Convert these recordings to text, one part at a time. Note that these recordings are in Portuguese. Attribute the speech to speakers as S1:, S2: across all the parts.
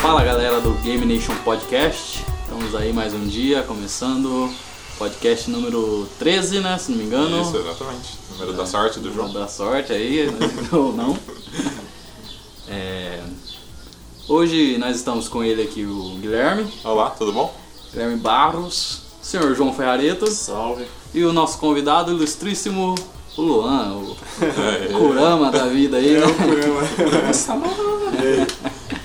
S1: Fala galera do Game Nation Podcast, estamos aí mais um dia começando podcast número 13, né? Se não me engano.
S2: Isso, exatamente. Número da sorte do
S1: Vamos
S2: jogo.
S1: dar sorte aí, né, ou não. É, Hoje nós estamos com ele aqui, o Guilherme,
S2: Olá, tudo bom?
S1: Guilherme Barros, o senhor João Ferrareto
S3: Salve.
S1: e o nosso convidado ilustríssimo, o Luan, o
S2: É,
S1: Kurama da vida aí,
S3: É o
S1: né?
S3: Kurama.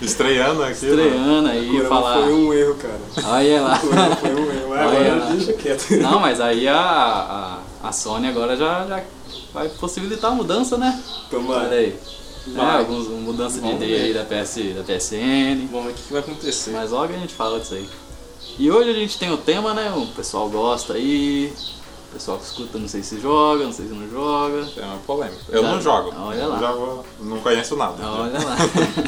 S2: Estreando aqui. né?
S1: estreando
S3: O
S1: aí,
S3: Kurama
S1: falar.
S3: foi um erro, cara.
S1: Olha lá.
S3: O Kurama foi um erro. Ah,
S1: Olha
S3: Agora
S1: lá.
S3: deixa quieto.
S1: Não, mas aí a, a, a Sony agora já, já vai possibilitar a mudança, né? Olha
S3: Tomara.
S1: aí. É,
S3: Vai.
S1: alguns mudança de
S3: Vamos
S1: ideia
S3: ver.
S1: aí da, PS, da PSN.
S3: Vamos ver o que que vai acontecer.
S1: Mas logo a gente fala disso aí. E hoje a gente tem o tema, né? O pessoal gosta aí. O pessoal que escuta, não sei se joga, não sei se não joga.
S2: É uma polêmica. Eu
S1: Não,
S2: não jogo.
S1: olha
S2: Eu
S1: lá.
S2: jogo- não conheço nada.
S1: Então, Olha lá.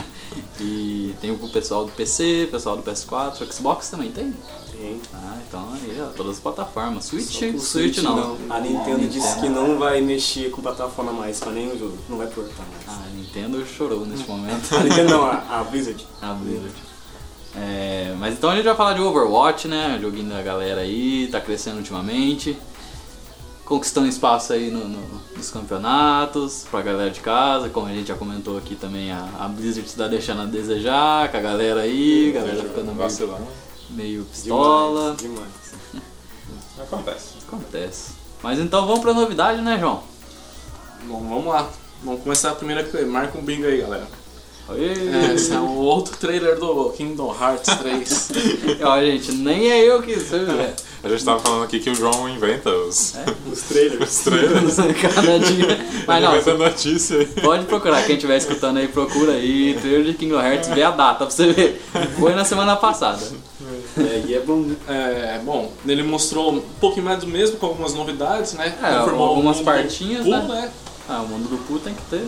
S1: e tem o pessoal do PC, pessoal do PS4, Xbox também tem.
S3: Tem.
S1: Ah, então aí, ó, todas as plataformas. Switch,
S3: Só que o
S1: Switch, não.
S3: A Nintendo disse que não vai mexer com plataforma mais pra nenhum jogo. Não vai portar mais.
S1: A Ah, Nintendo chorou neste momento.
S3: A Nintendo não, a, a Blizzard.
S1: A Blizzard. né? É, mas então a gente vai falar de Overwatch, né? Joguinho da galera aí, tá crescendo ultimamente. Conquistando espaço aí no- no- nos campeonatos, pra galera de casa, como a gente já comentou aqui também, a, a Blizzard tá deixando a desejar com a galera aí, a galera tá ficando meio,
S2: Vacilando.
S1: meio pistola.
S3: Demais. Demais.
S2: Acontece.
S1: Acontece. Mas então vamos pra novidade, né, João?
S4: Bom, vamos lá. Vamos começar a primeira coisa. Marca um bingo aí, galera. É,
S1: Aê!
S4: esse é o outro trailer do Kingdom Hearts 3.
S1: Ó, gente, nem é eu que sei, velho.
S2: A gente tava falando aqui que o João inventa os,
S3: Os
S2: os
S3: trailers.
S2: trailers.
S1: Cada dia. Mas
S2: Ele
S1: não,
S2: inventa notícia aí.
S1: Pode procurar, quem estiver escutando aí, procura aí, trailer de Kingdom Hearts, vê a data pra você ver. Foi na semana passada.
S3: É, e é bom.
S4: É, bom, ele mostrou um pouquinho mais do mesmo, com algumas novidades, né?
S1: É, algumas partinhas,
S4: pool,
S1: né?
S4: né?
S1: Ah, o mundo do Poo tem que ter.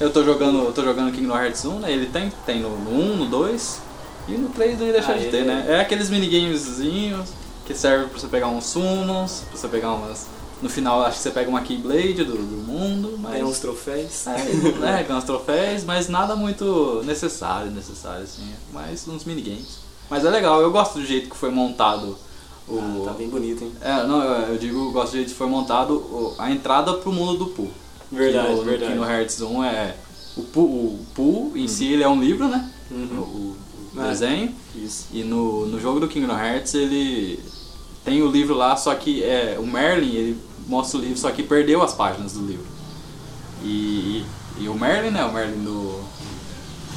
S1: Eu tô jogando, eu tô jogando Kingdom Hearts 1, né? Ele tem, tem no 1, no 2 e no 3 não ia deixar
S3: Ah,
S1: de
S3: ele-
S1: ter, né? É aqueles minigamezinhos que servem pra você pegar uns summons, pra você pegar umas. No final acho que você pega uma Keyblade do, do mundo, mas.
S3: Tem uns troféus.
S1: É, né, ganha uns troféus, mas nada muito necessário, necessário assim. Mas uns minigames. Mas é legal, eu gosto do jeito que foi montado o.
S3: Ah, tá bem bonito, hein?
S1: É, não, eu, eu digo, eu gosto do jeito que foi montado o- a entrada pro mundo do Pooh.
S3: Verdade,
S1: que no,
S3: verdade.
S1: Que no Hearts 1 é. O Pooh, o Pooh em si ele é um livro, né?
S3: Uhum.
S1: O, o- o
S4: É.
S1: desenho.
S3: Isso.
S1: E no, no jogo do Kingdom Hearts ele tem o livro lá, só que é, o Merlin ele mostra o livro, só que perdeu as páginas do livro. E, e, e o Merlin, né? O Merlin do.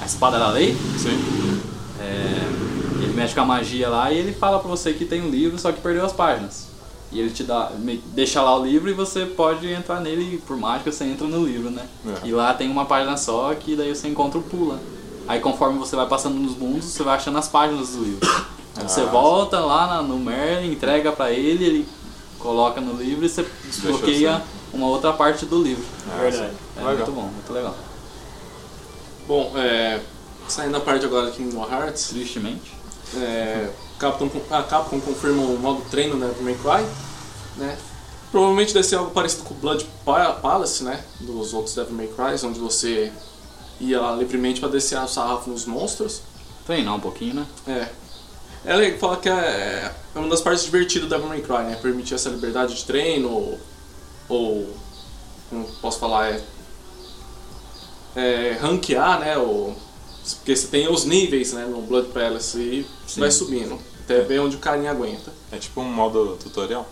S1: A Espada da Lei,
S2: Sim.
S1: é, ele mexe com a magia lá e ele fala pra você que tem um livro, só que perdeu as páginas. E ele te dá, me- deixa lá o livro e você pode entrar nele, e por mágica você entra no livro, né?
S2: É.
S1: E lá tem uma página só que daí você encontra o pula. Aí conforme você vai passando nos mundos, você vai achando as páginas do livro. Aí você
S2: Ah,
S1: volta lá na- no Merlin, entrega pra ele, ele coloca no livro e você desbloqueia uma outra parte do livro.
S2: Ah,
S3: Verdade.
S1: É
S2: Legal.
S1: muito bom, muito legal.
S4: Bom, é, saindo a parte agora do Kingdom Hearts,
S1: Tristemente.
S4: é, Capcom, a Capcom confirma o modo treino né, do May Cry, né? Provavelmente deve ser algo parecido com o Blood Pa- Palace, né? Dos outros Devil May Cry, onde você ia lá livremente pra descer o sarrafo nos monstros.
S1: Treinar um pouquinho, né?
S4: É. É legal falar que é, é uma das partes divertidas da Devil May Cry, né? Permitir essa liberdade de treino, ou. ou como posso falar? É, é, ranquear, né? Ou, porque você tem os níveis né, no Blood Palace e
S1: Sim.
S4: vai subindo. Até ver onde o carinha aguenta.
S2: É tipo um modo tutorial.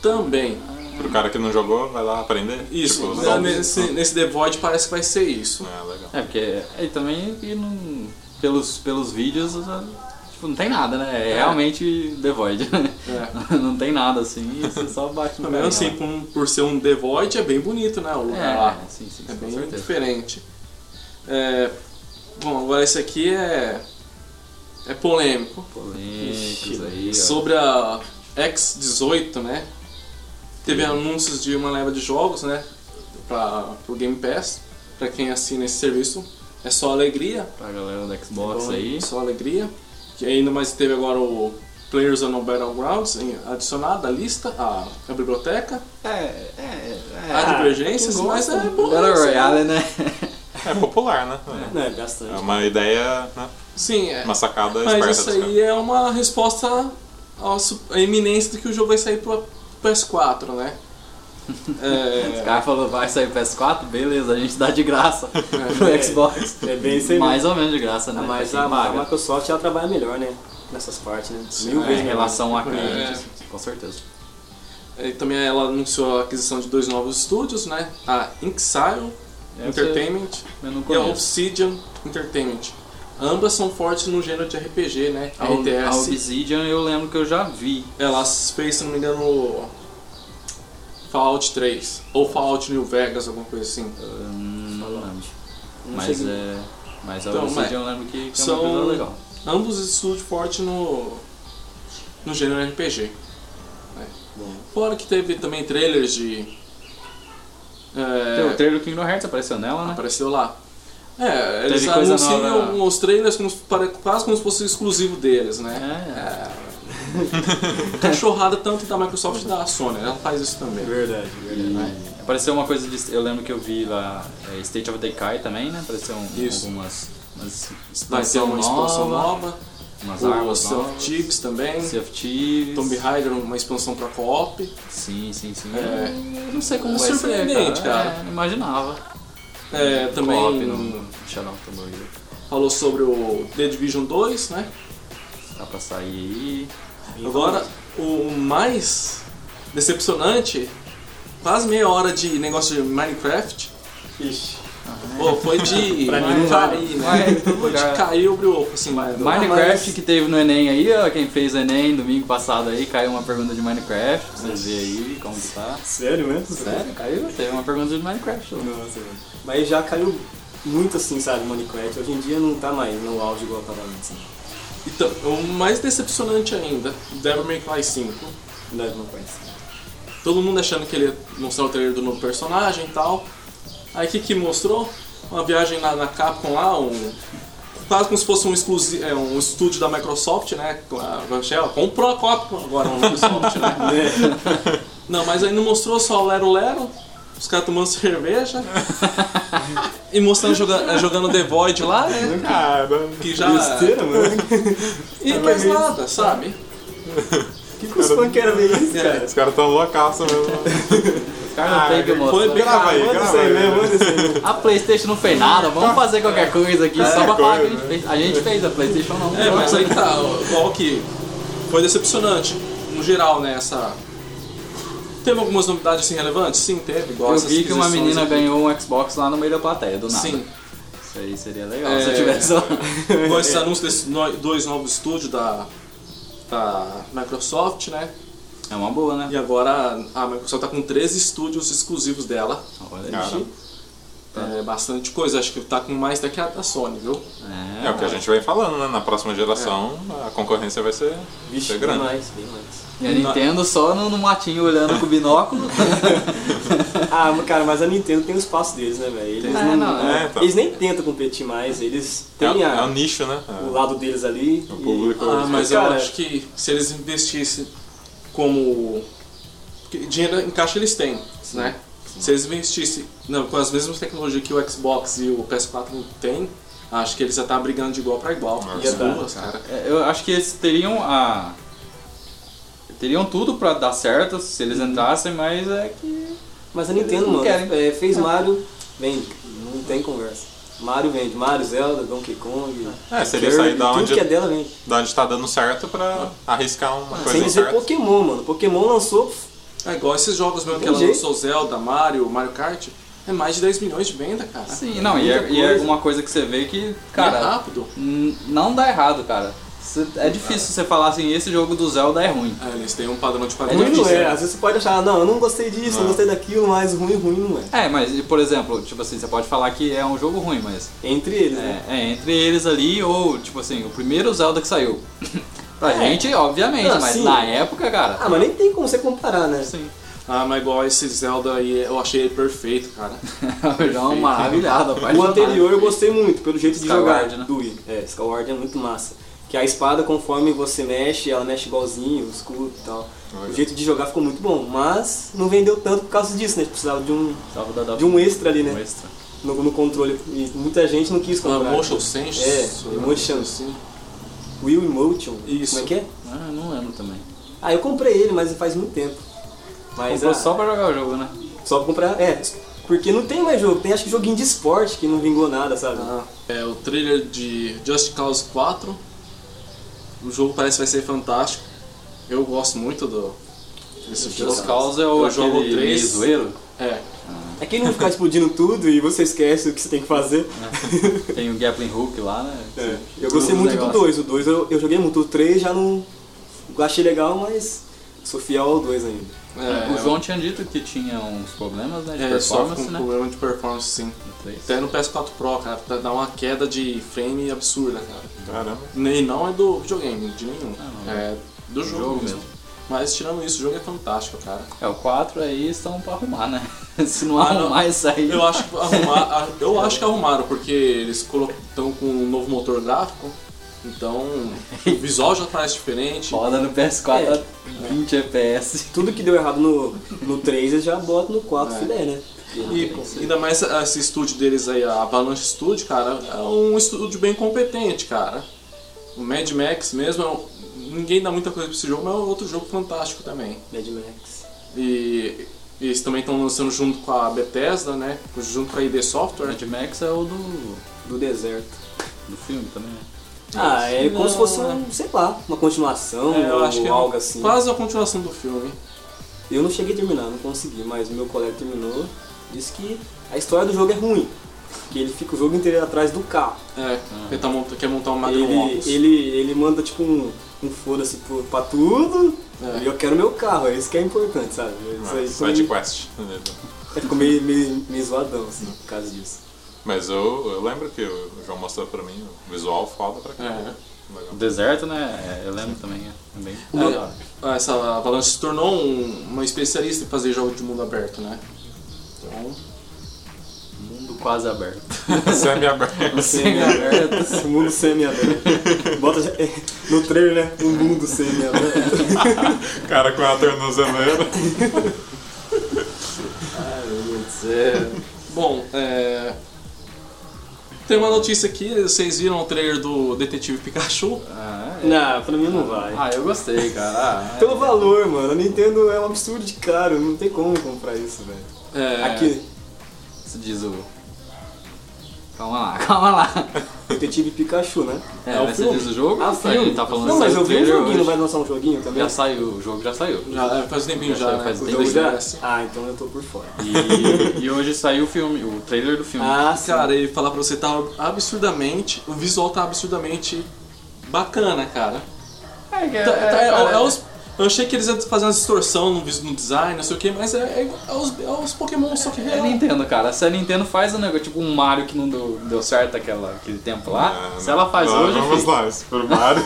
S4: Também.
S2: Pro cara que não jogou, vai lá aprender.
S4: Isso.
S2: Tipo,
S4: mas
S2: os altos.
S4: nesse, nesse The Void parece que vai ser isso.
S2: É, legal.
S1: É, porque aí também e não- pelos, pelos vídeos é, tipo, não tem nada, né? É, realmente The Void. né?
S4: É.
S1: não tem nada assim, e você só bate no
S4: Também
S1: carinha
S4: assim, por, por ser um The Void, é bem bonito, né?
S3: um
S4: O
S1: lá.
S4: lugar lá.
S1: É. É, sim, sim,
S4: É
S1: com
S4: bem
S1: certeza.
S4: diferente. É, bom, agora esse aqui é. É polêmico.
S1: Polêmicos aí, ó.
S4: Sobre a X18, né? Teve anúncios de uma leva de jogos, né? Pra, pro Game Pass. Pra quem assina esse serviço, é só alegria.
S1: Pra galera do Xbox aí.
S4: Só alegria. Que ainda mais teve agora o Players on Battlegrounds em- adicionado à lista, à, à biblioteca,
S1: É, é, é.
S3: Ah,
S4: à divergências,
S3: quem
S4: mas
S3: gosta
S4: é
S3: de
S4: bom.
S1: Battle
S4: assim.
S1: Royale, né?
S2: É popular, né?
S3: Não, é
S2: É,
S3: bastante.
S2: uma ideia, né?
S4: Sim, é.
S2: Uma sacada
S4: Mas
S2: esperta
S4: isso
S2: dos caras.
S4: aí é uma resposta ao su- à iminência de que o jogo vai sair pro PS4, né?
S1: O
S4: É,
S1: cara falou, vai sair PS4? Beleza, a gente dá de graça pro
S3: é.
S1: Xbox.
S3: É bem isso aí mesmo.
S1: Mais ou menos de graça, né?
S3: Mas
S1: Pra
S3: a,
S1: quem
S3: a
S1: paga.
S3: Microsoft ela trabalha melhor, né? Nessas partes, né? É.
S1: Mil vezes em
S3: melhor.
S1: relação a clientes, com certeza.
S4: e também ela anunciou a aquisição de dois novos estúdios, né? A Inxile Entertainment
S1: Eu não
S4: e a
S1: conheço.
S4: Obsidian Entertainment. Ambas são fortes no gênero de RPG, né?
S1: A, Ob- a
S4: RTS.
S1: Obsidian eu lembro que eu já vi.
S4: Ela fez, se não me engano, Fallout 3 ou Fallout New Vegas, alguma coisa assim.
S1: Eu não lembro.
S3: Não
S1: Mas
S3: sei-
S1: é. Mas a
S4: Então, mas-
S1: Obsidian eu lembro que, que é
S4: são-
S1: uma coisa legal.
S4: Ambos estúdios fortes no, no gênero RPG. né?
S3: Bom.
S4: Fora que teve também trailers de. é,
S1: Tem o trailer do Kingdom Hearts apareceu nela, né?
S4: apareceu lá. É, eles
S1: coisa
S4: anunciam
S1: nova.
S4: os trailers como se- pare- quase como se fosse exclusivo deles, né?
S1: É.
S4: Cachorrada tanto da Microsoft e da Sony, né? ela faz isso também.
S3: É Verdade, verdade.
S1: E é. Apareceu uma coisa de. Eu lembro que eu vi lá é, State of Decay também, né? Apareceu um,
S4: Isso.
S1: algumas. Umas
S4: Vai ter uma expansão nova,
S1: Umas
S4: o
S1: armas.
S4: Self
S1: novas.
S4: Tips também,
S1: Sea of Thieves.
S4: Tomb Raider, uma expansão pra co-op.
S1: Sim, sim, sim.
S4: É.
S1: Eu não sei como
S4: É
S1: vai ser,
S4: surpreendente, cara.
S1: É, não imaginava.
S4: É,
S1: Co-op
S4: também
S1: no Shadow of the Tomb Raider.
S4: falou sobre o The Division 2, né?
S1: Tá pra sair aí. Então.
S4: Agora, o mais decepcionante, quase meia hora de negócio de Minecraft,
S3: Ixi.
S1: É.
S4: pô, foi de
S3: Pra mim não vale.
S4: cair,
S1: Vai,
S4: né?
S1: todo
S4: Foi
S1: lugar.
S4: de cair o brioco, assim, do-
S1: Minecraft
S3: mas-
S1: que teve no Enem aí, ó. Quem fez Enem domingo passado aí, caiu uma pergunta de Minecraft. Pra vocês verem aí como que tá.
S3: Sério mesmo?
S1: Sério, caiu? Teve uma pergunta de Minecraft. ó.
S3: Nossa, mano. Mas já caiu muito assim, sabe, Minecraft. Hoje em dia não tá mais no auge igual tava antes. né?
S4: Então, o mais decepcionante ainda, Devil May Cry 5.
S3: Não é Minecraft.
S4: Todo mundo achando que ele ia mostrar o trailer do novo personagem e tal. Aí o que, que mostrou? Uma viagem na, na Capcom lá, um. Quase como se fosse um, exclusi- é, um estúdio da Microsoft, né? Claro, Rochelle comprou a Capcom agora, a Microsoft, né?
S3: Né?
S4: Não, mas aí não mostrou só o Lero Lero, os caras tomando cerveja e mostrando joga- é, jogando The Void lá, né?
S2: Caramba.
S4: Que já.
S3: Besteira, mano.
S4: E mais nada, sabe?
S3: Que que os fãs querem ver isso,
S4: é.
S3: cara?
S2: Os caras tão loucaço mesmo.
S1: Os caras não tem que mostrar.
S2: foi
S4: Ah, bem-
S2: Grava aí,
S3: Manda isso
S2: grava
S3: aí né?
S2: aí.
S3: mesmo, manda isso aí mesmo.
S1: A Playstation não fez nada,
S4: Tá.
S1: vamos fazer qualquer coisa aqui só pra falar que a gente fez. A gente fez, a Playstation não.
S4: né?
S1: né?
S4: É, mas aí tá, igual que foi decepcionante, no geral, né, essa... Teve algumas novidades assim relevantes? Sim, teve, igual
S1: Eu
S4: essas
S1: vi que uma
S4: aquisições
S1: menina
S4: aqui.
S1: ganhou um Xbox lá no meio da plateia, do nada.
S4: Sim,
S1: Isso aí seria legal
S4: É.
S1: se eu tivesse lá.
S4: igual esses anúncios desses no- dois novos estúdios da, da Microsoft, né?
S1: É uma boa, né?
S4: E agora a Microsoft tá com 13 estúdios exclusivos dela.
S1: Olha aí.
S2: Cara,
S1: Tá.
S4: É bastante coisa, acho que tá com mais daqui a da Sony, viu?
S2: é o que a gente vem falando, né? Na próxima geração a concorrência vai ser, ser
S3: bem
S2: grande.
S3: mais, bem mais.
S1: E a Nintendo só no, no matinho olhando com o binóculo.
S3: Ah, mas, cara, mas a Nintendo tem o espaço deles, né, velho? Eles,
S1: É, não,
S2: é, então.
S3: eles nem tentam competir mais, eles
S2: É,
S3: têm
S2: é
S3: a-
S2: um nicho, né?
S3: o
S2: É.
S3: lado deles ali.
S2: O
S3: e-
S2: público.
S4: Ah, mas eu
S3: Cara,
S4: acho que se eles investissem como. porque dinheiro em caixa eles têm, né? Se eles investissem não, com as mesmas tecnologias que o Xbox e o PS4 têm, acho que eles já tá brigando de igual pra igual.
S2: Nossa.
S4: As duas, cara.
S1: É, Eu acho que eles teriam a. Teriam tudo pra dar certo se eles entrassem, mas é que.
S3: Mas a Nintendo,
S1: não
S3: Uhum. mano,
S1: querem.
S3: é, fez Mario, vende. Não tem conversa. Mario vende. Mario, Zelda, Donkey Kong.
S2: É, seria
S3: Kirby,
S2: sair da
S3: tudo
S2: onde,
S3: que é dela vende.
S2: da onde tá dando certo pra arriscar uma
S3: Sem
S2: coisa
S3: dizer
S2: certa.
S3: Pokémon, mano. Pokémon lançou.
S4: É igual esses jogos mesmo que
S3: Tem
S4: ela
S3: jeito.
S4: lançou, Zelda, Mario, Mario Kart, é mais de 10 milhões de venda, cara.
S1: Sim, não, e é,
S3: muita
S1: e é
S3: coisa.
S1: alguma coisa que você vê que,
S4: E é
S1: cara,
S4: rápido.
S1: n- não dá errado, cara. Cê- É difícil você falar assim, esse jogo do Zelda é ruim.
S4: É, eles têm um padrão de
S3: Ruim
S4: qualidade.
S3: não é.
S4: né?
S3: Às vezes você pode achar, não, eu não gostei disso, não gostei daquilo, mas ruim, ruim não é.
S1: É, mas, por exemplo, tipo assim, você pode falar que é um jogo ruim, mas
S3: Entre eles, né?
S1: é, é entre eles ali, ou tipo assim, o primeiro Zelda que saiu. pra
S3: É.
S1: gente, obviamente,
S3: Não,
S1: mas
S3: sim.
S1: na época, cara.
S3: Ah, mas nem tem como você comparar, né?
S1: Sim.
S4: Ah, mas igual esse Zelda aí, eu achei ele perfeito, cara.
S1: Já é uma maravilhada,
S3: O anterior eu gostei muito, pelo jeito de
S1: Skyward,
S3: jogar.
S1: né?
S3: Do Wii. É, Skyward é muito massa. Que Que a espada, conforme você mexe, ela mexe igualzinho, o escudo e tal.
S2: Olha.
S3: O jeito de jogar ficou muito bom, mas não vendeu tanto por causa disso, né? A gente precisava de um,
S1: Precisava da- da-
S3: de um extra ali,
S1: Um
S3: né?
S1: extra.
S3: No, no controle. E muita gente não quis
S4: Uma
S3: comprar.
S4: motion sense.
S3: É, emotion.
S4: Assim.
S3: Will Emotion.
S4: Isso.
S3: Como é que é?
S1: Ah, não lembro também.
S3: Ah, eu comprei ele, mas faz muito tempo. Mas
S1: Comprou
S3: ah,
S1: só pra jogar o jogo, né?
S3: só pra comprar. É, porque não tem mais jogo, tem acho que joguinho de esporte que não vingou nada, sabe?
S4: Ah, é o trailer de Just Cause 4. O jogo parece que vai ser fantástico. Eu gosto muito do. Esse
S1: Just Cause é o
S4: Eu jogo
S1: aquele
S4: três.
S1: meio zoeiro.
S4: É.
S3: assim, É que ele não ficar explodindo tudo e você esquece o que você tem que fazer.
S1: Tem o Grappling Hook lá, né?
S3: É, eu
S4: um
S3: gostei
S1: Os
S3: muito do
S1: negócios.
S3: 2, o 2 eu, eu joguei muito, o 3 já não eu achei legal, mas sou fiel ao 2 ainda.
S4: é
S1: o João tinha dito que tinha uns problemas né, de
S4: é, sofre
S1: performance,
S4: com
S1: né?
S4: problema de performance, sim.
S1: No três.
S4: Até no PS4 Pro, cara, tá- dá uma queda de frame absurda, cara.
S2: Caramba.
S4: E não é do videogame, de nenhum.
S1: Ah, não.
S4: É do jogo,
S1: jogo
S4: mesmo.
S1: mesmo.
S4: Mas tirando isso, o jogo é fantástico, cara.
S1: É, o 4 aí estão pra arrumar, né? Se não
S4: Ah, não.
S1: arrumar isso aí.
S4: Eu acho que arrumar, eu acho que arrumaram, porque eles estão com um novo motor gráfico, então o visual já parece diferente.
S1: Roda no PS4
S3: É.
S1: a 20 FPS.
S3: Tudo que deu errado no, no 3 eles já botam no 4
S4: É.
S3: filé, né?
S4: E ainda mais esse estúdio deles aí, a Avalanche Studio, cara, é um estúdio bem competente, cara. O Mad Max mesmo, é um- ninguém dá muita coisa pra esse jogo, mas é outro jogo fantástico também.
S3: Mad Max.
S4: E eles também estão lançando junto com a Bethesda, né? Junto com a ID
S1: O
S3: tipo
S4: Software.
S1: Mad Max é o do,
S3: Do deserto.
S1: do filme também, né?
S3: Ah, é como
S1: Não,
S3: se fosse,
S1: né?
S3: um, sei lá, uma continuação
S4: É,
S3: ou
S4: eu acho que é
S3: algo assim.
S4: quase a continuação do filme.
S3: Eu não cheguei a terminar, não consegui, mas meu colega terminou, disse que a história do jogo é ruim. Que ele fica o jogo inteiro atrás do carro.
S4: É, ele tá monta- quer montar um
S3: Ah. Ele,
S4: Magnum
S3: ele, ele manda tipo um, um foda-se pro- pra tudo.
S4: É.
S3: E eu quero meu carro, é isso que é importante, sabe? Isso aí ficou
S2: Side
S3: meio,
S2: quest.
S3: é, ficou meio, meio, meio zoadão, assim, por causa disso.
S2: Mas eu, eu lembro que o João mostrou pra mim o visual foda pra cá.
S4: É.
S1: O
S2: Legal.
S1: deserto, né? É, eu lembro também. É, é bem
S4: Uma-
S1: legal.
S4: Essa Avalanche se tornou um- uma especialista em fazer jogos de mundo aberto, né? Então,
S1: Mundo quase aberto.
S2: é Semi-aberto.
S1: Semi-aberto.
S3: Esse mundo semi-aberto. Bota já- é, no trailer, né? Um mundo semi-aberto.
S2: cara com a tornozeleira.
S4: bom, é... Tem uma notícia aqui, vocês viram o trailer do Detetive Pikachu?
S1: Ah, é.
S3: não, pra mim não vai.
S1: Ah, eu gostei, cara. Ah,
S3: Pelo valor, mano, a Nintendo é um absurdo de caro, não tem como comprar isso, velho.
S4: É,
S3: Aqui,
S1: Se diz o. Calma lá, calma lá.
S3: Detetive Pikachu, né?
S1: É,
S4: É o
S1: mas
S4: filme.
S1: se diz o jogo?
S3: Ah,
S1: tá,
S3: filme.
S1: Ele tá falando
S3: Não,
S1: só
S3: mas
S1: do
S3: eu vi um
S1: trailer
S3: joguinho,
S1: hoje.
S3: vai lançar um joguinho também?
S1: Já saiu, o jogo já saiu.
S4: Já, é, faz um tempinho já,
S1: Já
S4: né?
S1: faz
S4: O
S1: tempo
S4: jogo
S1: já.
S4: já desce.
S3: Ah, então eu tô por fora.
S1: E, e hoje saiu o filme, o trailer do filme.
S3: Ah, sim.
S4: Cara, ele falar pra você, tá absurdamente... O visual tá absurdamente bacana, cara.
S1: é, que é,
S4: Tá- tá- é-
S1: cara,
S4: é os- eu achei que eles iam fazer uma distorção no, vis- no design, não sei o que, mas é, é, é os, é os Pokémon só que
S1: é
S4: real.
S1: Nintendo, cara. Se a Nintendo faz um negócio, tipo um Mario que não deu, deu certo aquela, aquele tempo lá,
S2: Ah,
S1: se ela faz
S2: não,
S1: hoje,
S2: Vamos
S1: filho,
S2: lá, Super Mario.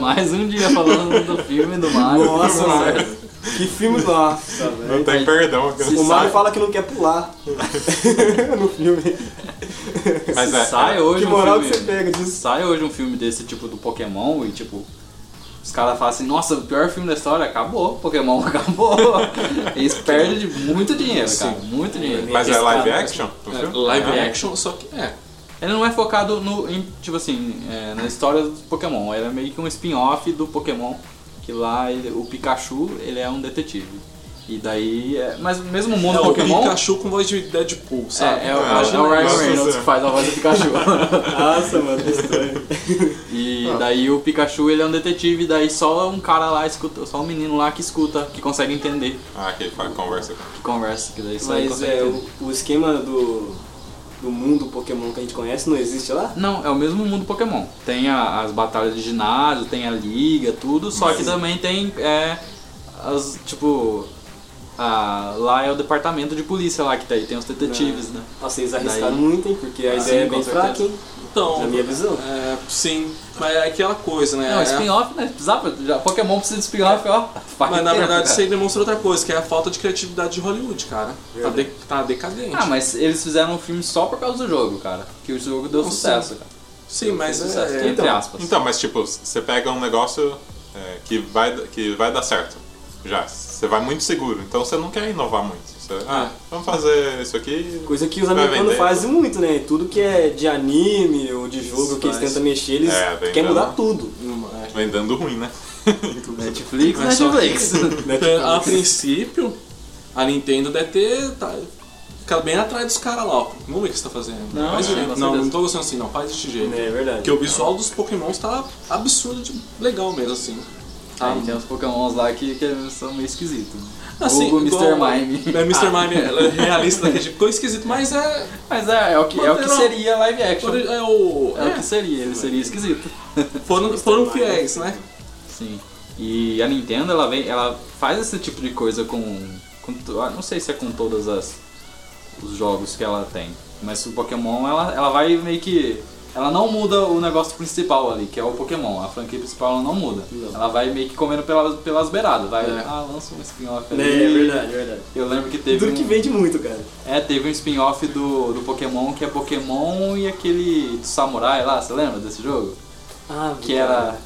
S1: mais um dia falando do filme do Mario.
S3: Nossa, mano. Que filme nossa,
S2: Não
S3: velho.
S2: tem perdão. cara.
S3: O Mario
S1: sai.
S3: fala que não quer pular no filme.
S2: Mas é.
S1: Sai hoje
S3: que
S1: um
S3: moral que
S1: filme.
S3: você pega disso?
S1: Sai hoje um filme desse tipo do Pokémon e tipo. Os caras falam assim, nossa, o pior filme da história, acabou, Pokémon acabou. Eles perdem de muito dinheiro, cara. Muito dinheiro.
S2: Mas é
S1: Esse
S2: live
S1: cara-
S2: action? o
S4: É,
S2: filme?
S4: live
S2: Ah,
S4: action, só que é.
S1: Ele não é focado no, em, tipo assim, é, na história dos Pokémon. Ele é meio que um spin-off do Pokémon, que lá ele- o Pikachu, ele é um detetive. E daí, é, mas mesmo o mundo
S4: é o
S1: Pokémon...
S4: Pikachu com voz de Deadpool, sabe?
S1: É, é, o-
S2: Ah,
S1: é o Ryan
S2: nossa
S1: Reynolds
S2: senhora.
S1: que faz a voz do Pikachu.
S3: Nossa, mano, que estranho.
S1: e
S4: Ah.
S1: daí o Pikachu, ele é um detetive, daí só um cara lá escuta, só um menino lá que escuta, que consegue entender,
S2: Ah, que ele fala- conversa com.
S1: que conversa, que daí só ele
S3: Mas
S1: consegue
S3: é,
S1: entender.
S3: o, o esquema do, do mundo Pokémon que a gente conhece não existe lá?
S1: Não, é o mesmo mundo Pokémon. Tem a- as batalhas de ginásio, tem a liga, tudo, só que também tem é, as, tipo. a- lá é o departamento de polícia lá que tá aí, tem os
S4: É.
S1: detetives, né?
S3: Nossa, eles arriscaram
S1: Daí-
S3: muito, hein? Porque a
S1: Ah,
S3: ideia
S1: sim,
S3: é bem
S1: com certeza.
S3: fraca, hein?
S4: Então,
S3: Na minha visão.
S4: é, sim, mas é aquela coisa, né?
S1: Não,
S4: É-
S1: spin-off, né? Precisava, já, Pokémon precisa de spin-off, ó. Faz
S4: mas na
S1: tempo,
S4: verdade isso
S1: cara.
S4: aí demonstra outra coisa, que é a falta de criatividade de Hollywood, cara. Tá, de- tá decadente.
S1: Ah, mas eles fizeram um filme só por causa do jogo, cara. Que o jogo deu
S4: Não,
S1: sucesso, cara.
S4: Sim, mas
S1: Fez
S4: é,
S1: sucesso,
S4: é,
S1: entre
S4: então,
S1: aspas.
S2: Então, mas tipo, você pega um negócio é, que, vai, que vai dar certo. Já. Você vai muito seguro, então você não quer inovar muito. Você, ah, vamos fazer isso aqui.
S3: Coisa que os
S2: vai
S3: americanos
S2: vender.
S3: fazem muito, né? Tudo que é de anime ou de jogo
S4: Isso
S3: que eles
S4: faz.
S3: tentam mexer, eles
S2: É, vem
S3: querem
S2: dando.
S3: mudar tudo.
S4: não é.
S2: Vem dando ruim, né?
S1: Netflix,
S4: Mas só-
S1: Netflix.
S3: Tipo, né? é
S4: Então,
S3: Ah,
S4: a princípio, a Nintendo deve ter. Tá, fica bem atrás dos caras lá, ó. Vamos ver o que você tá fazendo.
S1: Não,
S4: faz
S1: é,
S4: direito.
S1: com
S4: Não,
S1: certeza.
S4: não tô gostando assim, não. Faz desse jeito.
S3: É verdade.
S4: Porque o visual dos pokémons tá absurdo de legal mesmo, assim. Tá
S1: Aí tem uns pokémons lá que, que são meio esquisitos.
S4: Assim,
S1: Vulgo
S4: igual-
S1: Mr. Mime.
S4: É, Mr. Mime é realista daquele jeito. Ficou esquisito, mas é.
S1: Mas é, é o que, é o que
S4: Manteram-
S1: seria live action.
S4: É o.
S1: É o que
S4: É,
S1: seria, ele seria esquisito.
S4: foram, foram fiéis, né?
S1: Sim. E a Nintendo, ela, vem, ela faz esse tipo de coisa com, com to- ah, Não sei se é com todas as os jogos que ela tem. Mas o Pokémon, ela, ela vai meio que. Ela não muda o negócio principal ali, que é o Pokémon. A franquia principal ela não muda.
S3: Não.
S1: Ela vai meio que comendo pelas, pelas beiradas. Vai,
S4: É.
S1: ah, lança um spin-off ali.
S3: Né, é verdade, é verdade.
S1: Eu lembro que teve.
S3: Tudo que
S1: um-
S3: vende muito, cara.
S1: É, teve um spin-off do, do Pokémon que é Pokémon e aquele do samurai lá, você lembra desse jogo?
S3: Ah,
S1: Que era.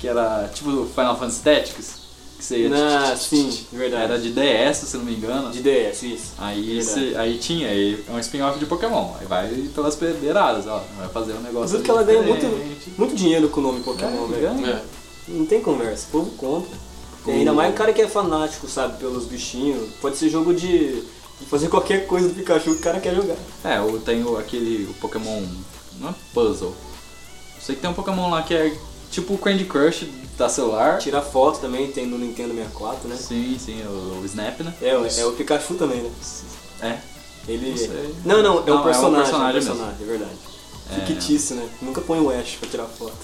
S1: Que era tipo do Final Fantasy Tactics. Que você ia.
S3: Ah, sim, verdade.
S1: Era de DS, se não me engano.
S3: de DS, isso.
S1: Aí,
S3: Verdade.
S1: você- aí tinha, aí é um spin-off de Pokémon. Aí vai pelas beiradas, ó. Vai fazer um negócio.
S3: Tudo que ela ganha muito,
S1: diferente.
S3: muito dinheiro com o nome Pokémon,
S1: É,
S3: velho.
S1: ganha.
S4: É.
S3: Não tem conversa, o povo compra. E ainda mais o cara que é fanático, sabe, pelos bichinhos. Pode ser jogo de, de fazer qualquer coisa do Pikachu que o cara quer jogar.
S1: É, eu tenho aquele o Pokémon. Não é puzzle. Eu sei que tem um Pokémon lá que é tipo o Candy Crush da celular.
S3: Tirar foto também, tem no Nintendo 64, né?
S1: Sim, sim, o, o Snap, né?
S3: É, é o Pikachu também, né?
S1: É.
S3: Ele.
S1: Não sei.
S3: Não, não, é
S1: Não, é
S3: um
S1: um
S3: personagem. É um
S1: personagem
S3: personagem, é verdade.
S1: É.
S3: Fictício, né? Nunca põe o Ash pra tirar foto.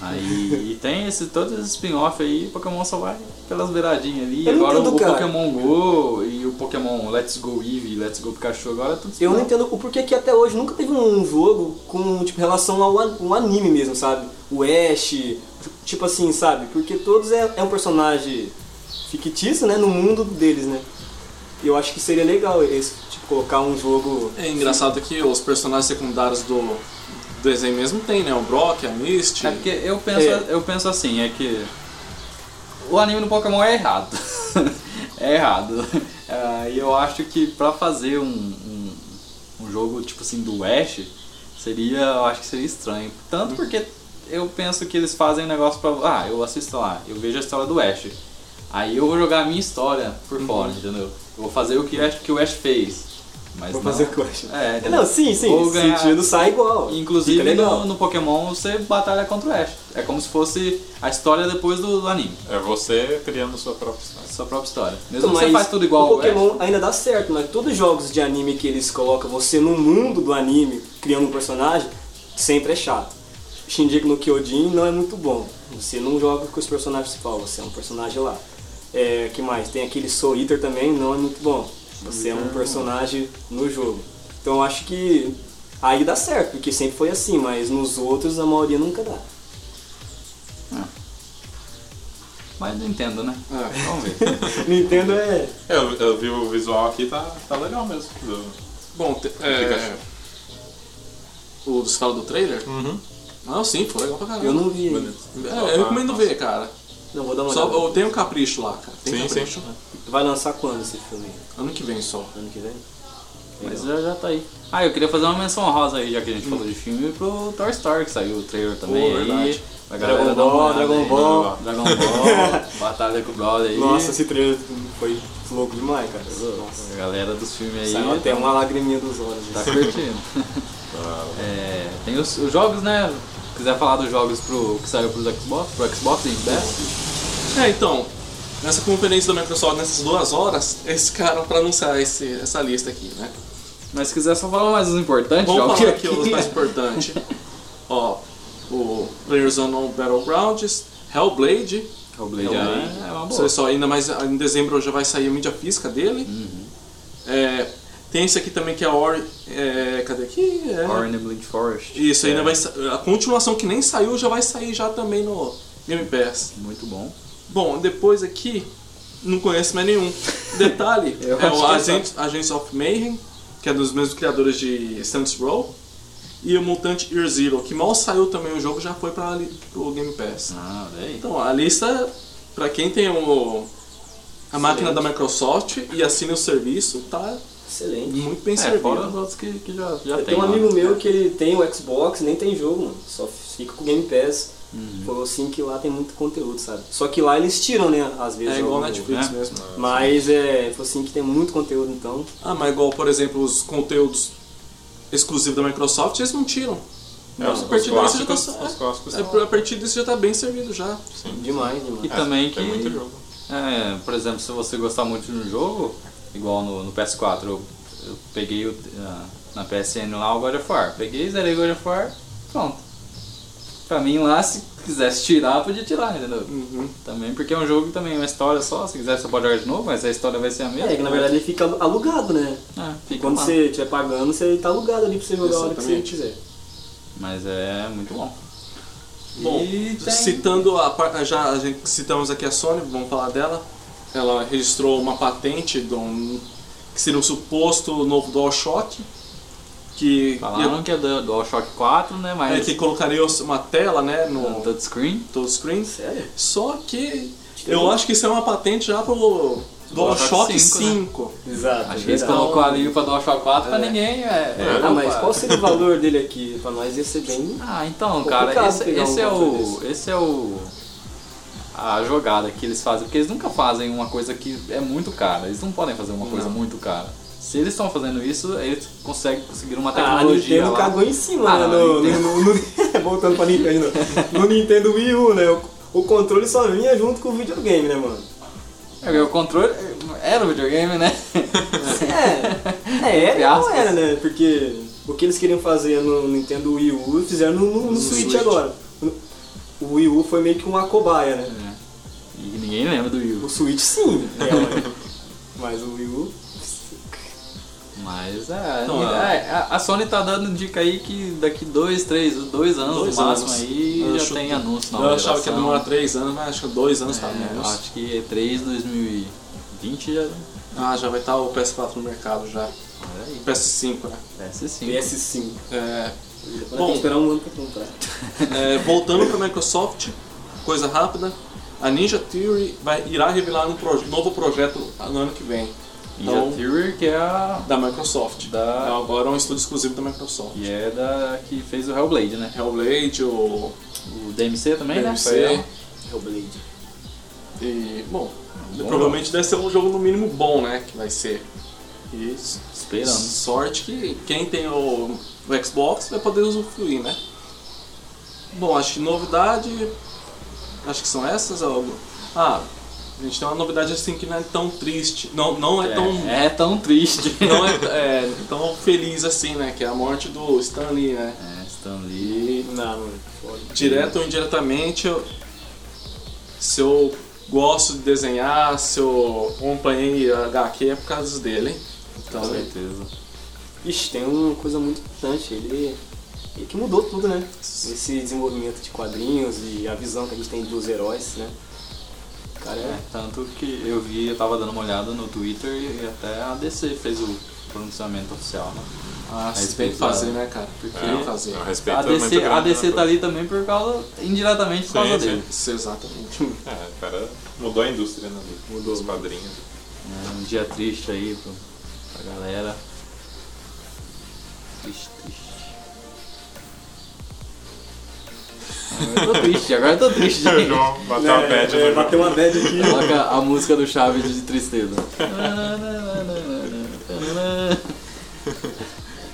S1: Aí e tem esse, todos esses spin-off aí, Pokémon só vai pelas beiradinhas ali.
S3: Eu não
S1: agora
S3: entendo,
S1: o
S3: cara.
S1: Pokémon Go e o Pokémon Let's Go Eevee, Let's Go Pikachu, agora é tudo
S3: Eu não
S1: spin-off.
S3: entendo o porquê que até hoje nunca teve um jogo com, tipo, relação ao an- um anime mesmo, sabe? O Ash, tipo assim, sabe? Porque todos é, é um personagem fictício, né? No mundo deles, né? E eu acho que seria legal esse, tipo, colocar um jogo...
S4: É engraçado que os personagens secundários do do desenho mesmo tem, né? O Brock, a Misty.
S1: É porque eu penso, eu penso assim, é que o anime do Pokémon é errado. é errado. Ah, E eu acho que pra fazer um, um, um jogo tipo assim do Ash, seria. Eu acho que seria estranho. Tanto porque eu penso que eles fazem um negócio pra. Ah, eu assisto lá, eu vejo a história do Ash. Aí eu vou jogar a minha história por
S3: Uhum.
S1: fora, entendeu? Eu vou fazer o que, o Ash- que o Ash fez. Mas
S3: Vou
S1: não.
S3: fazer o que eu acho.
S1: É, entendeu?
S3: Não, sim, sim.
S1: Vou
S3: O
S1: ganhar-
S3: sentido sai igual.
S1: Inclusive
S3: Fica legal.
S1: no, no Pokémon você batalha contra o Ash. É como se fosse a história depois do, do anime.
S2: É você criando sua própria história.
S1: Sua própria história. Mesmo que
S3: Então, Mas
S1: você faz tudo igual é?
S3: o
S1: ao Ash.
S3: Pokémon ainda dá certo, mas todos os jogos de anime que eles colocam você no mundo do anime, criando um personagem, sempre é chato. Shinjiku no Kyojin não é muito bom. Você não joga com os personagens principais, você é um personagem lá. É, que mais? Tem aquele Soul Eater também, não é muito bom. Você é um personagem no jogo. Então eu acho que aí dá certo, porque sempre foi assim, mas nos outros a maioria nunca dá.
S1: Mas não entendo, né?
S4: É.
S1: Vamos ver.
S3: Nintendo é.
S2: Eu, eu vi o visual aqui, tá, tá legal mesmo. Do-
S4: Bom, te, é... O você fala do trailer?
S2: Uhum.
S4: Não, sim, foi legal pra caramba.
S3: Eu não vi. ainda.
S2: Bonito.
S4: É, eu
S2: Ah,
S4: recomendo ver, cara.
S3: Não, vou dar uma
S4: Só,
S3: olhada.
S4: eu tenho um capricho lá, cara. Tem
S2: Sim,
S4: capricho.
S2: sim.
S3: Vai lançar quando esse filme?
S4: Ano que vem só.
S3: Ano que vem?
S1: Mas já, já tá aí. Ah, eu queria fazer uma menção honrosa aí, já que a gente falou de filme, pro Toy Story, que saiu o trailer também
S4: Pô,
S1: aí.
S4: verdade.
S1: Pra
S3: Dragon
S1: dar uma
S3: Ball,
S1: olhada
S3: Dragon
S1: aí.
S3: Ball.
S1: Dragon Ball, Batalha com o Brother aí.
S3: Nossa, esse trailer foi louco demais, cara. Nossa.
S1: A galera dos filmes aí.
S3: Saiu até uma lagriminha dos olhos.
S1: Tá curtindo. É, tem os, os jogos, né? Se quiser falar dos jogos pro, que saiu pros Xbox, pro Xbox e Best.
S4: É, então, nessa conferência da Microsoft, nessas duas horas, esse cara pra anunciar esse, essa lista aqui, né?
S1: Mas se quiser só falar mais os importantes
S4: Vamos
S1: jogos.
S4: falar aqui os mais importantes. Ó, o PlayerUnknown Battlegrounds, Hellblade,
S1: O Blade é, é uma boa.
S4: Olha só, ainda mais ah, em dezembro já vai sair a mídia física dele. É, tem esse aqui também que é Ori. É, cadê aqui? É,
S1: Horn and Blade Forest.
S4: Isso, ainda
S1: É,
S4: vai sa- A continuação que nem saiu já vai sair já também no Game Pass.
S1: Muito bom.
S4: Bom, depois aqui, não conheço mais nenhum. Detalhe,
S1: Eu
S4: é
S1: acho
S4: o
S1: que é
S4: Agents, Agents of Mayhem, que é dos mesmos criadores de Saints Row. e o Mutant Year Zero, que mal saiu também o jogo, já foi para o Game Pass.
S1: Ah, olha aí.
S4: Então, a lista, pra quem tem o, a máquina da Microsoft e assina o serviço, tá
S3: Excelente.
S4: muito bem
S1: É, fora os
S4: servido.
S1: outros que, que já, já
S3: Eu
S1: tem.
S3: tenho um
S1: lá.
S3: amigo meu que ele tem o Xbox, nem tem jogo, mano. Só fica com o Game Pass. Falou assim que lá tem muito conteúdo, sabe? Só que lá eles tiram, né? Às vezes.
S4: É igual
S3: algum-
S4: Netflix
S1: né?
S4: mesmo.
S3: Mas é, falou assim que tem muito conteúdo, então.
S4: Ah, mas igual, por exemplo, os conteúdos exclusivos da Microsoft, eles não tiram.
S2: É,
S4: Nossa, a partir daí você já tá-
S2: clássicos- os clássicos
S4: É,
S2: são-
S4: a partir disso já tá bem servido já.
S3: Demais, demais.
S1: E também que.
S2: Tem muito jogo.
S1: É, por exemplo, se você gostar muito de um jogo, igual no, no PS4, eu, eu peguei o, ah, na PSN lá o God of War. Peguei, zerei o God of War, pronto. Pra mim lá, se quisesse tirar, podia tirar, entendeu?
S4: Uhum.
S1: Também, porque é um jogo que também é uma história só, se quiser você pode jogar de novo, mas a história vai ser a mesma.
S3: É, que na verdade ele fica alugado, né?
S1: É, fica
S3: Quando
S1: lá.
S3: você estiver pagando, você tá alugado ali pra você jogar a hora que você
S4: Exatamente.
S3: quiser.
S1: Mas é muito bom.
S4: Bom,
S1: e tem...
S4: citando a par- já a gente citamos aqui a Sony, vamos falar dela. Ela registrou uma patente de um- que seria um suposto novo DualShock que
S1: Falaram que é do DualShock 4, né?
S4: é,
S1: Mas
S4: que colocaria os- uma tela, né,
S1: no
S4: no
S1: touchscreen.
S4: touchscreen.
S3: Sério?
S4: Só que eu acho que isso é uma patente já pro DualShock né? 5.
S1: DuLShock 5,
S3: Exato.
S1: Acho que eles
S3: É verdade.
S1: colocou ali pra DualShock 4 pra
S4: É.
S1: ninguém. É, é,
S3: Ah, mas
S1: opa.
S3: qual seria o valor dele aqui? Pra nós ia ser bem.
S1: Ah, então,
S3: Complicado
S1: cara, esse,
S3: pegar um
S1: esse é
S3: controle
S1: o.
S3: desse.
S1: Esse é o. A jogada que eles fazem, porque eles nunca fazem uma coisa que é muito cara. Eles não podem fazer uma coisa muito cara. Se eles estão fazendo isso, eles conseguem conseguir uma
S3: Ah, a
S1: tecnologia.
S3: Nintendo
S1: lá.
S3: cagou em cima,
S1: Ah,
S3: né?
S1: não,
S3: No, no, no- voltando pra Nintendo. No Nintendo Wii U, né? O, o controle só vinha junto com o videogame, né, mano?
S1: É, O controle era o videogame, né?
S3: É, é,
S1: Entre
S3: era, ou
S1: aspas.
S3: era, né? Porque o que eles queriam fazer no Nintendo Wii U, fizeram no, no,
S4: No
S3: Switch,
S4: Switch.
S3: agora. O Wii U foi meio que uma cobaia, né?
S1: É. E ninguém lembra do Wii
S3: O
S1: U.
S3: Switch sim, é, né? mas o Wii U...
S1: Mas é,
S4: Não,
S1: é, a- a Sony tá dando dica aí que daqui dois, três, dois anos
S4: Dois
S1: no máximo
S4: anos.
S1: aí
S4: Eu
S1: já
S4: acho-
S1: tem anúncio na É,
S4: Eu achava que ia demorar 3 anos, mas acho que 2 anos tá menos.
S1: Acho que é E3 2020 já.
S4: Ah, já vai estar o PS4 no mercado já. O PS5, né?
S1: PS5.
S3: PS5.
S4: É,
S3: Agora
S4: Bom.
S3: tem que esperar um ano pra comprar.
S4: É, voltando para Microsoft, coisa rápida, a Ninja Theory vai, irá revelar um proje- novo projeto no ano que vem,
S1: Ninja
S4: Então-
S1: Theory, que é a.
S4: da Microsoft.
S1: Da-
S4: É agora um estúdio exclusivo da Microsoft.
S1: Que é da. que fez o Hellblade, né?
S4: Hellblade, o
S1: O DMC também, né? Foi
S4: DMC,
S1: ela.
S3: Hellblade.
S4: e, bom,
S1: bom
S4: provavelmente deve ser um jogo no mínimo bom, né, que vai ser. E s-
S1: Esperando.
S4: sorte que quem tem o, o Xbox vai poder usufruir, né. Bom, acho que novidade, acho que são essas, algo. Ah, a gente tem uma novidade assim que não é tão triste, não, não é, tão
S1: É, é tão triste.
S4: não é, é, tão feliz assim, né? Que é a morte do Stan Lee, né?
S1: é, Stan Lee.
S3: Não, mano, foda.
S4: Direto ou indiretamente, eu- se eu gosto de desenhar, se eu acompanhei a HQ é por causa dele. Então,
S1: Com certeza.
S3: Ixi, tem uma coisa muito importante, ele, ele que mudou tudo, né? Esse desenvolvimento de quadrinhos e a visão que a gente tem dos heróis, né? O Cara,
S1: É,
S3: é.
S1: tanto que eu vi, eu tava dando uma olhada no Twitter e até a DC fez o pronunciamento oficial, né?
S4: ah,
S1: Aí
S4: se tem que
S1: fez a-
S4: fazer, né, cara? Porque
S2: É,
S4: tem que fazer.
S2: é um respeito
S1: A DC,
S2: muito grande,
S1: a DC
S2: né,
S1: tá ali também por causa. indiretamente por
S2: Sim,
S1: causa
S2: sim.
S1: dele.
S4: Isso, exatamente.
S2: pô? É, o cara mudou a indústria, né? ali, Mudou os padrinhos.
S1: É, um dia triste aí pro, pra galera. Triste, triste. Agora eu tô triste, agora eu tô triste,
S2: O
S1: gente.
S2: João bateu Tá uma bad né? no
S3: É, bateu
S2: jogo.
S3: uma bad aqui.
S1: Coloca a música do Chaves de tristeza.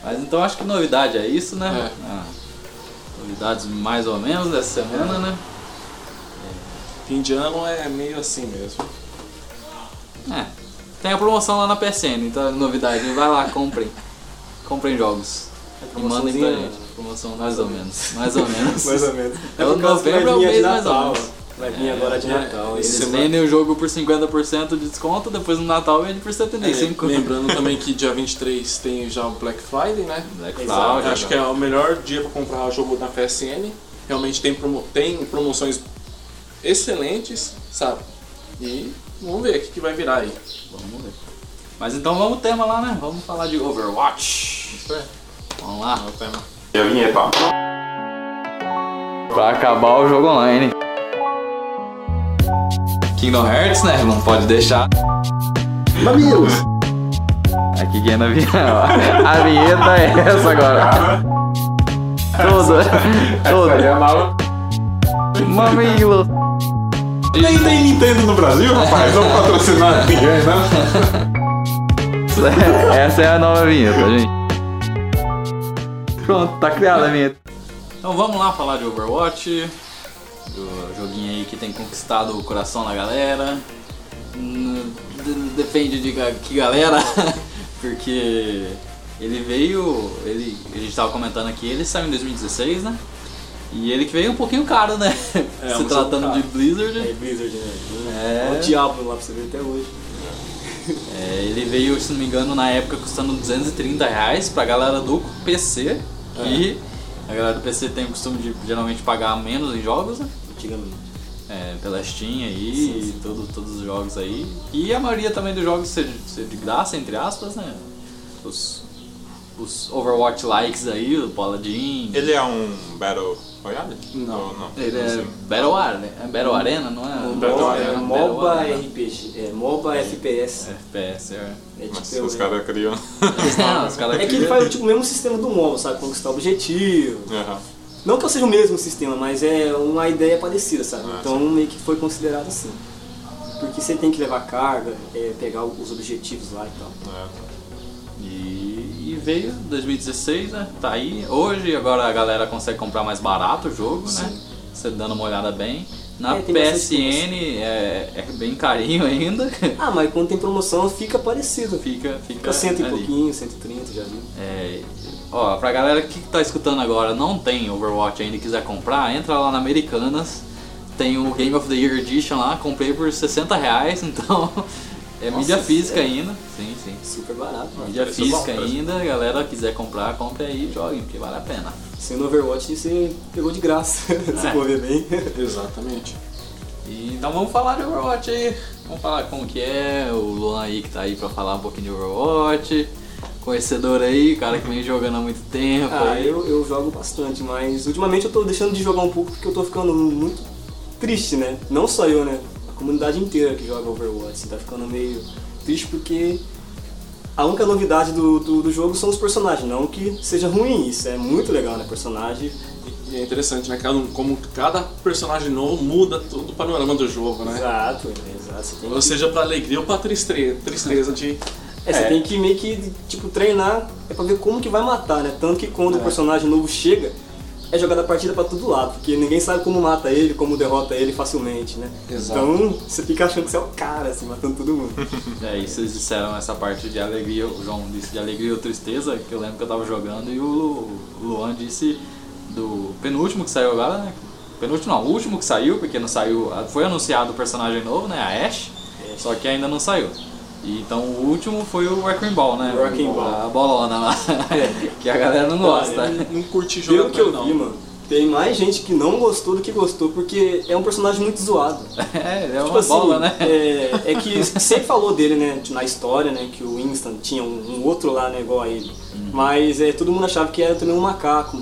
S1: Mas então acho que novidade é isso, né?
S4: É.
S1: Ah, novidades mais ou menos dessa semana, né?
S4: Fim de ano é meio assim mesmo.
S1: É. Tem a promoção lá na PSN, então é novidade. Vai lá, comprem. Comprem jogos.
S3: É
S1: E mandem pra gente. Promoção mais ou menos. Mais ou menos.
S3: Mais ou menos.
S1: É o
S3: por causa que
S1: novembro, é o
S3: vai vir
S1: mês
S3: de
S1: mais ou
S3: Natal.
S1: menos.
S3: Vai vir agora de
S4: é,
S3: Natal. Eles
S4: é,
S1: Eles
S4: Semana-
S1: vendem o jogo por 50% de desconto, depois no Natal vende por
S3: É,
S1: 75%.
S4: lembrando também que dia 23 tem já o Black Friday, né?
S1: Black
S3: Exato.
S1: Cloud.
S4: acho que é o melhor dia para comprar jogo na PSN. Realmente tem, promo- tem promoções excelentes, sabe? E vamos ver o que, que vai virar aí.
S1: Vamos ver. Mas então vamos ao tema lá, né? Vamos falar de Overwatch.
S2: Isso é,
S1: Vamos
S2: é
S1: lá.
S2: o tema. E a vinheta.
S1: Pra acabar o jogo online. Kingdom Hearts, né? Não pode deixar.
S5: Mamilos!
S1: Aqui quem é na vinheta. A vinheta é essa agora. Tudo.
S5: Aí
S1: Tudo.
S5: é mal.
S1: Mamilo.
S2: Nem tem Nintendo no Brasil, rapaz. Não patrocinar ninguém, né?
S1: Essa é a nova vinheta, gente. Pronto, tá criada a vinheta. Então vamos lá falar de Overwatch. Do joguinho aí que tem conquistado o coração da galera. Hum, d- Depende de ga- que galera, porque ele veio. Ele, a gente tava comentando aqui, ele saiu em 2016, né? E ele que veio um pouquinho caro, né?
S4: É,
S1: Se
S4: um
S1: tratando
S4: pouco
S1: de
S4: caro.
S1: Blizzard.
S3: É Blizzard, né?
S1: É.
S3: É o diabo lá pra você ver até hoje.
S1: É, ele veio, se não me engano, na época custando 230 reais pra galera do PC. E a galera do PC tem o costume de geralmente pagar menos em jogos, né?
S3: Antigamente.
S1: É, pela Steam aí, e todo, todos os jogos aí. E a maioria também dos jogos ser, ser de graça, entre aspas, né? Os, os Overwatch likes aí, o Paladin.
S2: Ele é um Battle Royale?
S4: Não.
S2: Ou não?
S1: Ele é
S2: Sim.
S1: Battle, Ar- né? é Battle Arena, não é?
S4: Battle
S3: Mob- é
S4: Arena,
S1: Battle né?
S3: MOBA
S1: Arena.
S3: RPG. É MOBA FPS.
S1: FPS, é.
S3: É
S2: Mas
S3: tipo.
S2: os
S3: é-
S2: caras criam.
S1: Não, os caras
S3: É que ele faz tipo, o mesmo sistema do MOBA, sabe? Conquistar objetivo.
S2: Aham.
S3: Não que eu seja o mesmo sistema, mas é uma ideia parecida, sabe?
S2: Ah,
S3: então meio que foi considerado assim. Porque você tem que levar carga, é, pegar os objetivos lá e tal.
S2: É.
S1: E, e veio 2016, né? Tá aí. Hoje agora a galera consegue comprar mais barato o jogo, né? Você dando uma olhada bem. Na
S3: É, tem bastante
S1: PSN é, é bem carinho ainda.
S3: Ah, mas quando tem promoção fica parecido. Fica,
S1: fica fica
S3: fica cento e
S1: É, ali.
S3: um pouquinho, 130 já viu.
S1: É, ó, pra galera que tá escutando agora, não tem Overwatch ainda e quiser comprar, entra lá na Americanas. Tem o Game of the Year Edition lá, comprei por 60 reais, então é mídia física ainda. Sim, sim.
S3: Super barato, mano.
S1: Mídia
S2: Preço
S1: física
S2: bom, preço
S1: ainda, galera quiser comprar, compre aí e joguem, porque vale a pena.
S3: Sendo Overwatch você pegou de graça,
S1: É.
S3: se for ver bem.
S4: Exatamente.
S1: E, então vamos falar de Overwatch aí. Vamos falar como que é, o Luan aí que tá aí pra falar um pouquinho de Overwatch. Conhecedor aí, cara que vem jogando há muito tempo.
S3: Ah,
S1: aí.
S3: eu, eu jogo bastante, mas ultimamente eu tô deixando de jogar um pouco porque eu tô ficando muito triste, né? Não só eu, né? A comunidade inteira que joga Overwatch assim, tá ficando meio triste porque a única novidade do, do, do jogo são os personagens. Não que seja ruim, isso é muito legal, né? Personagem.
S4: E é interessante, né? cada um- Como cada personagem novo muda todo o panorama do jogo, né?
S3: Exato, né? exato. Você tem
S4: Ou
S3: que,
S4: seja, pra alegria ou pra tristeza, tristeza de.
S3: é, você tem que meio que, tipo, treinar é pra ver como que vai matar, né? Tanto que quando o personagem novo chega, é jogada a partida pra todo lado, porque ninguém sabe como mata ele, como derrota ele facilmente, né?
S4: Exato.
S3: Então você fica achando que você é o cara, assim, matando todo mundo.
S1: É, e vocês disseram essa parte de alegria, o João disse de alegria ou tristeza, que eu lembro que eu tava jogando, e o Lu- o Luan disse do penúltimo que saiu agora, né? Penúltimo não, o último que saiu, porque não saiu. Foi anunciado o personagem novo, né? A Ash, só que ainda não saiu. E, então o último foi o Wrecking Ball, né?
S3: O Wrecking Ball. É.
S1: A bolona lá. que a galera não gosta.
S4: Não, não curti jogo
S3: Pelo que eu
S4: não.
S3: vi, mano, tem mais gente que não gostou do que gostou, porque é um personagem muito zoado.
S1: É, ele é uma bola, né?
S3: Tipo assim, É, é que sempre falou dele, né, na história, né, que o Winston tinha um, um outro lá, né, igual a ele.
S1: Uhum.
S3: Mas é, todo mundo achava que era também um macaco.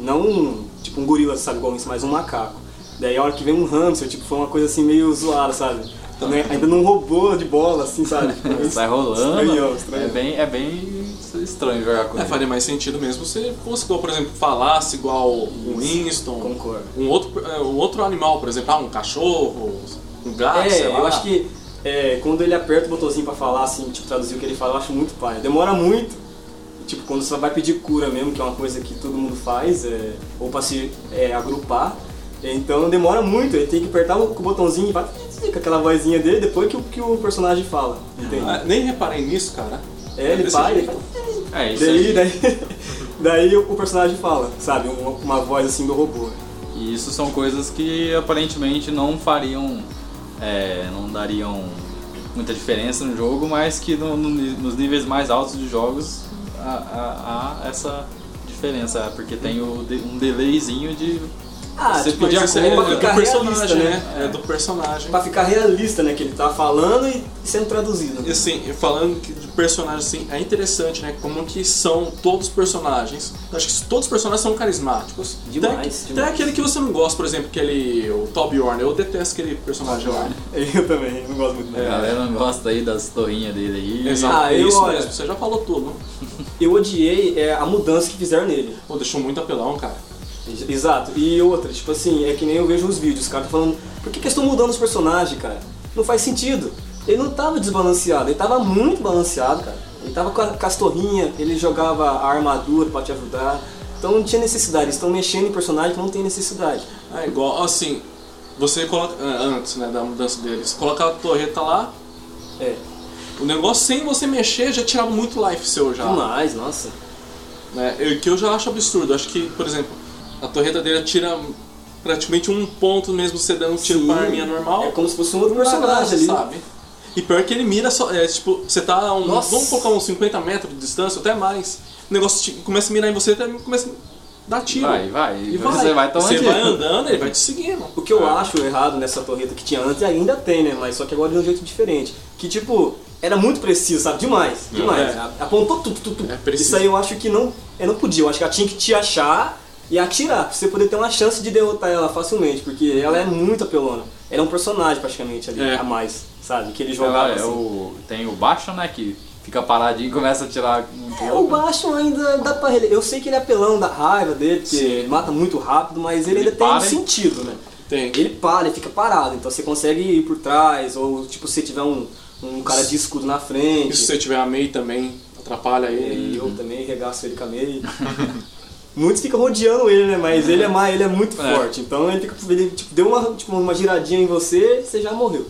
S3: Não um, tipo um gorila, sabe, igual isso, mas um macaco. Daí a hora que vem um hamster, tipo, foi uma coisa assim meio zoada, sabe? Né, Ainda não roubou de bola, assim, sabe? Ficou meio
S1: Sai rolando.
S3: Estranhão, estranhão.
S1: É bem, é bem estranho jogar com
S4: É,
S1: ele.
S4: faria mais sentido mesmo se fosse igual, por exemplo, falasse igual o Winston,
S3: Concordo.
S4: um outro, é, um outro animal, por exemplo, ah, um cachorro, um gato,
S3: É,
S4: sei lá.
S3: eu acho que é, quando ele aperta o botãozinho pra falar, assim, tipo, traduzir o que ele fala, eu acho muito pai. Demora muito. Tipo, quando você vai pedir cura mesmo, que é uma coisa que todo mundo faz, é, ou pra se é, agrupar. Então demora muito, ele tem que apertar o botãozinho e vai com aquela vozinha dele depois que, o- que o personagem fala, entende?
S4: Ah, nem reparei nisso, cara.
S3: é, ele
S4: desse
S3: para, ele
S4: jeito.
S1: É, isso aí.
S3: daí, daí, daí o personagem fala, sabe? Uma, uma voz assim do robô.
S1: E isso são coisas que aparentemente não fariam, é, não dariam muita diferença no jogo, mas que no- no- nos níveis mais altos de jogos há, há- há essa diferença, porque tem o de- um delayzinho de
S3: Ah,
S4: Você
S3: tipo,
S4: podia
S3: isso
S4: ser
S3: é pra
S4: do
S3: ficar
S4: personagem,
S3: realista, né? Tá.
S4: né? É do personagem.
S3: Pra ficar realista, né? Que ele tá falando e sendo traduzido.
S4: E, Assim, e falando que de personagem, assim, é interessante, né? Como que são todos os personagens. Eu acho que todos os personagens são carismáticos.
S3: Demais,
S4: até, até
S3: demais.
S4: aquele que você não gosta, por exemplo, aquele. O Toby Warner. Eu detesto aquele personagem
S3: Ah,
S4: lá.
S3: Eu também, não gosto muito
S1: A
S3: dele.
S1: galera gosta aí das torrinhas dele aí.
S4: Exato,
S3: Ah,
S4: é
S3: eu
S4: isso
S3: olho.
S4: mesmo. Você já falou tudo.
S3: Eu odiei é, a mudança que fizeram nele.
S4: Pô, deixou muito apelão, cara.
S3: Exato. E outra, tipo assim, é que nem eu vejo os vídeos, os caras tão falando, por que, que eles estão mudando os personagens, cara? Não faz sentido. Ele não tava desbalanceado, ele tava muito balanceado, cara. Ele tava com, a, com as torrinhas, ele jogava a armadura pra te ajudar. Então não tinha necessidade, eles estão mexendo em personagem que não tem necessidade.
S4: É igual, assim, você coloca. ah, Antes, né, da mudança deles, colocar a torreta lá,
S3: É,
S4: o negócio sem você mexer já tirava muito life seu já.
S3: demais, nossa.
S4: né? Eu- que eu já acho absurdo. Acho que, por exemplo, a torreta dele tira praticamente um ponto mesmo você dando um tiro
S3: Sim.
S4: para a arminha normal.
S3: É como se fosse um outro
S4: Não dá nada,
S3: personagem ali.
S4: sabe? E pior que ele mira só. É, tipo, você tá a um.
S3: Nossa.
S4: Vamos colocar uns 50 metros de distância, até mais. O negócio te- começa a mirar em você até começa a dar tiro.
S1: Vai, vai.
S4: E vai.
S1: Você vai tomar
S4: Você
S1: tiro.
S4: vai andando, ele vai te seguindo.
S3: O
S1: É.
S3: que eu acho errado nessa torreta que tinha antes, e ainda tem, né? Mas só que agora de um jeito diferente. Que tipo, era muito preciso, sabe? Demais, demais.
S4: é.
S3: A- Apontou tudo, tudo, tudo.
S4: É preciso.
S3: Isso aí eu acho que não. Eu não podia, eu acho que ela tinha que te achar e atirar, pra você poder ter uma chance de derrotar ela facilmente, porque ela é muito apelona. Ela é um personagem praticamente ali,
S4: É.
S3: a mais, sabe? Que ele
S1: Ela
S3: jogava
S1: é
S3: assim.
S1: o, tem o baixo, né? Que fica paradinho e começa a tirar um pouco.
S3: É, o Bastion ainda dá pra rele... Eu sei que ele é apelão da raiva dele, porque ele mata muito rápido, mas ele,
S1: Ele
S3: ainda tem um
S1: para e-
S3: sentido, né?
S4: Tem.
S3: Ele para, ele fica parado, então você consegue ir por trás, ou tipo, se tiver um, um cara de escudo na frente,
S4: E se você tiver a MEI também, atrapalha ele.
S3: e eu também regaço ele com a meia. Muitos ficam rodeando ele, né? Mas ele é mais, ele é muito
S1: É.
S3: forte, então ele, fica, ele tipo, deu uma, tipo, uma giradinha em você, você já morreu.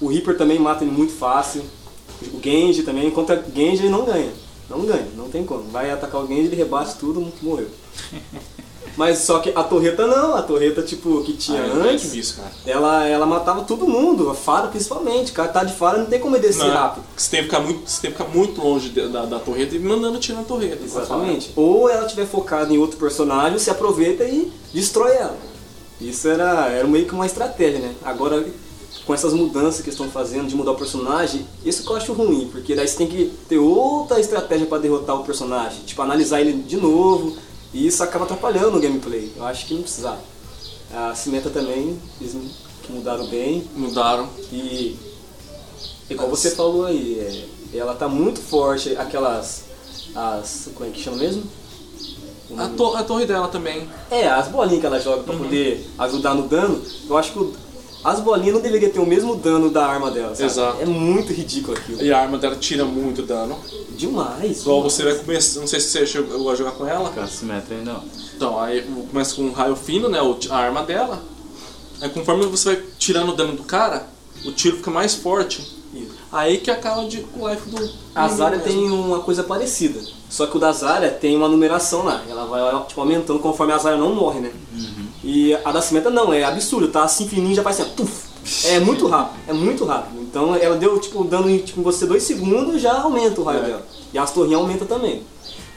S3: O Reaper também mata ele muito fácil. O Genji também, contra Genji ele não ganha. Não ganha, não tem como. Vai atacar o Genji, ele rebate tudo, morreu. Mas só que a torreta não, a torreta tipo que tinha
S4: Ah, é
S3: antes,
S4: difícil, cara.
S3: ela, ela matava todo mundo, a Fara principalmente. O cara tá de Fara, não tem como ele descer
S4: Não, é?
S3: rápido.
S4: Você tem que ficar muito, você tem que ficar muito longe de- da, da torreta e mandando tiro na torreta.
S3: Exatamente. Ou ela tiver focada em outro personagem, você aproveita e destrói ela. Isso era, era meio que uma estratégia, né? Agora, com essas mudanças que estão fazendo de mudar o personagem, isso que eu acho ruim, porque daí você tem que ter outra estratégia pra derrotar o personagem. Tipo, analisar ele de novo, e isso acaba atrapalhando o gameplay. Eu acho que não precisava. A Cimenta também, eles mudaram bem.
S4: Mudaram.
S3: E igual você falou aí, é, ela tá muito forte, aquelas. As. Como é que chama mesmo? O
S4: A,
S3: nome-
S4: to- a torre dela também.
S3: É, as bolinhas que ela joga
S4: Uhum.
S3: pra poder ajudar no dano, eu acho que o- as bolinhas não deveriam ter o mesmo dano da arma dela. sabe?
S4: Exato.
S3: É muito ridículo aquilo.
S4: E a arma dela tira muito dano.
S3: Demais.
S4: Igual você vai começar. Não sei se você chegou a jogar com ela.
S1: Fica esse metro ainda não.
S4: Então, aí começa com um raio fino, né? o- A arma dela. Aí conforme você vai tirando o dano do cara, o tiro fica mais forte.
S3: Isso.
S4: Aí que acaba de, o life do.
S3: A
S4: do
S3: Zarya
S4: mesmo.
S3: tem uma coisa parecida. Só que o da Zarya tem uma numeração lá. Ela vai tipo, aumentando conforme a Zarya não morre, né? E a da Cimenta não, é absurdo. Tá assim fininho já faz assim, ó, tuf. É muito rápido, é muito rápido. Então ela deu, tipo, dando em tipo, em você dois segundos, já aumenta o raio
S4: É.
S3: dela. E as torrinhas aumentam também.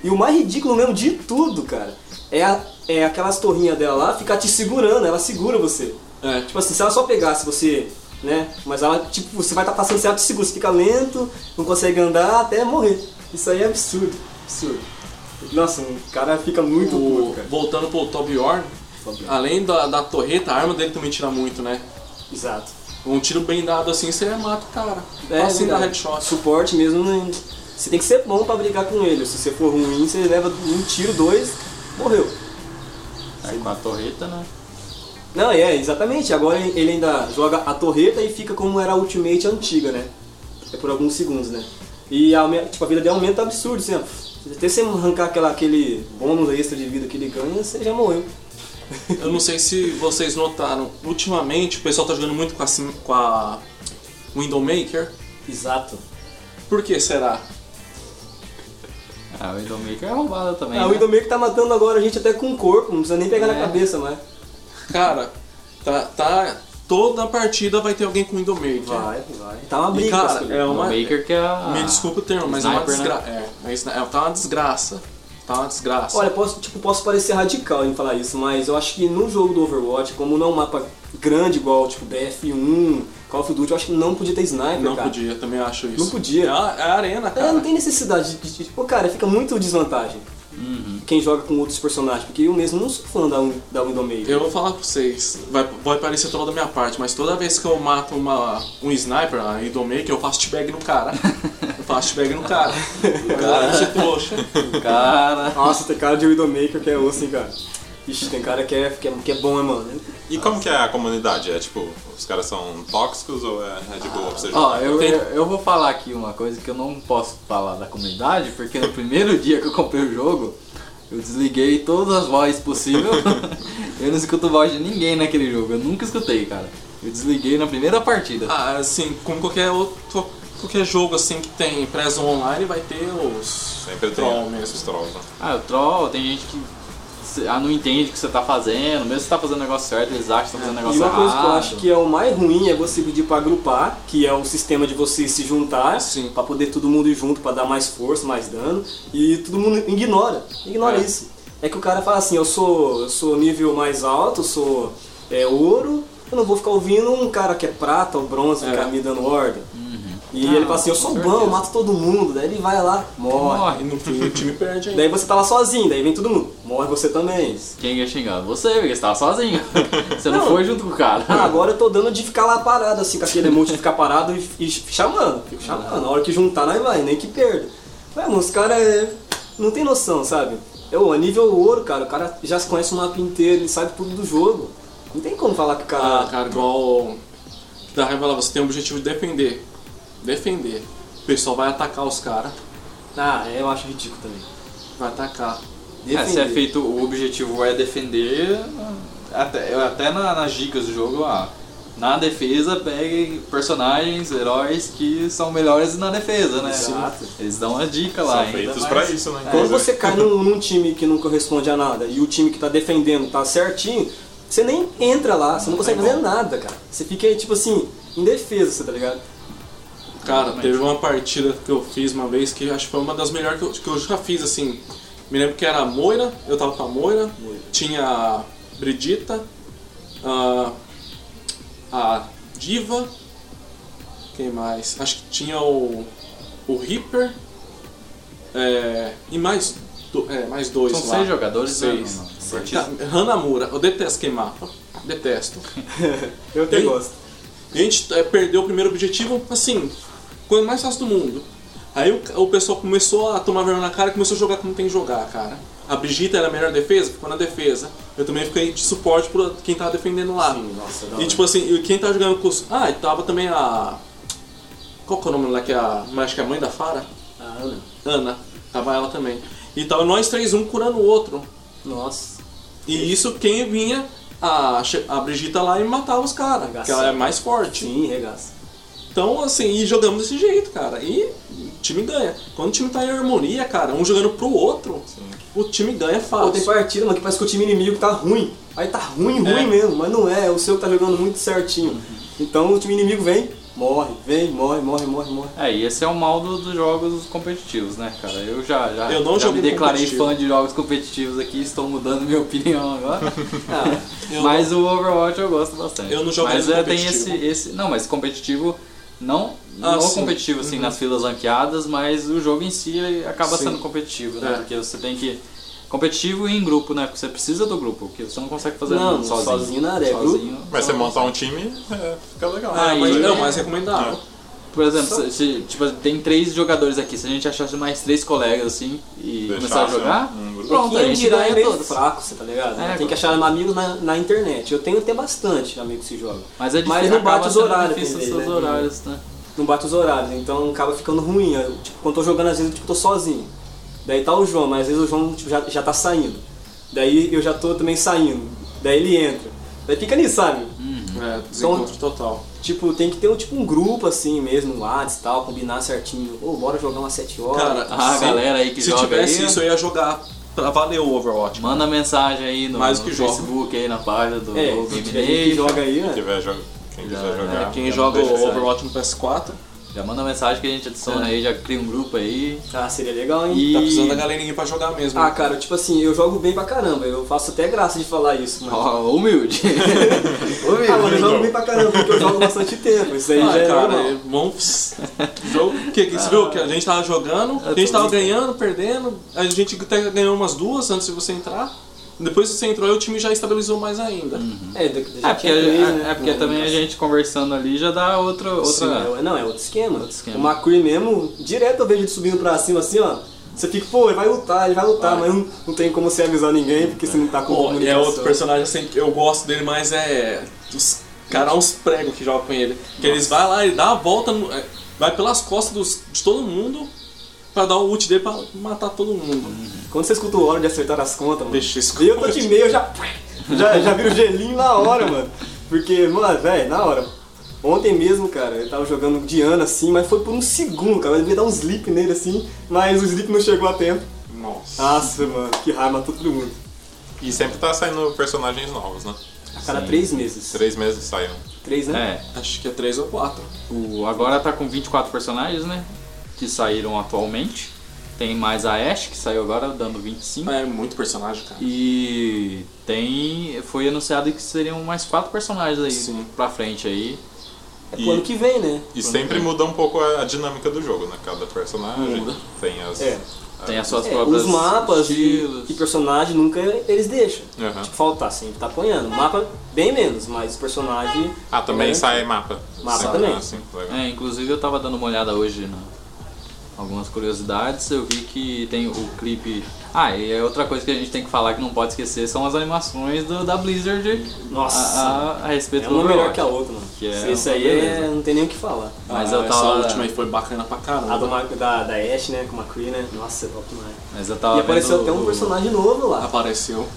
S3: E o mais ridículo mesmo de tudo, cara, é, a- é aquelas torrinhas dela lá ficar te segurando, ela segura você.
S4: É,
S3: Tipo assim, se ela só pegasse você, né? Mas ela, tipo, você vai estar passando certo segundo, você fica lento, não consegue andar até morrer. Isso aí é absurdo, absurdo. Nossa, o cara fica muito
S4: o,
S3: puto, cara. Ah,
S4: voltando pro Toby Orn, além da, da torreta, a arma dele também tira muito, né?
S3: Exato.
S4: Um tiro bem dado assim, você mata o cara.
S3: É,
S4: assim dá
S3: verdade.
S4: headshot.
S3: Suporte mesmo, né? você tem que ser bom pra brigar com ele. Se você for ruim, você leva um tiro, dois, morreu.
S1: Aí com a torreta, né?
S3: Não, é, exatamente. Agora ele ainda joga a torreta e fica como era a ultimate antiga, né? É por alguns segundos, né? E aume- tipo, a vida dele aumenta absurdo, assim, ó. Até você arrancar aquela, aquele bônus extra de vida que ele ganha, você já morreu.
S4: Eu não sei se vocês notaram, ultimamente o pessoal tá jogando muito com a, sim- com a Windowmaker.
S3: Exato.
S4: Por que será?
S1: A Widowmaker é roubada também.
S3: Ah, o
S1: né?
S3: Widowmaker tá matando agora a gente até com o corpo, não precisa nem pegar na
S1: É.
S3: cabeça, mas...
S4: Cara, tá, tá. Toda partida vai ter alguém com Windowmaker.
S3: Vai, Ah, vai. Tá uma
S4: E
S3: briga. com as
S4: cara,
S3: coisas.
S4: é uma.
S1: Widowmaker que é a.
S4: Me desculpa o termo, mas é uma
S1: Sniper, né?
S4: desgraça. É, mas é, tá uma desgraça. Tá uma desgraça.
S3: Olha, posso, tipo, posso parecer radical em falar isso, mas eu acho que no jogo do Overwatch, como não é um mapa grande igual, tipo, BF1, Call of Duty, eu acho que não podia ter sniper,
S4: não
S3: cara.
S4: podia, também acho isso.
S3: Não podia.
S4: É a, é a arena, cara.
S3: É, não tem necessidade de, de- de- Pô, cara, fica muito desvantagem quem joga com outros personagens, porque eu mesmo não sou fã da, um- da Window Maker.
S4: Eu vou falar pra vocês, vai, vai parecer troll da minha parte, mas toda vez que eu mato uma, um sniper, a Idomaker, eu faço t-bag no cara. Eu faço t-bag no cara. O cara é tipo, você trouxa.
S1: Cara.
S3: Nossa, tem cara de Widowmaker que é osso, hein, cara. Ixi, tem cara que é, que é, que é bom, né, mano?
S2: E como que é a comunidade? É tipo, os caras são tóxicos ou é, é de boa pra você
S1: Ó,
S2: jogar?
S1: eu, eu, eu vou falar aqui uma coisa que eu não posso falar da comunidade, porque no primeiro dia que eu comprei o jogo, eu desliguei todas as vozes possíveis. eu não escuto voz de ninguém naquele jogo, eu nunca escutei, cara. Eu desliguei na primeira partida.
S4: Ah, assim, como qualquer outro. Qualquer jogo assim que tem preso online vai ter os.
S2: Sempre
S4: troll
S2: tem
S4: mesmo.
S2: os trolls. né?
S1: Ah, o troll, tem gente que se- ah, não entende o que você tá fazendo, mesmo se tá fazendo o negócio certo, eles acham que tá fazendo o
S3: E
S1: negócio
S3: uma
S1: errado.
S3: coisa que eu acho que é o mais ruim é você pedir pra agrupar, que é o sistema de você se juntar,
S4: Sim.
S3: pra poder todo mundo ir junto, pra dar mais força, mais dano, e todo mundo ignora, ignora
S4: É.
S3: isso. É que o cara fala assim, eu sou, eu sou nível mais alto, eu sou é, ouro, eu não vou ficar ouvindo um cara que é prata ou bronze
S4: É.
S3: ficar me dando ordem. E
S1: Ah,
S3: ele fala assim, eu
S1: com
S3: sou
S1: certeza.
S3: bom, eu mato todo mundo, daí ele vai lá, morre.
S1: Morre.
S4: E no fim o time perde ainda.
S3: Daí você tá lá sozinho, daí vem todo mundo, morre você também.
S1: Quem ia xingando? Você, porque você tava sozinho. Você não,
S3: Não.
S1: foi junto com o cara.
S3: Ah, agora eu tô dando de ficar lá parado, assim, com aquele emote de ficar parado e, e chamando. Fico chamando. Na hora que juntar, nós vai, nem que perda. Ué, mano, os caras é, não tem noção, sabe? Eu, a nível ouro, cara, o cara já se conhece o mapa inteiro, ele sabe tudo do jogo. Não tem como falar que o
S4: Ah,
S3: cara.
S4: cara, igual. Da raiva lá, você tem o objetivo de defender. Defender. O pessoal vai atacar os caras.
S3: Ah, é, eu acho ridículo também.
S4: Vai atacar.
S1: É, se é
S3: Defender.
S1: feito, o objetivo é defender, até, eu- até na- nas dicas do jogo, ah, na defesa pegue personagens, heróis que são melhores na defesa, né?
S3: Exato.
S1: Eles dão a dica lá.
S2: São
S1: Ah, ainda
S2: feitos
S1: mais.
S2: pra isso, né?
S3: Quando
S2: inclusive.
S3: É. você cai num, num time que não corresponde a nada e o time que tá defendendo tá certinho, você nem entra lá, você não consegue fazer nada, cara. Você fica, tipo assim, indefeso, você tá ligado?
S4: Cara,
S1: Exatamente.
S4: teve uma partida que eu fiz uma vez que acho que foi uma das melhores que eu, que eu já fiz, assim. Me lembro que era a Moira, eu tava com a Moira, tinha a Bridita, a, a Diva, quem mais? Acho que tinha o, o Reaper, é, e mais, do- é, mais dois
S1: São
S4: lá.
S1: seis jogadores,
S4: Seis.
S1: né, numa
S4: Tá,
S1: partida?
S4: Hanamura, eu detesto quem mapa, detesto.
S3: Eu até
S4: E-
S3: gosto.
S4: E a gente eh, perdeu o primeiro objetivo, assim, coisa mais fácil do mundo. Aí o, ca- o pessoal começou a tomar vergonha na cara e começou a jogar como tem que jogar, cara. A Brigitte era a melhor defesa, ficou na defesa. Eu também fiquei de suporte pra quem tava defendendo lá.
S3: Nossa,
S4: e tipo assim, e quem tava jogando com os... Ah, e tava também a... Qual que é o nome lá que é a... Acho que é a mãe da Fara?
S3: Ah, não.
S4: Ana. Tava ela também. E tava nós três, um curando o outro.
S3: Nossa.
S4: E isso quem vinha... A, che- a Brigitte lá e matava os caras, que ela é mais forte.
S3: Sim, regaça.
S4: Então, assim, e jogamos desse jeito, cara. E o time ganha. Quando o time tá em harmonia, cara, um jogando pro outro, o time ganha
S3: Pô, tem
S4: fácil.
S3: partida, mano, que parece que o time inimigo tá ruim. Aí tá ruim, ruim
S4: É.
S3: mesmo, mas não é, é o seu que tá jogando muito certinho. Então o time inimigo vem, morre, vem, morre, morre, morre, morre.
S1: É, e esse é o mal do- dos jogos competitivos, né, cara? Eu já, já,
S4: Eu não
S1: já me
S4: jogo
S1: declarei
S4: competitivo.
S1: fã de jogos competitivos aqui, estou mudando minha opinião agora.
S4: Eu-
S1: mas o Overwatch eu gosto bastante.
S4: Eu não jogo
S1: Mas
S4: ele
S1: é, tem esse,
S4: competitivo.
S1: esse. Não, mas competitivo. Não,
S4: Ah,
S1: não
S4: sim.
S1: competitivo assim nas filas ranqueadas, mas o jogo em si ele acaba
S4: Sim.
S1: sendo competitivo, né?
S4: É.
S1: Porque você tem que. Competitivo e em grupo, né? Porque você precisa do grupo, porque você não consegue fazer
S3: Não,
S1: nada sozinho.
S3: sozinho nada, é
S1: Sozinho, então-
S2: Mas você montar um time, é, fica legal.
S4: Ah,
S1: Aí-
S4: mas,
S1: Aí-
S3: é.
S4: não, mas recomendável.
S1: Por exemplo, se, se, tipo, tem três jogadores aqui, se a gente achasse mais três colegas assim e
S2: Deixasse
S1: começar a jogar,
S2: um grupo.
S1: pronto, a
S3: Quem
S1: gente
S3: dirá é
S1: ganha
S3: meio
S1: todos.
S3: fraco, você tá ligado?
S1: É,
S3: tem que achar amigos na, na internet. Eu tenho até bastante amigos que jogam.
S1: Mas, é
S3: Mas
S1: difícil-
S3: não bate
S1: acaba
S3: os
S1: sendo
S3: horários,
S1: difícil
S3: tem
S1: os
S3: vezes, né?
S1: horários, né?
S3: Não bate os horários, então acaba ficando ruim. Eu, tipo, quando tô jogando, às vezes eu tipo, tô sozinho. Daí tá o João, mas às vezes o João tipo, já, já tá saindo. Daí eu já tô também saindo. Daí ele entra. Daí fica nisso, sabe?
S4: É,
S1: Então,
S4: desencontro total.
S3: Tipo, tem que ter um, tipo, um grupo assim mesmo, um WhatsApp e tal, combinar certinho. Ô, bora jogar umas 7 horas.
S4: Cara,
S1: Ah, a
S4: se-
S1: galera aí que
S4: se
S1: joga
S4: tivesse
S1: aí,
S4: isso, eu ia jogar pra valer o Overwatch.
S1: Manda mensagem aí no,
S4: Mais que
S1: no
S4: joga.
S1: Facebook aí na página do
S3: é,
S1: do
S3: se
S1: Game
S3: tiver gente que
S1: Nation.
S3: joga aí,
S2: Quem
S3: né?
S2: tiver jo- quem quiser
S4: é
S1: Já,
S2: jogar.
S4: Quem
S2: já
S4: joga
S2: deixa
S4: o
S2: isso aí.
S4: Overwatch no PS4,
S1: Já manda mensagem que a gente adiciona
S3: É.
S1: aí, já cria um grupo aí.
S3: Ah, seria legal, hein?
S1: E-
S4: Tá precisando da galerinha pra jogar mesmo.
S3: Ah, cara, tipo assim, eu jogo bem pra caramba, eu faço até graça de falar isso, mas...
S1: Ó, humilde.
S3: Ah, mano, eu
S1: humilde.
S3: jogo bem pra caramba, porque eu jogo bastante tempo, isso aí
S4: Ah,
S3: já é
S4: cara,
S3: normal.
S4: é, vamos. Jogo. O que, que você viu? Que a gente tava
S1: Ah,
S4: jogando, a gente tava ganhando, perdendo, a gente até ganhou umas duas antes de você entrar. Depois que você entrou, aí o time já estabilizou mais ainda.
S3: É, da- da-
S1: É
S3: já
S1: porque,
S3: tinha três,
S1: é-
S3: né?
S1: é porque também a gente conversando ali já dá outro,
S3: Sim,
S1: outra.
S3: é- não, é outro esquema.
S1: Outro esquema.
S3: O McCree mesmo, direto eu vejo ele subindo pra cima assim, ó. Você fica, pô, ele vai lutar, ele vai
S1: Ah.
S3: lutar, mas não, não tem como você avisar ninguém, porque você não tá com
S4: Pô, e é
S3: comunicação.
S4: outro personagem assim que eu gosto dele, mas é. Os caras, uns pregos que jogam com ele. Que eles vai lá, ele dá a volta, no- é, vai pelas costas dos- de todo mundo pra dar o ult dele pra matar todo mundo.
S3: Quando você escuta o hora de acertar as contas, mano.
S4: Deixa isso
S3: E eu tô de meio, eu já, já, já viro gelinho na hora, mano. Porque, mano, velho, na hora. Ontem mesmo, cara, eu tava jogando Diana assim, mas foi por um segundo, cara. Eu devia dar um slip nele assim, mas o slip não chegou a tempo.
S4: Nossa.
S3: Nossa, mano, que raiva matou todo mundo.
S2: E sempre tá saindo personagens novos, né?
S3: A cada três meses.
S2: Três meses sai um.
S3: Três, né?
S1: É.
S4: Acho que é três ou quatro.
S1: O, agora tá com 24 personagens, né? Que saíram atualmente. Tem mais a Ashe, que saiu agora, dando 25.
S4: É muito personagem, cara.
S1: E tem. Foi anunciado que seriam mais quatro personagens aí
S4: Sim.
S1: pra frente aí.
S3: É
S2: E-
S3: pro ano que vem, né?
S2: E sempre muda um pouco a, a dinâmica do jogo, né? Cada personagem
S4: Muda.
S2: tem as.
S3: É.
S1: Tem as suas
S3: É,
S1: próprias.
S3: os mapas e,
S1: estilos.
S3: e personagem nunca eles deixam.
S2: Aham.
S3: Tipo, faltar sempre tá apanhando. Mapa bem menos, mas personagem.
S2: Ah, também
S3: é,
S2: sai mapa.
S3: Mapa
S2: Sempre,
S3: também.
S2: Assim, legal.
S1: É, inclusive eu tava dando uma olhada hoje na algumas curiosidades, eu vi que tem o clipe. Ah, e é outra coisa que a gente tem que falar que não pode esquecer são as animações do- da Blizzard
S3: Nossa.
S1: a, a- a respeito
S3: É
S1: do
S3: uma melhor
S1: Overwatch.
S3: que a outra, mano.
S1: Que é
S3: Esse- Esse
S1: uma
S3: aí é,
S1: beleza.
S3: não tem nem o que falar.
S1: Mas
S4: Ah,
S1: eu
S4: Essa
S1: tava.
S4: última aí foi bacana pra
S3: A do
S4: caramba.
S3: Marco da, da Ash, né? Com a McCree, né? Nossa, é top demais.
S1: Mas eu tava
S3: e apareceu
S1: Tá vendo
S3: até um
S1: o-
S3: personagem novo lá.
S4: Apareceu.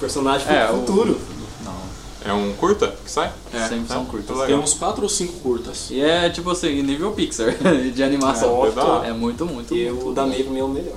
S3: Personagem
S1: É,
S3: pro
S1: o-
S3: futuro.
S1: Não,
S2: É um curta que sai?
S4: É,
S1: sempre são
S2: tá.
S1: curtas.
S2: Legal.
S4: Tem uns quatro ou cinco curtas.
S1: E é tipo assim, nível Pixar de animação.
S2: É, legal.
S1: É, muito, muito.
S3: E
S1: muito
S3: o da Maeve meu melhor.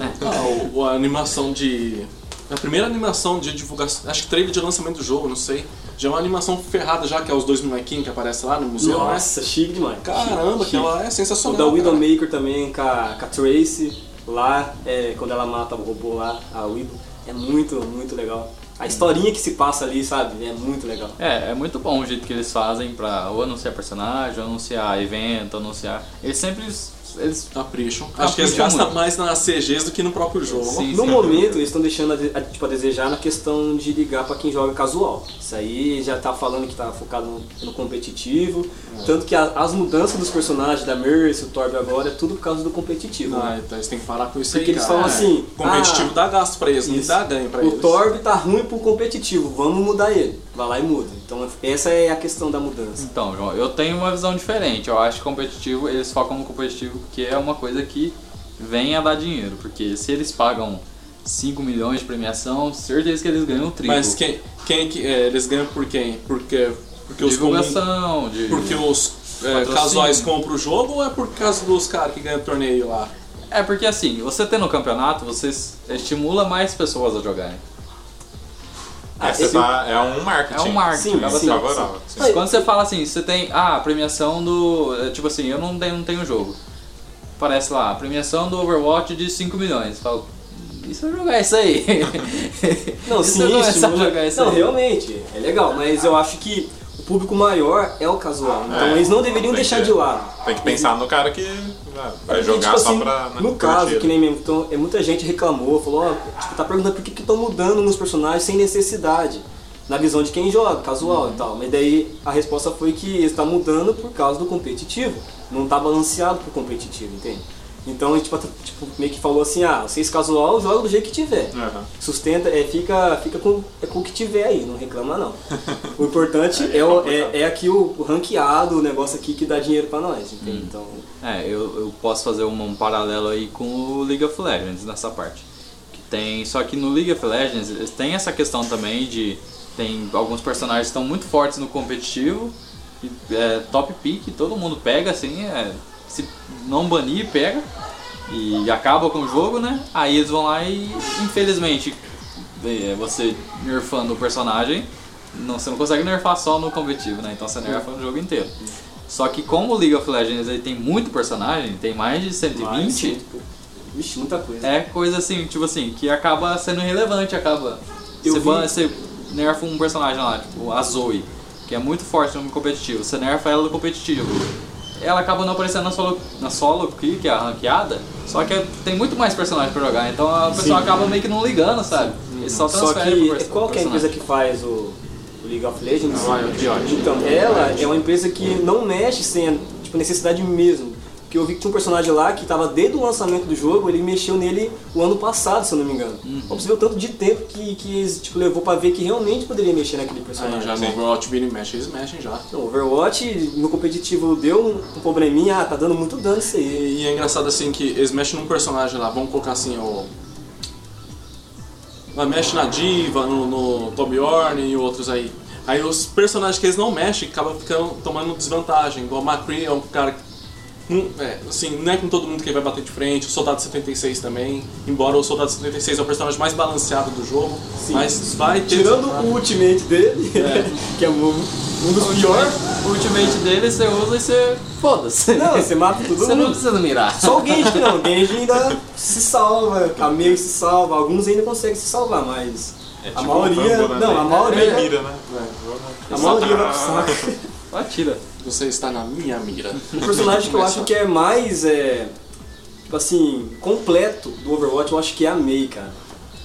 S4: Ah, o- o- a animação de. A primeira animação de divulgação. Acho que trailer de lançamento do jogo, não sei. Já é uma animação ferrada, já que é os dois molequinhos que aparecem lá no museu,
S3: Nossa, chique demais.
S4: né? Caramba,
S3: Chique.
S4: que ela é
S3: O
S4: sensacional.
S3: da
S4: cara.
S3: Widowmaker também, com a, com a Tracy, lá, é, quando ela mata o robô lá, a Widow, é muito, muito legal. A historinha que se passa ali, sabe, é muito legal.
S1: É, é muito bom o jeito que eles fazem pra ou anunciar personagem, ou anunciar evento, anunciar. Eles sempre. Eles
S3: Tá um
S4: Capricham. Acho que eles
S1: Capricham
S4: gastam
S1: muito.
S4: mais nas CGs do que no próprio jogo.
S1: Sim.
S3: No momento, eles estão deixando a, de- a- tipo, a desejar na questão de ligar pra quem joga casual. Isso aí já tá falando que tá focado no, no competitivo, tanto que a- as mudanças dos personagens, da Mercy, o Torb agora, é tudo por causa do competitivo. né?
S4: Ah, então eles têm que parar com isso
S3: Porque
S4: aí.
S3: eles
S4: cara. É,
S3: falam assim,
S4: Competitivo
S3: ah,
S4: dá gasto pra eles, não
S3: Isso.
S4: dá ganho pra
S3: o
S4: eles.
S3: Torb tá ruim pro competitivo, vamos mudar ele. Vai lá e muda. Então essa é a questão da mudança.
S1: Então, João, eu tenho uma visão diferente. Eu acho que competitivo, eles focam no competitivo porque é uma coisa que vem a dar dinheiro. Porque se eles pagam 5 milhões de premiação, certeza que eles ganham o triplo.
S4: Mas quem, quem que. é, eles ganham por quem? Porque, porque os comuns.
S1: Divulgação, de...
S4: Porque os é,
S1: Patrocínio.
S4: casuais compram o jogo ou é por causa dos caras que ganham o torneio lá?
S1: É porque assim, você tendo um campeonato, você s- estimula mais pessoas a jogarem.
S3: Ah,
S2: Essa
S3: esse-
S2: tá- é um
S1: É
S2: marketing.
S1: um marketing.
S3: Sim,
S1: acaba
S3: sim.
S1: sendo-
S2: Favorável. sim.
S3: Mas-
S1: Quando você fala assim, você tem ah, a premiação do. é, Tipo assim, eu não tenho, não tenho jogo. Parece lá, a premiação do Overwatch de 5 milhões. Falo, e se eu jogar isso aí?
S3: Não,
S1: E se eu
S3: sim,
S1: começar
S3: estimula.
S1: a é jogar isso
S3: Não,
S1: aí?
S3: realmente, é legal, mas eu acho que o público maior é o casual. Então
S2: É,
S3: eles não deveriam
S2: tem
S3: deixar
S2: que-
S3: de lado.
S2: Tem que pensar no cara que ah, vai
S3: Porque,
S2: jogar
S3: tipo
S2: só
S3: assim,
S2: pra. né,
S3: No caso,
S2: curtir.
S3: que nem mesmo, então, é, muita gente reclamou, falou, ó, tipo, tá perguntando por que estão mudando nos personagens sem necessidade. Na visão de quem joga, casual e tal. Mas daí a resposta foi que está mudando por causa do competitivo. Não tá balanceado pro competitivo, entende? Então, tipo, tipo, meio que falou assim, ah, vocês casual joga do jeito que tiver.
S2: Aham.
S3: Sustenta, é, fica, fica com, é com o que tiver aí, não reclama não. O importante é, o- é, é aqui o, o ranqueado, o negócio aqui que dá dinheiro pra nós, entende? Então,
S1: É, eu, eu posso fazer um, um paralelo aí com o League of Legends nessa parte. Que tem, só que no League of Legends eles têm essa questão também de tem alguns personagens que estão muito fortes no competitivo, e, é, top pick, todo mundo pega assim, é, se não banir, pega e acaba com o jogo, né? Aí eles vão lá e infelizmente é, você nerfando o personagem, não, você não consegue nerfar só no competitivo, né? Então você nerfa no jogo inteiro. Só que como o League of Legends ele tem muito personagem, tem mais de 120,
S3: Mas, tipo, Vixe, muita coisa.
S1: é coisa assim, tipo assim, que acaba sendo irrelevante, acaba.
S3: Eu
S1: Você,
S3: vi-
S1: ban- você nerfa um personagem lá, tipo, a Zoe, que é muito forte no competitivo, você nerfa ela no competitivo. Ela acaba não aparecendo na solo, na solo que, que é a ranqueada, só que tem muito mais personagem pra jogar, então a pessoa acaba meio que não ligando, sabe? Ele só
S3: Só
S1: transfere pro
S3: que
S1: perso-
S3: qual que é a
S1: personagem.
S3: empresa que faz o, o League of Legends?
S4: A Riot, Riot.
S3: Então, ela é uma empresa que não mexe sem a tipo, necessidade mesmo. Porque eu vi que tinha um personagem lá que tava desde o lançamento do jogo, ele mexeu nele o ano passado, se eu não me engano. Ó, pra você ver o tanto de tempo que, que eles, tipo, levou pra ver que realmente poderia mexer naquele personagem.
S4: Aí Ah, já no
S2: Sim.
S4: Overwatch Mini Mesh, eles mexem já.
S3: Não, Overwatch no competitivo deu um probleminha, ah, tá dando muito dano isso aí.
S4: E, e é engraçado assim que eles mexem num personagem lá, vamos colocar assim, o. Ela mexe na Diva, no, no Torbjorn e outros aí. Aí os personagens que eles não mexem acabam ficando, tomando desvantagem. Igual a Macri é um cara que. não- é, assim, não é com todo mundo que ele vai bater de frente, o Soldado 76 também, embora o Soldado 76 é o personagem mais balanceado do jogo, mas vai ter.
S3: Tirando o ultimate dele, que é um, um dos piores.
S1: O ultimate dele você usa e você. Foda-se.
S3: Não, você mata todo
S1: Você não
S3: mundo.
S1: precisa mirar.
S3: Só o Genji que não, o Genji ainda se salva, Camille se salva, alguns ainda conseguem se salvar, mas
S2: É
S4: tipo
S3: a maioria.
S2: Rambo, né?
S3: não, a
S4: É
S2: Nem-
S3: maioria.
S2: nem mira, né?
S3: A maioria vai pro saco.
S1: Só tira.
S4: Você está na minha mira.
S3: O personagem que eu acho que é mais, é, tipo assim, completo do Overwatch, eu acho que é a Mei, cara.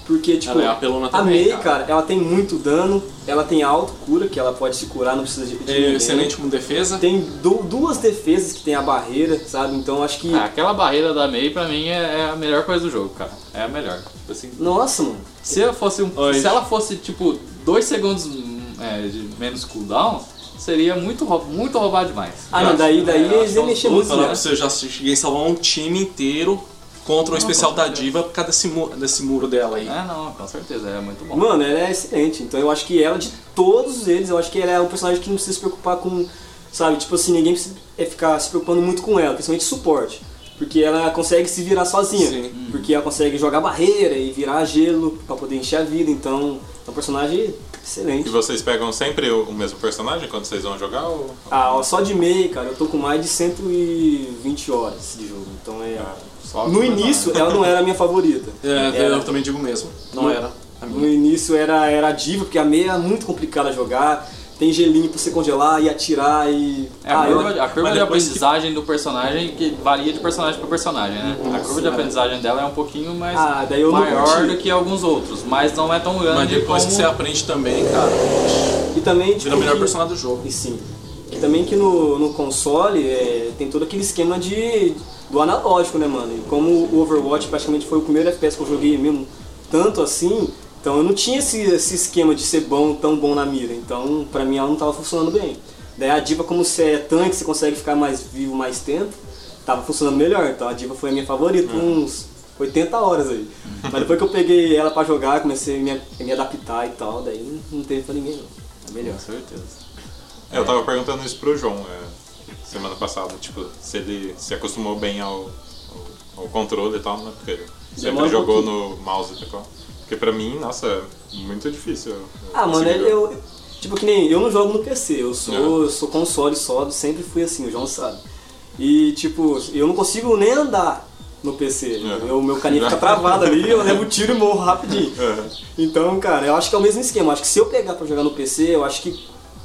S3: Porque, tipo,
S4: Ela é apelona
S3: a
S4: também,
S3: Mei,
S4: cara.
S3: cara, ela tem muito dano, ela tem auto cura, que ela pode se curar, não precisa de, de
S4: É
S3: ninguém.
S4: excelente como defesa.
S3: Tem du- duas defesas que tem a barreira, sabe? Então acho que.
S1: Ah, aquela barreira da Mei pra mim é, é a melhor coisa do jogo, cara. É a melhor. Tipo assim,
S3: Nossa, mano.
S1: se, eu fosse um-
S4: Oi.
S1: se ela fosse tipo dois segundos hum, é, de menos cooldown, seria muito, rou- muito roubado demais. É,
S3: Ah, não, daí, daí eles iam mexer muito,
S4: Falar pra
S3: né?
S4: você, eu já cheguei a salvar um time inteiro contra o especial da Diva por causa desse, mu- desse muro dela aí.
S1: É não, com certeza, é muito bom.
S3: Mano, ela é excelente. Então eu acho que ela, de todos eles, eu acho que ela é um personagem que não precisa se preocupar com. Sabe, tipo assim, ninguém precisa é ficar se preocupando muito com ela, principalmente suporte. Porque ela consegue se virar sozinha.
S4: Sim. Uhum.
S3: Porque ela consegue jogar barreira e virar gelo pra poder encher a vida. Então, é um personagem
S2: E
S3: excelente.
S2: vocês pegam sempre o o mesmo personagem quando vocês vão jogar? Ou...
S3: Ah, ó, só de meio, cara, eu tô com mais de 120 horas de jogo. Então é.
S1: Só
S3: No início, ela não era a minha favorita.
S4: É,
S3: Era-
S4: Eu também digo mesmo. Não,
S3: Não.
S4: era. A
S3: No
S4: minha.
S3: início era, era a diva, porque a meia é muito complicada jogar. Tem gelinho pra você congelar e atirar e.
S1: É, a,
S3: Ah,
S1: curva,
S3: eu-
S1: a curva
S4: mas
S1: de
S4: depois que-
S1: aprendizagem do personagem que varia de personagem para personagem, né? a curva de aprendizagem dela é um pouquinho mais
S3: Uhum. Ah, daí eu não
S1: maior
S3: curti.
S1: do que alguns outros, mas não é tão grande
S4: Mas depois que
S1: como...
S4: você aprende também, cara,
S3: E também, tipo.
S4: vira o melhor
S3: que-
S4: personagem do jogo.
S3: E sim. E também que no, no console é, tem todo aquele esquema de do analógico, né, mano? E como o Overwatch praticamente foi o primeiro FPS que eu joguei mesmo tanto assim, então eu não tinha esse, esse esquema de ser bom, tão bom na mira. Então, pra mim, ela não tava funcionando bem. Daí a diva, como você é tanque, você consegue ficar mais vivo mais tempo, tava funcionando melhor. Então a diva foi a minha favorita, por uns 80 horas aí. Mas depois que eu peguei ela pra jogar, comecei a me, a me adaptar e tal, daí não, não teve pra ninguém não. É melhor.
S1: Com certeza.
S2: É, Eu tava perguntando isso pro João é, semana passada, tipo, se ele se acostumou bem ao, ao, ao controle e tal, né? Porque ele sempre
S3: Demora um
S2: jogou no mouse e tal. Porque pra mim, nossa, é muito difícil. eu- eu
S3: Ah, mano,
S2: conseguir
S3: eu,
S2: jogar.
S3: eu- Tipo que nem. Eu não jogo no PC, eu sou,
S2: Não.
S3: eu sou console só, sempre fui assim, o João sabe. E, tipo, eu não consigo nem andar no PC.
S2: Não.
S3: O meu caninho fica travado ali, eu levo o tiro e morro rapidinho.
S2: É.
S3: Então, cara, eu acho que é o mesmo esquema. Eu acho que se eu pegar pra jogar no PC, eu acho que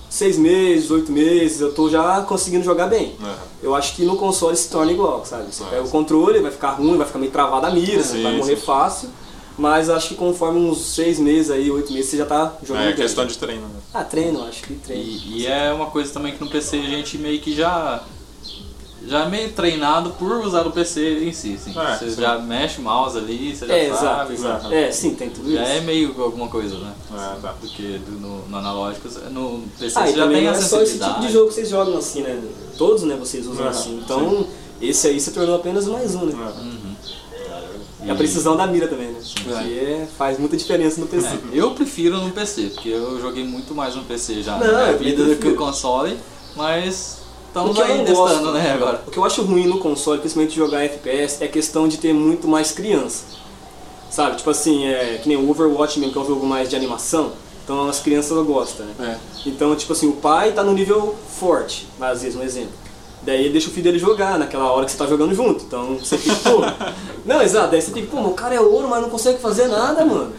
S3: seis meses, oito meses, eu tô já conseguindo jogar bem.
S2: Aham. É,
S3: Eu acho que no console se torna igual, sabe? Você
S2: Ah,
S3: pega o
S2: sim.
S3: controle, vai ficar ruim, vai ficar meio travada a mira,
S2: Sim,
S3: vai morrer
S2: sim.
S3: fácil. Mas eu acho que conforme uns seis meses aí, oito meses, você já tá jogando
S2: É
S3: bem.
S2: questão de treino, né?
S3: Ah, treino, acho que treino.
S1: E, e é uma coisa também que no PC a gente meio que já. Já é meio treinado por usar o PC em si. Assim.
S2: É,
S1: você
S2: sim.
S1: já mexe o mouse ali, você já
S3: É,
S1: sabe.
S3: exato,
S1: sabe?
S3: exato. É, sim, tem tudo isso.
S1: Já é meio alguma coisa, né?
S2: Ah, tá.
S1: Do que do- no, no analógico. No PC
S3: Ah,
S1: você
S3: e
S1: já
S3: também
S1: tem
S3: não
S1: a
S3: é só esse tipo de
S1: sensibilidade.
S3: jogo que vocês jogam assim, né? Todos, né, vocês usam
S2: Aham,
S3: assim. Então, esse aí se tornou apenas mais um, né?
S2: É.
S3: E a precisão da mira também, né? Que
S4: É.
S3: é, faz muita diferença no PC.
S1: É, eu prefiro no PC, porque eu joguei muito mais no PC já
S3: Não,
S1: na minha
S3: eu
S1: vida do que
S3: prefiro.
S1: o console, mas
S3: O
S1: estamos
S3: que eu
S1: aí
S3: não gosto-
S1: testando, né, agora.
S3: O que eu acho ruim no console, principalmente de jogar FPS, é a questão de ter muito mais criança. Sabe, tipo assim, é que nem o Overwatch mesmo, que é um jogo mais de animação. Então as crianças gostam, né?
S4: É.
S3: Então, tipo assim, o pai tá no nível forte, às vezes, um exemplo. Daí ele deixa o filho dele jogar naquela hora que você tá jogando junto. Então você fica, pô. Não, exato, daí você fica, pô, mas o cara é ouro, mas não consegue fazer nada, mano.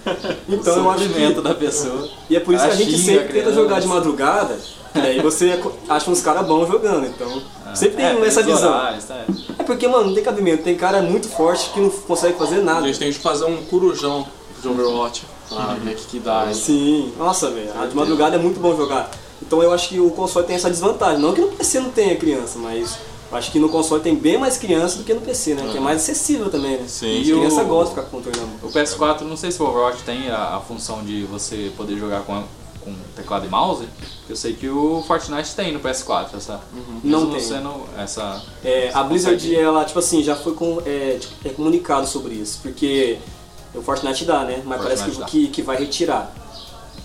S3: Então eu acho
S1: Sofrimento
S3: que.
S1: da pessoa.
S3: E é por isso que a gente
S1: Xinga
S3: sempre tenta
S1: criança.
S3: jogar de madrugada, daí você acha uns caras bons jogando. Então, sempre tem
S1: É,
S3: essa
S1: os
S3: visão.
S1: horários, tá?
S3: É porque, mano, não tem cabimento. Tem cara muito forte que não consegue fazer
S4: A
S3: nada.
S4: gente tem que fazer um corujão de Overwatch
S3: Uhum.
S4: pra ver o que, que dá. hein?
S3: Sim, nossa, velho. A de madrugada é muito bom jogar. Então eu acho que o console tem essa desvantagem. Não que no PC não tenha criança, mas eu acho que no console tem bem mais criança do que no PC, né? Que é mais acessível também, né?
S2: Sim.
S3: E criança
S1: E o-
S3: gosta de ficar controlando.
S1: O PS4, não sei se o Overwatch tem a, a função de você poder jogar com, com teclado e mouse. que Eu sei que o Fortnite tem no PS4 essa.
S3: Uhum. Não
S1: mesmo
S3: tem.
S1: sendo essa.
S3: É, a Blizzard, ela, tipo assim, já foi com, é, tipo, é comunicado sobre isso, porque o Fortnite dá, né? Mas
S1: Fortnite
S3: parece que,
S1: dá.
S3: que, que vai retirar.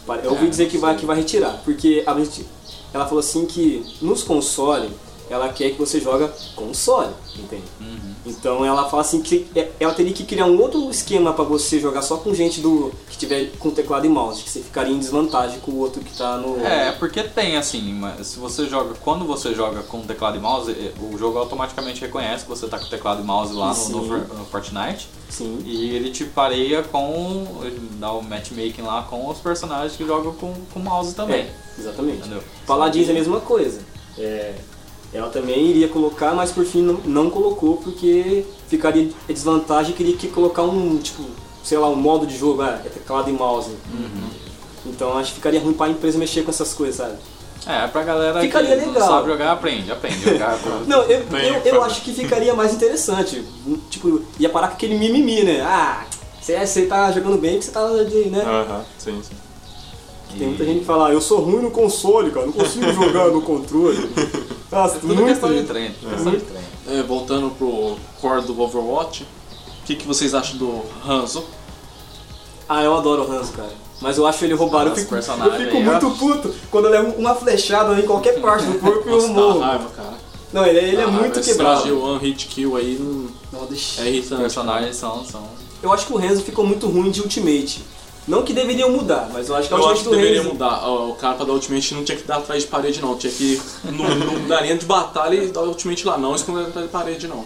S3: Pare- Eu ouvi
S1: É,
S3: dizer que vai,
S1: sim.
S3: que vai retirar, porque a Blizzard, ela falou assim que nos consoles, ela quer que você joga console, entende?
S1: Uhum.
S3: Então ela fala assim que é- ela teria que criar um outro esquema pra você jogar só com gente do que tiver com teclado e mouse, que você ficaria em desvantagem com o outro que tá no...
S1: É, porque tem assim, mas se você joga. Quando você joga com teclado e mouse, eh, o jogo automaticamente reconhece que você tá com teclado e mouse lá no, no
S3: Sim.
S1: For- no Fortnite.
S3: Sim.
S1: E ele te pareia com. Ele dá o matchmaking lá com os personagens que jogam com, com mouse também.
S3: É, exatamente.
S1: Entendeu?
S3: Paladins é a mesma coisa. É, ela também iria colocar, mas por fim não, não colocou porque ficaria em desvantagem e queria que colocar um, tipo, sei lá, um modo de jogo, ah, é teclado e mouse. Então acho que ficaria ruim pra empresa mexer com essas coisas, sabe?
S1: É, pra galera
S3: Ficaria
S1: que não
S3: legal.
S1: sabe jogar, aprende, aprende a jogar com
S3: Não, eu,
S2: Bem,
S3: eu,
S2: fala.
S3: eu acho que ficaria mais interessante. Tipo, ia parar com aquele mimimi, né? Ah, você- você tá jogando bem porque você tá, de- né?
S2: Aham, sim, sim.
S3: Tem muita gente que fala, ah, eu sou ruim no console, cara, não consigo jogar no controle. Nossa,
S1: É Tudo
S3: muito
S1: questão de
S3: isso.
S1: treino, questão de treino.
S4: É, voltando pro core do Overwatch, o que, que vocês acham do Hanzo?
S3: Ah, eu adoro o Hanzo, cara. Mas eu acho ele roubado. Eu
S1: Nossa,
S3: fico, eu
S1: personagem
S3: fico
S1: aí,
S3: muito puto quando eu levo uma flechada em qualquer parte do corpo e eu
S4: Nossa, dá
S3: morro.
S4: raiva, cara.
S3: Não, ele, ele é
S4: Dá raiva.
S3: muito
S4: Esse traje
S3: quebrado.
S4: One Hit Kill aí hum,
S3: Não, deixa-
S4: é
S1: Os
S4: irritante.
S1: personagens são. são...
S3: Eu acho que o Hanzo ficou muito ruim de Ultimate. Não que deveriam mudar, mas eu acho que a
S4: Eu
S3: Ultimate
S4: acho que
S3: do
S4: deveria
S3: Hanzo...
S4: mudar. Ó, O capa da Ultimate não tinha que dar atrás de parede, não. Tinha que ir no, no- na linha de batalha e dar Ultimate lá. Não esconder atrás de parede, não.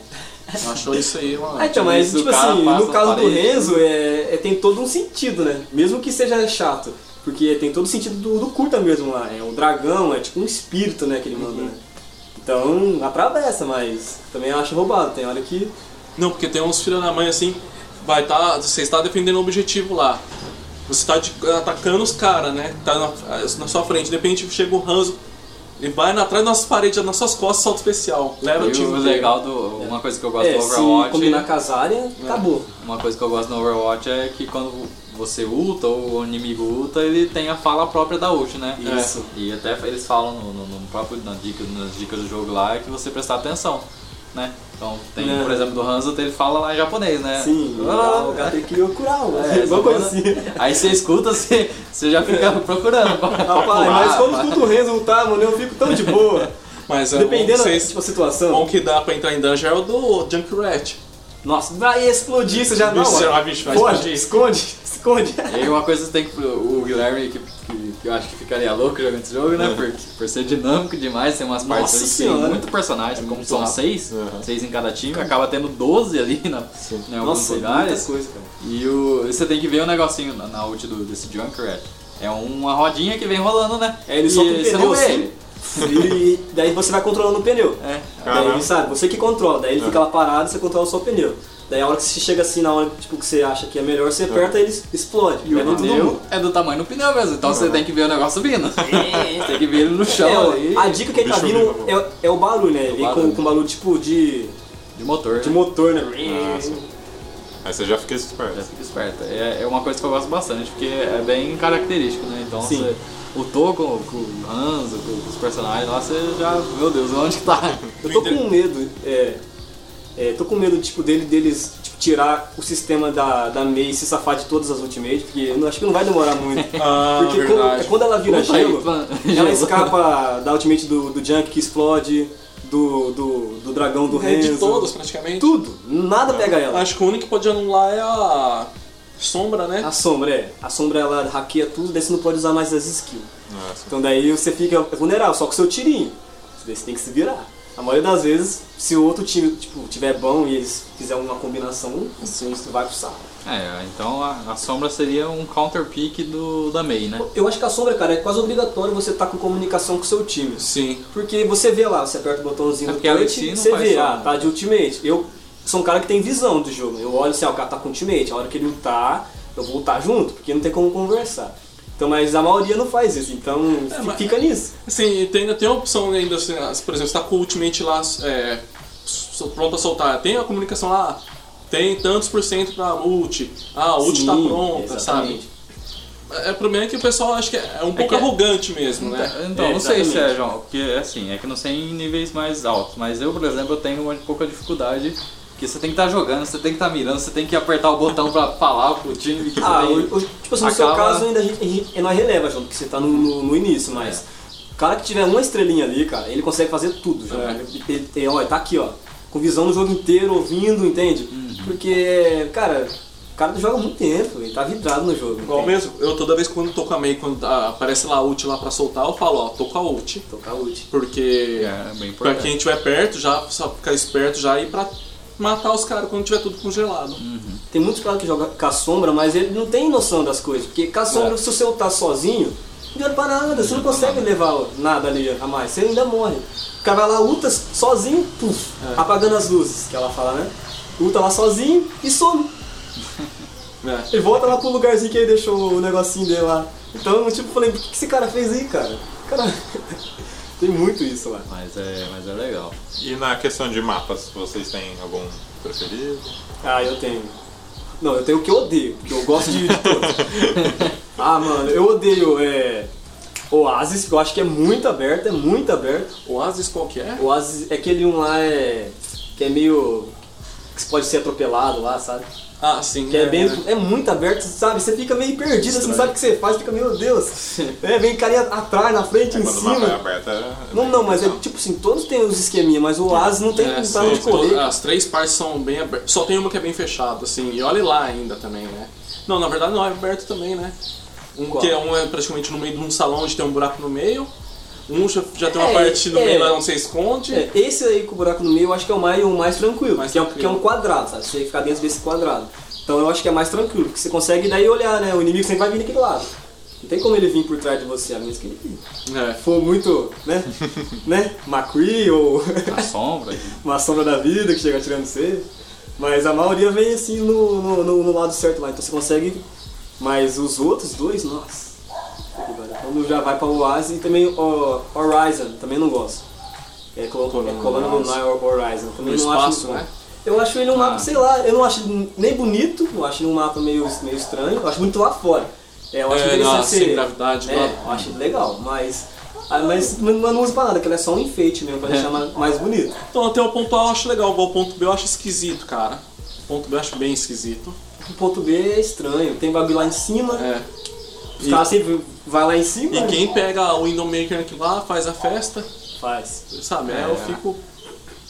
S4: Eu acho isso aí é uma.
S3: Ah, então, mas
S1: Isso,
S3: tipo
S1: o cara
S3: assim,
S1: passa
S3: no
S1: na
S3: caso do
S1: parede.
S3: Renzo é, é- tem todo um sentido, né? Mesmo que seja chato. Porque tem todo o sentido do, do curta mesmo lá. É um dragão, é tipo um espírito, né, que ele
S4: Uhum.
S3: manda, né? Então, atravessa, mas também eu acho roubado. Tem hora que
S4: Não, porque tem uns filhos da mãe assim, vai tá. Você está defendendo o objetivo lá. Você tá de- atacando os caras, né? Tá na, na sua frente, de repente chega o Hanzo e vai na- atrás das nossas paredes, nas suas costas, salto especial. Leva o
S1: E
S4: time.
S1: o
S4: inteiro.
S1: legal do. Uma coisa que eu gosto
S3: é,
S1: do
S3: se
S1: Overwatch.
S3: combinar com as áreas, acabou.
S1: Uma coisa que eu gosto no Overwatch é que quando você ulta ou o inimigo ulta, ele tem a fala própria da ult, né?
S3: Isso.
S1: É. E até eles falam no, no- no próprio na dica, nas dicas do jogo lá é que você prestar atenção, né? Então tem,
S3: É.
S1: por exemplo, do Hanzo, ele fala lá em japonês, né?
S3: Sim,
S1: Lá, lá, lá.
S3: o gato tem que curar,
S1: É,
S3: Ah. é, igual
S1: você
S3: coisa assim.
S1: manda- Aí você escuta, você, você já fica procurando. pra- pra
S3: Rapaz,
S1: pular,
S3: mas quando
S1: pra-
S3: escuto o Renzo lutar, mano, né? eu fico tão de boa.
S4: Mas é
S3: Dependendo
S4: bom,
S3: da
S4: que
S3: tipo,
S4: vocês,
S3: a situação.
S4: é bom que dá pra entrar em dungeon é o do Junkrat.
S3: Nossa, vai explodir, você já não.
S4: Bicho,
S3: ó.
S4: será, bicho, vai
S3: Foge,
S4: explodir.
S3: esconde, esconde.
S1: E aí uma coisa que tem que o Guilherme, que, que, que eu acho que ficaria louco jogando esse jogo, né? Por, por ser dinâmico demais, tem umas partes
S3: Nossa
S1: ali que tem
S3: Senhora.
S1: muito personagem, como são
S4: rápido.
S1: seis,
S2: Uhum.
S1: seis em cada time, acaba tendo 12 ali na, né, em alguns
S3: Nossa, é muita
S1: lugares.
S3: coisa, cara.
S1: E o, você tem que ver o negocinho na, na ult do, desse Junkrat. É uma rodinha que vem rolando, né?
S3: É, ele
S1: e
S3: solta um
S1: você
S3: pneu
S1: não vê
S3: assim.
S1: ele.
S3: E daí você vai controlando o pneu.
S1: É.
S3: Daí
S2: Caramba.
S3: ele sabe, você que controla, daí ele fica lá parado e você controla só o pneu. Daí a hora que você chega assim, na hora tipo, que você acha que é melhor, você aperta e ele explode.
S1: E
S3: Vai
S1: o
S3: dentro do mundo.
S1: pneu é do tamanho do pneu mesmo, então você tem que ver o negócio subindo. Você tem que ver ele no chão
S3: É,
S1: ali,
S3: ó, a dica que ele tá
S2: Bicho
S3: vindo
S2: vivo,
S3: é, é o barulho, né? Ele
S1: barulho.
S3: Com, com barulho tipo de,
S1: de motor.
S3: de motor, né?
S2: Aí você já fica esperto.
S1: Já fica esperta. É, é uma coisa que eu gosto bastante, porque é bem característico, né? Então
S3: Sim.
S1: você lutou com, com o Hanzo, com, com os personagens lá, você já. Meu Deus, onde que tá?
S3: Eu tô com medo, é, é, tô com medo tipo dele deles tipo, tirar o sistema da da Mei e se safar de todas as ultimates, porque eu não- acho que não vai demorar muito.
S4: Ah,
S3: Porque quando-
S4: verdade.
S3: quando ela vira
S1: Opa, Tá aí,
S3: gelo,
S1: plan- gelo.
S3: ela escapa da ultimate do, do Junk que explode, do, do, do dragão do
S4: É de
S3: Renzo.
S4: todos, praticamente.
S3: Tudo. Nada pega ela.
S4: Acho que o único que pode anular é a. sombra, né?
S3: A sombra, é. A sombra ela hackeia tudo, daí você não pode usar mais as skills.
S2: Nossa.
S3: Então daí você fica vulnerável, só com o seu tirinho. Daí você tem que se virar. A maioria das vezes, se o outro time tipo, tiver bom e eles fizer uma combinação, assim, isso vai pro saco.
S1: É, então a, a sombra seria um counter pick do da Mei, né?
S3: Eu acho que a sombra, cara, é quase obrigatório você estar com comunicação com o seu time.
S4: Sim.
S3: Porque você vê lá, você aperta o botãozinho
S1: É
S3: do
S1: porque ela em
S3: Twitch,
S1: si não
S3: você
S1: faz
S3: vê,
S1: só,
S3: ah,
S1: né?
S3: tá de ultimate. Eu sou um cara que tem visão do jogo. Eu olho assim, ah, o cara tá com ultimate, a hora que ele ultar, eu vou ultar junto, porque não tem como conversar. Então, mas a maioria não faz isso, então
S1: É,
S3: fi-
S4: mas-
S3: fica nisso.
S4: Assim, e tem, ainda tem a opção ainda, assim, ah, por exemplo, você tá com o Ultimate lá é, so- pronto a soltar. Tem a comunicação lá, tem tantos por cento pra ult, ah, a ult tá
S3: Sim,
S4: pronta,
S3: exatamente.
S4: sabe? É, o problema é que o pessoal acha que é um pouco
S1: que é-
S4: arrogante mesmo, né?
S1: Então,
S3: É,
S1: não sei se é,
S3: exatamente.
S1: João, porque assim, é que não sei em níveis mais altos, mas eu, por exemplo, eu tenho uma pouca dificuldade que você tem que estar jogando, você tem que estar mirando, você tem que apertar o botão pra falar pro time que
S3: Ah,
S1: tem...
S3: o- o- tipo assim, no seu
S1: acaba-
S3: caso ainda a gente, a gente- nós releva, João, porque você tá no, no- no início, mas o cara que tiver uma estrelinha ali, cara, ele consegue fazer tudo, João.
S4: É.
S3: Ele, ele- ele- olha, tá aqui, ó, com visão do jogo inteiro, ouvindo, entende?
S4: Uhum.
S3: Porque, cara, o cara joga muito tempo, ele tá vidrado no jogo.
S4: Igual
S3: entende?
S4: mesmo, eu toda vez que quando tô com a May, quando ah, aparece lá a ult lá pra soltar, eu falo, ó, tô com a ult.
S3: Tocar ult.
S4: Porque
S1: É, bem
S4: pra
S1: importante.
S4: quem estiver perto, já só ficar esperto já e pra matar os caras quando tiver tudo congelado.
S3: Tem muitos caras que jogam com a sombra, mas ele não tem noção das coisas. Porque com a sombra, se você tá sozinho, não dá pra nada, você não consegue levar nada ali a mais, você ainda morre. O cara vai lá, luta sozinho, puf, apagando as luzes, que ela fala, né? Luta lá sozinho e some.
S4: né?
S3: E volta lá pro lugarzinho que ele deixou o negocinho dele lá. Então, tipo, eu falei, o que que esse cara fez aí, cara? Cara, tem muito isso lá.
S1: Mas é, mas é legal.
S2: E na questão de mapas, vocês têm algum preferido?
S3: Ah, eu tenho. Não, eu tenho o que eu odeio, porque eu gosto de de todos. ah, mano, eu odeio é, Oasis, porque eu acho que é muito aberto, é muito aberto.
S4: Oasis qual que é?
S3: Oasis é aquele um lá é, que é meio. que você pode ser atropelado lá, sabe?
S4: Ah, sim.
S3: Que é, bem, é muito aberto, sabe? Você fica meio perdido, você não sabe o que você faz, fica, meu Deus. É, vem carinha atrás, na frente, em
S2: Quando o mapa é
S3: cima.
S2: aberto é.
S3: Não, não, mas é tipo assim, todos têm os esqueminha, mas o Oasis não tem
S4: É,
S3: vontade
S4: são
S3: de correr.
S4: to- as três partes são bem abertas. Só tem uma que é bem fechada, assim. E olha lá ainda também, né? Não, na verdade não é aberto também, né? Um
S3: Qual?
S4: que é um é praticamente no meio de um salão onde tem um buraco no meio. Um já, já tem uma
S3: É,
S4: parte no
S3: é.
S4: meio lá onde você esconde.
S3: É, esse aí com o buraco no meio eu acho que é o mais, o mais tranquilo,
S4: Mais
S3: que, é um-
S4: tranquilo.
S3: que é um quadrado, sabe? Você tem que ficar dentro desse quadrado. Então eu acho que é mais tranquilo, porque você consegue daí olhar, né? O inimigo sempre vai vir daquele lado. Não tem como ele vir por trás de você, a menos que ele
S4: É.
S3: for muito, né? né? Macri ou
S1: A sombra,
S3: uma sombra da vida que chega tirando você. Mas a maioria vem assim no, no, no- no lado certo lá, então você consegue. Mas os outros dois, nossa. Puta que pariu. Quando já vai pra Oasis e também o Horizon, também não gosto. É colocou é
S4: Colônia
S3: Colônia
S4: Lunar.
S3: Lunar Horizon.
S4: No
S3: Também não acho
S4: espaço,
S3: muito bom.
S4: né?
S3: Eu acho ele um
S1: Ah.
S3: mapa, sei lá, eu não acho nem bonito, eu acho ele um mapa meio, meio estranho, eu acho muito lá fora. É, eu acho
S4: É,
S3: interessante
S4: na-
S3: você-
S4: sem gravidade
S3: é,
S4: lá.
S3: eu acho legal, mas. ah, Mas não não uso pra nada, que ela é só um enfeite mesmo, pra deixar ma- mais bonito.
S4: Então até o ponto A eu acho legal, igual o ponto B eu acho esquisito, cara. O ponto B eu acho bem esquisito.
S3: O ponto B é estranho, tem bagulho lá em cima,
S4: É.
S3: os caras sempre vai lá em cima. né?
S4: E quem pega o Windowmaker aqui lá, faz a festa,
S3: faz?
S4: sabe? Aí
S1: É.
S4: eu fico.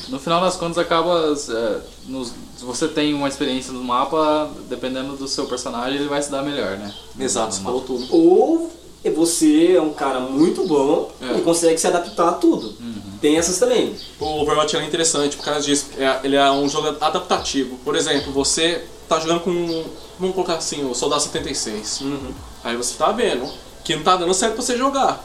S1: No final das contas, acaba. é, nos- se você tem uma experiência no mapa, dependendo do seu personagem, ele vai se dar melhor, né?
S4: Exato,
S1: No
S4: você
S1: mapa.
S4: falou tudo.
S3: Ou você é um cara muito bom e consegue se adaptar a tudo. Tem essas também.
S4: O Overwatch ele é interessante por causa disso. É- ele é um jogo adaptativo. Por exemplo, você tá jogando com. Vamos colocar assim, o Soldado 76. Aí você tá vendo que não tá dando certo pra você jogar.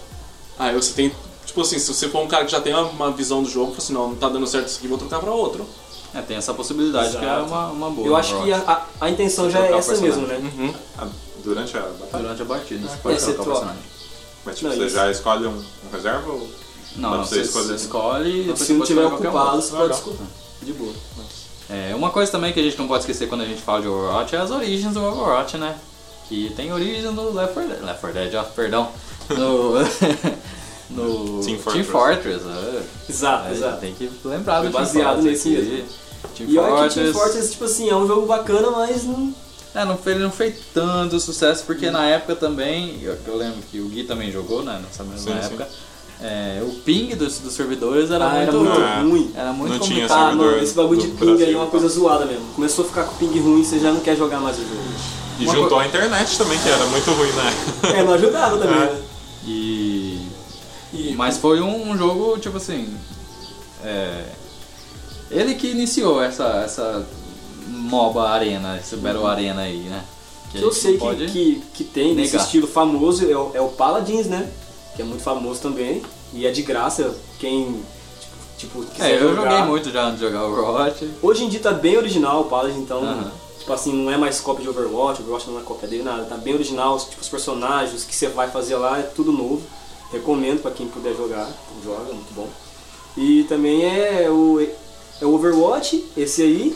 S4: Aí você tem. Tipo assim, se você for um cara que já tem uma, uma visão do jogo, fala assim, não, não tá dando certo isso aqui, vou trocar pra outro.
S1: É, tem essa possibilidade que é
S3: Exato.
S1: uma, uma boa.
S3: Eu acho
S1: no
S3: que a,
S1: Overwatch.
S3: a- a intenção já é
S1: Trocar o
S3: essa mesmo, né?
S1: personagem.
S2: Ah, Durante a batalha.
S1: Durante a batida, você
S3: é,
S1: pode
S3: você
S1: trocar o
S3: troca.
S1: personagem.
S2: Mas tipo,
S3: Não,
S2: você
S3: isso.
S2: já escolhe um, um reserva ou.
S1: Não,
S2: Dá
S1: não
S2: pra você
S1: você
S2: escolher.
S1: escolhe e depois
S3: Se
S1: Então, você
S3: não
S1: pode
S3: tiver
S1: escolher qualquer
S3: ocupado,
S1: um.
S3: você pode
S2: Legal.
S3: escutar. De boa.
S1: É, uma coisa também que a gente não pode esquecer quando a gente fala de Overwatch é as origens do Overwatch, né? Que tem origem no Left 4 Dead, Left 4 Dead, ó, perdão. No, no
S2: Team
S1: Team
S2: Fortress.
S1: Fortress, é.
S3: Exato,
S1: Aí
S3: exato.
S1: Tem que lembrar do
S3: Foi baseado
S1: Team
S3: nesse
S1: Fortress
S3: mesmo.
S1: aqui. Team
S3: E olha que
S1: Fortress.
S3: Team Fortress, tipo assim, é um jogo bacana, mas não.
S1: É, não fez, ele não fez tanto sucesso, porque
S3: Hum.
S1: na época também, eu, eu lembro que o Gui também jogou, né, nessa mesma
S2: Sim, sim.
S1: época, é, o ping dos, dos servidores era
S3: Ah,
S1: muito,
S3: era muito
S2: Ah,
S3: ruim.
S1: era muito
S2: Não tinha
S1: complicado.
S3: Ah, não,
S2: servidor
S3: esse bagulho
S2: do
S3: de ping aí é
S2: Brasil.
S3: uma coisa zoada mesmo. Começou a ficar com ping ruim, você já não quer jogar mais o jogo.
S2: E
S1: Uma
S2: juntou
S1: co-
S2: a internet também, que era muito ruim, né?
S3: É, não ajudava também, né?
S1: E.
S4: E-
S1: Mas foi um, um jogo, tipo assim. é, ele que iniciou essa, essa MOBA Arena, esse Battle Arena aí, né? a
S3: que Uhum. eu
S1: gente
S3: sei
S1: não
S3: que,
S1: pode- É,
S3: que, que tem nesse
S1: negar.
S3: estilo famoso é o, é o Paladins, né? Que é muito famoso também. E é de graça. Quem, tipo, tipo, quiser
S1: É, eu
S3: jogar.
S1: joguei muito já de jogar Overwatch.
S3: Hoje em dia tá bem original o Paladin, então,
S1: Aham.
S3: tipo assim, não é mais cópia de Overwatch, Overwatch não é cópia dele, nada. Tá bem original, os- tipo, os personagens que você vai fazer lá é tudo novo. Recomendo pra quem puder jogar, joga, é muito bom. E também é o, é o Overwatch, esse aí,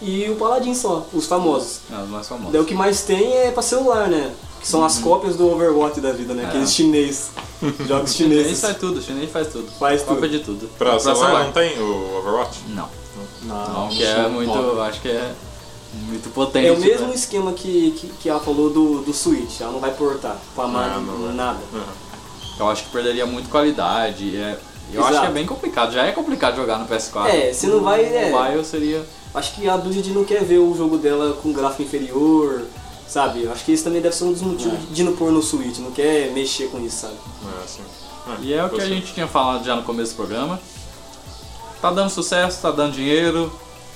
S3: e o Paladin só, os famosos.
S1: Não, os mais famosos.
S3: Daí o que mais tem é pra celular, né? Que são as cópias do Overwatch da vida, né? Aqueles chinês, jogos
S1: Chinês
S3: chineses.
S1: faz tudo, o chinês faz tudo.
S3: Faz
S1: Cópia
S3: tudo.
S1: de tudo.
S2: Pra celular não tem o Overwatch?
S1: Não.
S4: Não,
S1: Não, que é muito.
S4: Bom,
S1: eu Acho que é muito potente.
S3: É o mesmo
S1: né?
S3: esquema que, que, que ela falou do, do Switch, ela não vai portar pra nada,
S2: não vai.
S3: nada.
S2: Uhum.
S1: Eu acho que perderia muito qualidade. é- eu acho
S3: Exato.
S1: que é bem complicado. Já é complicado jogar no PS4.
S3: É, você não vai, é.
S1: No mobile seria.
S3: Acho que a Blizzard não quer ver o jogo dela com gráfico inferior, sabe? Acho que esse também deve ser um dos motivos de não pôr no Switch, não quer mexer com isso, sabe?
S2: É assim. É,
S1: E é o que a
S2: gostei.
S1: gente tinha falado já no começo do programa. Tá dando sucesso, tá dando dinheiro.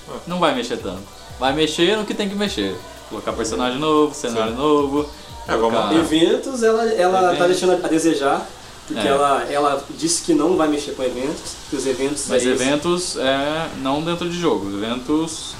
S2: É.
S1: Não vai mexer tanto. Vai mexer no que tem que mexer. Colocar personagem novo, cenário
S2: Sim.
S1: novo.
S2: É, vamos
S1: colocar-
S2: Ah.
S3: Eventos, ela, ela tá
S1: Eventos.
S3: deixando a desejar, porque
S1: É.
S3: ela, ela disse que não vai mexer com eventos, que os eventos...
S1: Mas
S3: aí-
S1: eventos é não dentro de jogo, eventos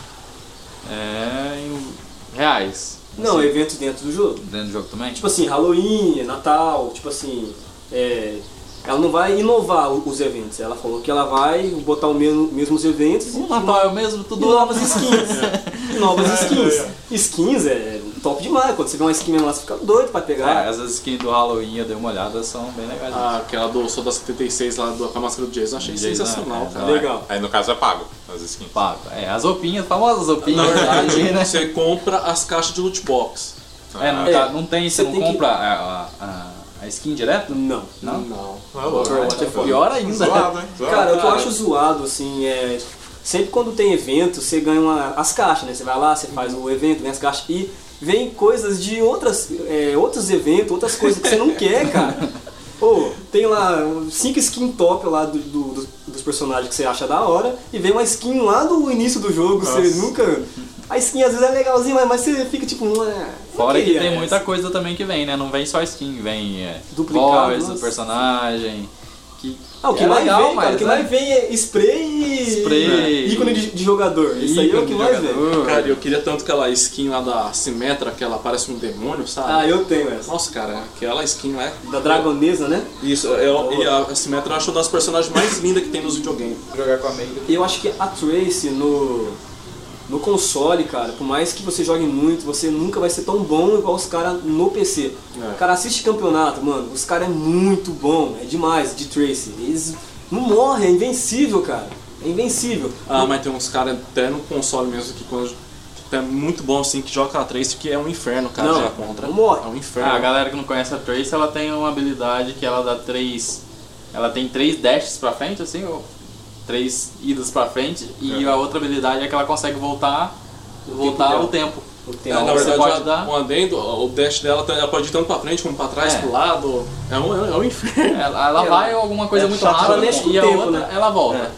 S1: é em reais.
S3: Não,
S1: Assim,
S3: eventos dentro do jogo.
S1: dentro do jogo também?
S3: Tipo assim, Halloween, Natal, tipo assim. é, ela não vai inovar o- os eventos. Ela falou que ela vai botar os mesmo, mesmos eventos e,
S1: o Natal é o mesmo,
S3: e
S1: tudo
S3: novas skins. E novas
S2: É,
S3: skins.
S2: é,
S3: Skins é top demais. Quando você vê uma skin mesmo lá, você fica doido pra
S1: É,
S3: pegar.
S1: essas skins do Halloween eu dei uma olhada, são bem legais.
S4: ah, aquela do Sou da 76 lá do, com a máscara do Jason, achei
S1: Jason,
S4: sensacional,
S1: é,
S2: Ah,
S4: cara.
S3: Legal.
S2: Aí no caso é pago, as skins.
S1: Pago. É, as roupinhas, famosas roupinhas.
S4: Na verdade,
S1: né?
S4: você compra as caixas de loot box.
S2: Ah,
S1: É, não,
S3: É,
S1: tá- não tem, você
S3: você
S1: não
S3: tem que-
S1: compra a, a- a skin direto?
S3: Não.
S1: Não?
S4: Não.
S2: Ah, louco.
S3: Overwatch é foda.
S1: Pior ainda.
S2: Zoado, hein? Zoado.
S3: Cara, o que eu
S4: Cara.
S3: acho zoado, assim, é. Sempre quando tem evento, você ganha uma- as caixas, né? Você vai lá, você faz o evento, ganha as caixas e vem coisas de outras, é, outros eventos, outras coisas que você não quer, cara. Ô, tem lá cinco skin top lá do- do- dos- dos personagens que você acha da hora e vem uma skin lá do início do jogo, você
S2: Nossa.
S3: nunca. A skin às vezes é legalzinha, mas, mas você fica tipo. "Ah, não
S1: Fora que
S3: queria
S1: tem
S3: essa."
S1: muita coisa também que vem, né? Não vem só skin, vem é,
S3: Duplicado,
S1: voz do
S3: nossa.
S1: personagem. Que
S3: Ah, o que
S1: é
S3: mais
S1: legal,
S3: vem, cara, o que
S1: né?
S3: mais vem é spray e.
S1: Spray.
S3: ícone de, de jogador. Isso aí é o que
S1: Ícone,
S3: mais vem.
S1: jogador.
S4: Cara, eu queria tanto aquela skin lá da Simetra, que ela parece um demônio,
S3: Ah,
S4: sabe?
S3: eu tenho essa.
S4: Nossa, cara, aquela skin lá é...
S3: Da Dragonesa, né?
S4: Isso, eu, e a Simetra eu acho uma das personagens mais lindas que tem nos videogames.
S1: jogar com a meia.
S3: Eu acho que a Trace no, no console, cara, por mais que você jogue muito, você nunca vai ser tão bom igual os caras no PC.
S4: É.
S3: Cara, assiste campeonato, mano. Os caras é muito bom, é demais de Trace. Eles não morrem, é invencível, cara. É invencível.
S4: Ah, mas tem uns caras até no console mesmo que quando... que É muito bom assim que joga a Trace, que é um inferno, cara,
S3: Não,
S4: jogar contra.
S3: morre.
S4: É um inferno.
S1: Ah, a galera que não conhece a Trace, ela tem uma habilidade que ela dá três. Ela tem três dashes pra frente, assim, ou três idas pra frente, e
S2: É.
S1: a outra habilidade é que ela consegue voltar, voltar
S3: dela.
S1: o tempo.
S3: O
S4: É,
S3: tempo.
S1: Então,
S4: na
S1: você
S4: verdade,
S1: pode
S4: a-
S1: dar-
S4: o adendo, o dash dela, tá- ela pode ir tanto pra frente como pra trás,
S1: É.
S4: pro lado. É um, é um inferno.
S1: Ela, ela
S3: É,
S1: vai alguma coisa
S4: é
S1: muito
S4: chato,
S1: rápida
S3: ela mexe com
S1: e
S3: o
S1: a
S3: tempo,
S1: outra
S3: né?
S1: ela volta.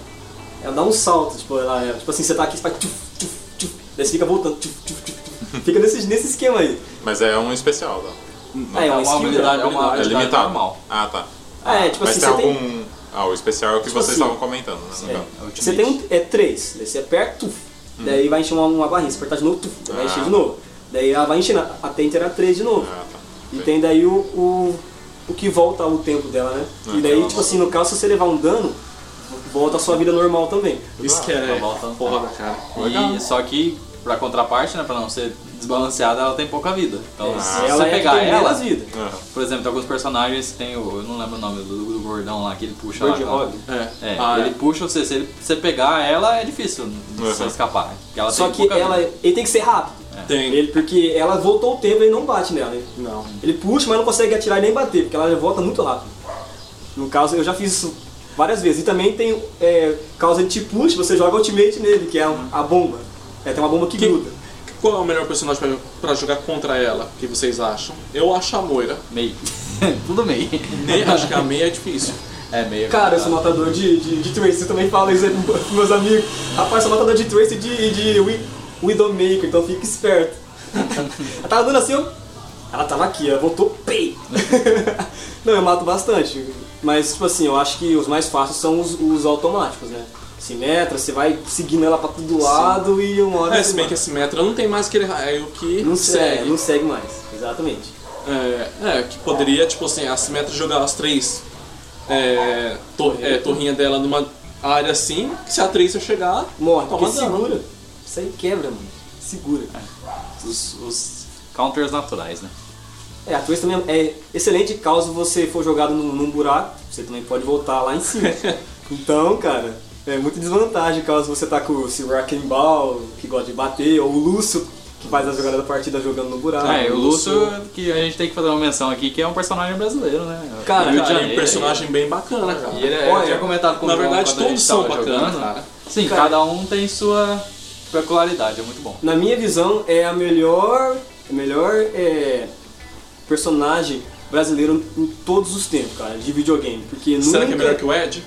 S3: Ela dá um salto, tipo, ela, é- tipo assim, você tá aqui, você faz tchuf, tchuf, tchuf, daí você fica voltando, tchuf, tuf, tuf, tuf. fica nesse, nesse esquema aí.
S2: Mas é um especial, tá?
S3: Ah, é
S1: É
S3: uma
S1: uma
S3: skill dela.
S1: habilidade, é uma
S2: É
S1: habilidade
S2: limitado.
S1: normal.
S2: Ah, tá.
S3: Ah, é, tipo
S2: Mas
S3: assim,
S2: tem
S3: você tem-
S2: algum. Ah, o especial é o que
S3: Tipo
S2: vocês
S3: assim,
S2: estavam comentando, né? no
S3: É.
S2: caso.
S1: Ultimate.
S3: Você tem um, é três, daí você aperta, tuf, daí vai encher uma, uma barrinha, você apertar de novo, tuf, vai encher de novo. Daí ela vai enchendo até inteirar três de novo.
S2: Ah, tá.
S3: E tem daí o, o, o que volta o tempo dela, né?
S2: Ah,
S3: e daí,
S2: ela
S3: tipo assim, no caso, se você levar um dano, volta a sua vida normal também.
S4: Isso que é
S1: tá voltando.
S4: porra, cara.
S1: E, só que, pra contraparte, né, pra não ser desbalanceada, ela tem pouca vida. Então,
S3: É,
S1: se
S3: ela
S1: você
S3: é a que
S1: pegar
S3: tem
S1: ela,
S3: menos vida.
S2: Aham.
S1: por exemplo, tem alguns personagens que tem o. Eu não lembro o nome do, do gordão lá, que ele puxa
S3: Bird
S1: lá.
S3: Hog.
S4: É.
S1: É,
S4: Ah,
S1: ele
S4: é.
S1: puxa você. Se ele, você pegar ela, é difícil de você
S2: Uhum.
S1: escapar. porque Ela é-
S3: Só
S1: tem
S3: que
S1: pouca
S3: ela,
S1: vida.
S3: ele tem que ser rápido.
S4: Tem.
S3: Ele, porque ela voltou o tempo e não bate nela. né? Ele-
S4: Não.
S3: Ele puxa, mas não consegue atirar e nem bater, porque ela volta muito rápido. No caso, eu já fiz isso várias vezes. E também tem, é, caso ele te puxe, você joga ultimate nele, que é a, a bomba. É, tem uma bomba que, gruda.
S4: qual é o melhor personagem pra, pra jogar contra ela? O que vocês acham? Eu acho a Moira.
S1: Meio. Tudo meio.
S4: Me- acho que a meia é difícil.
S1: É meio.
S3: Cara, eu sou matador de, de, de Trace, eu também falo isso aí pros meus amigos. Rapaz, sou matador de Trace e de, de Wi- Widowmaker, então fica esperto. Ela tava dando assim, eu... ela tava aqui, ela voltou, pei! Não, eu mato bastante, mas tipo assim, eu acho que os mais fáceis são os, os automáticos, né? Simetra, você vai seguindo ela pra todo lado e uma hora
S4: É,
S3: você
S4: se bem que
S3: mata.
S4: esse metro não tem mais aquele raio que
S3: não segue.
S4: segue.
S3: não segue mais, exatamente.
S4: É, é, que poderia, tipo assim, a Simetra jogar as três é, tor- é, torrinha dela numa área assim, que se a Tracer chegar,
S3: Morre,
S4: toma
S3: porque
S4: dano.
S3: segura. Isso aí quebra, mano. Segura.
S4: É.
S1: Os, os counters naturais, né?
S3: É, a Twist também é excelente caso você for jogado num, num buraco, você também pode voltar lá em cima. então, cara, é muita desvantagem caso você tá com o Sir Ball, que gosta de bater, ou o Lúcio, que faz a jogada da partida jogando no buraco.
S4: Ah,
S1: é, o Lúcio, que a gente tem que fazer uma menção aqui, que é um personagem brasileiro, né?
S3: Cara,
S1: Rio de
S4: cara, é um
S1: Janeiro.
S4: personagem bem bacana, cara.
S1: E ele é,
S3: Olha,
S1: eu tinha comentado com
S4: na
S1: o João
S4: verdade,
S1: quando a gente
S4: todos são
S1: tava
S4: bacanas,
S1: jogando. né?
S4: cara.
S1: Sim,
S3: Cara.
S1: cada um tem sua peculiaridade, é muito bom.
S3: Na minha visão, é a melhor, a melhor é, personagem brasileiro em todos os tempos, cara, de videogame. Porque
S4: Será
S3: nunca...
S4: que é melhor que o Ed?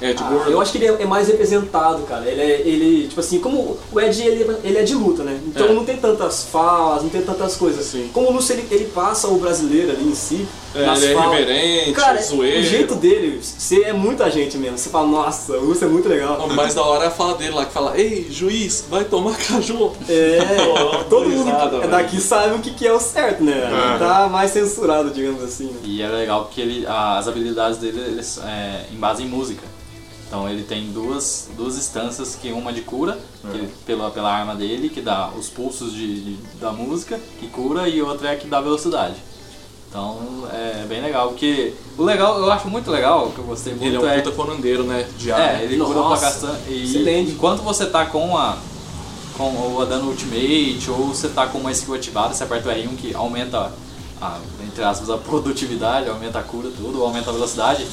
S4: Ed
S3: Ah,
S4: Gordo?
S3: eu acho que ele é é mais representado, cara. Ele é, ele, tipo assim, como o Ed, ele, ele é de luta, né? Então
S4: É.
S3: não tem tantas falas, não tem tantas coisas. assim. Como o Lúcio, ele, ele passa o brasileiro ali em si.
S4: É,
S3: nas
S4: ele é
S3: falas.
S4: reverente,
S3: Cara,
S4: zoeiro.
S3: o jeito dele, você é muita gente mesmo. Você fala, nossa, o Lúcio é muito
S4: O
S3: legal.
S4: mais da hora é a fala dele lá, que fala, ei, juiz, vai tomar caju.
S3: É, todo mundo
S4: Risada,
S3: que é
S4: velho.
S3: daqui sabe o que, que é o certo, né?
S2: É.
S3: Tá mais censurado, digamos assim. né?
S1: E é legal porque ele, a- as habilidades dele eles, é, embasam em música. Então ele tem duas, duas instâncias, que uma de cura, que
S4: É.
S1: ele- pela, pela arma dele, que dá os pulsos de, de- da música, que cura, e outra é a que dá velocidade. Então é bem legal, porque o legal, eu acho muito legal, o que eu gostei muito
S4: Ele é um
S1: é
S4: puta corandeiro, né? De
S1: É,
S4: ar.
S1: ele
S3: Nossa,
S1: cura pra caçan-
S3: excelente.
S1: E enquanto você tá com a. Com, ou a dando ultimate, ou você tá com uma skill ativada, você aperta o R1 que aumenta, a, entre aspas, a produtividade, aumenta a cura, tudo, aumenta a velocidade.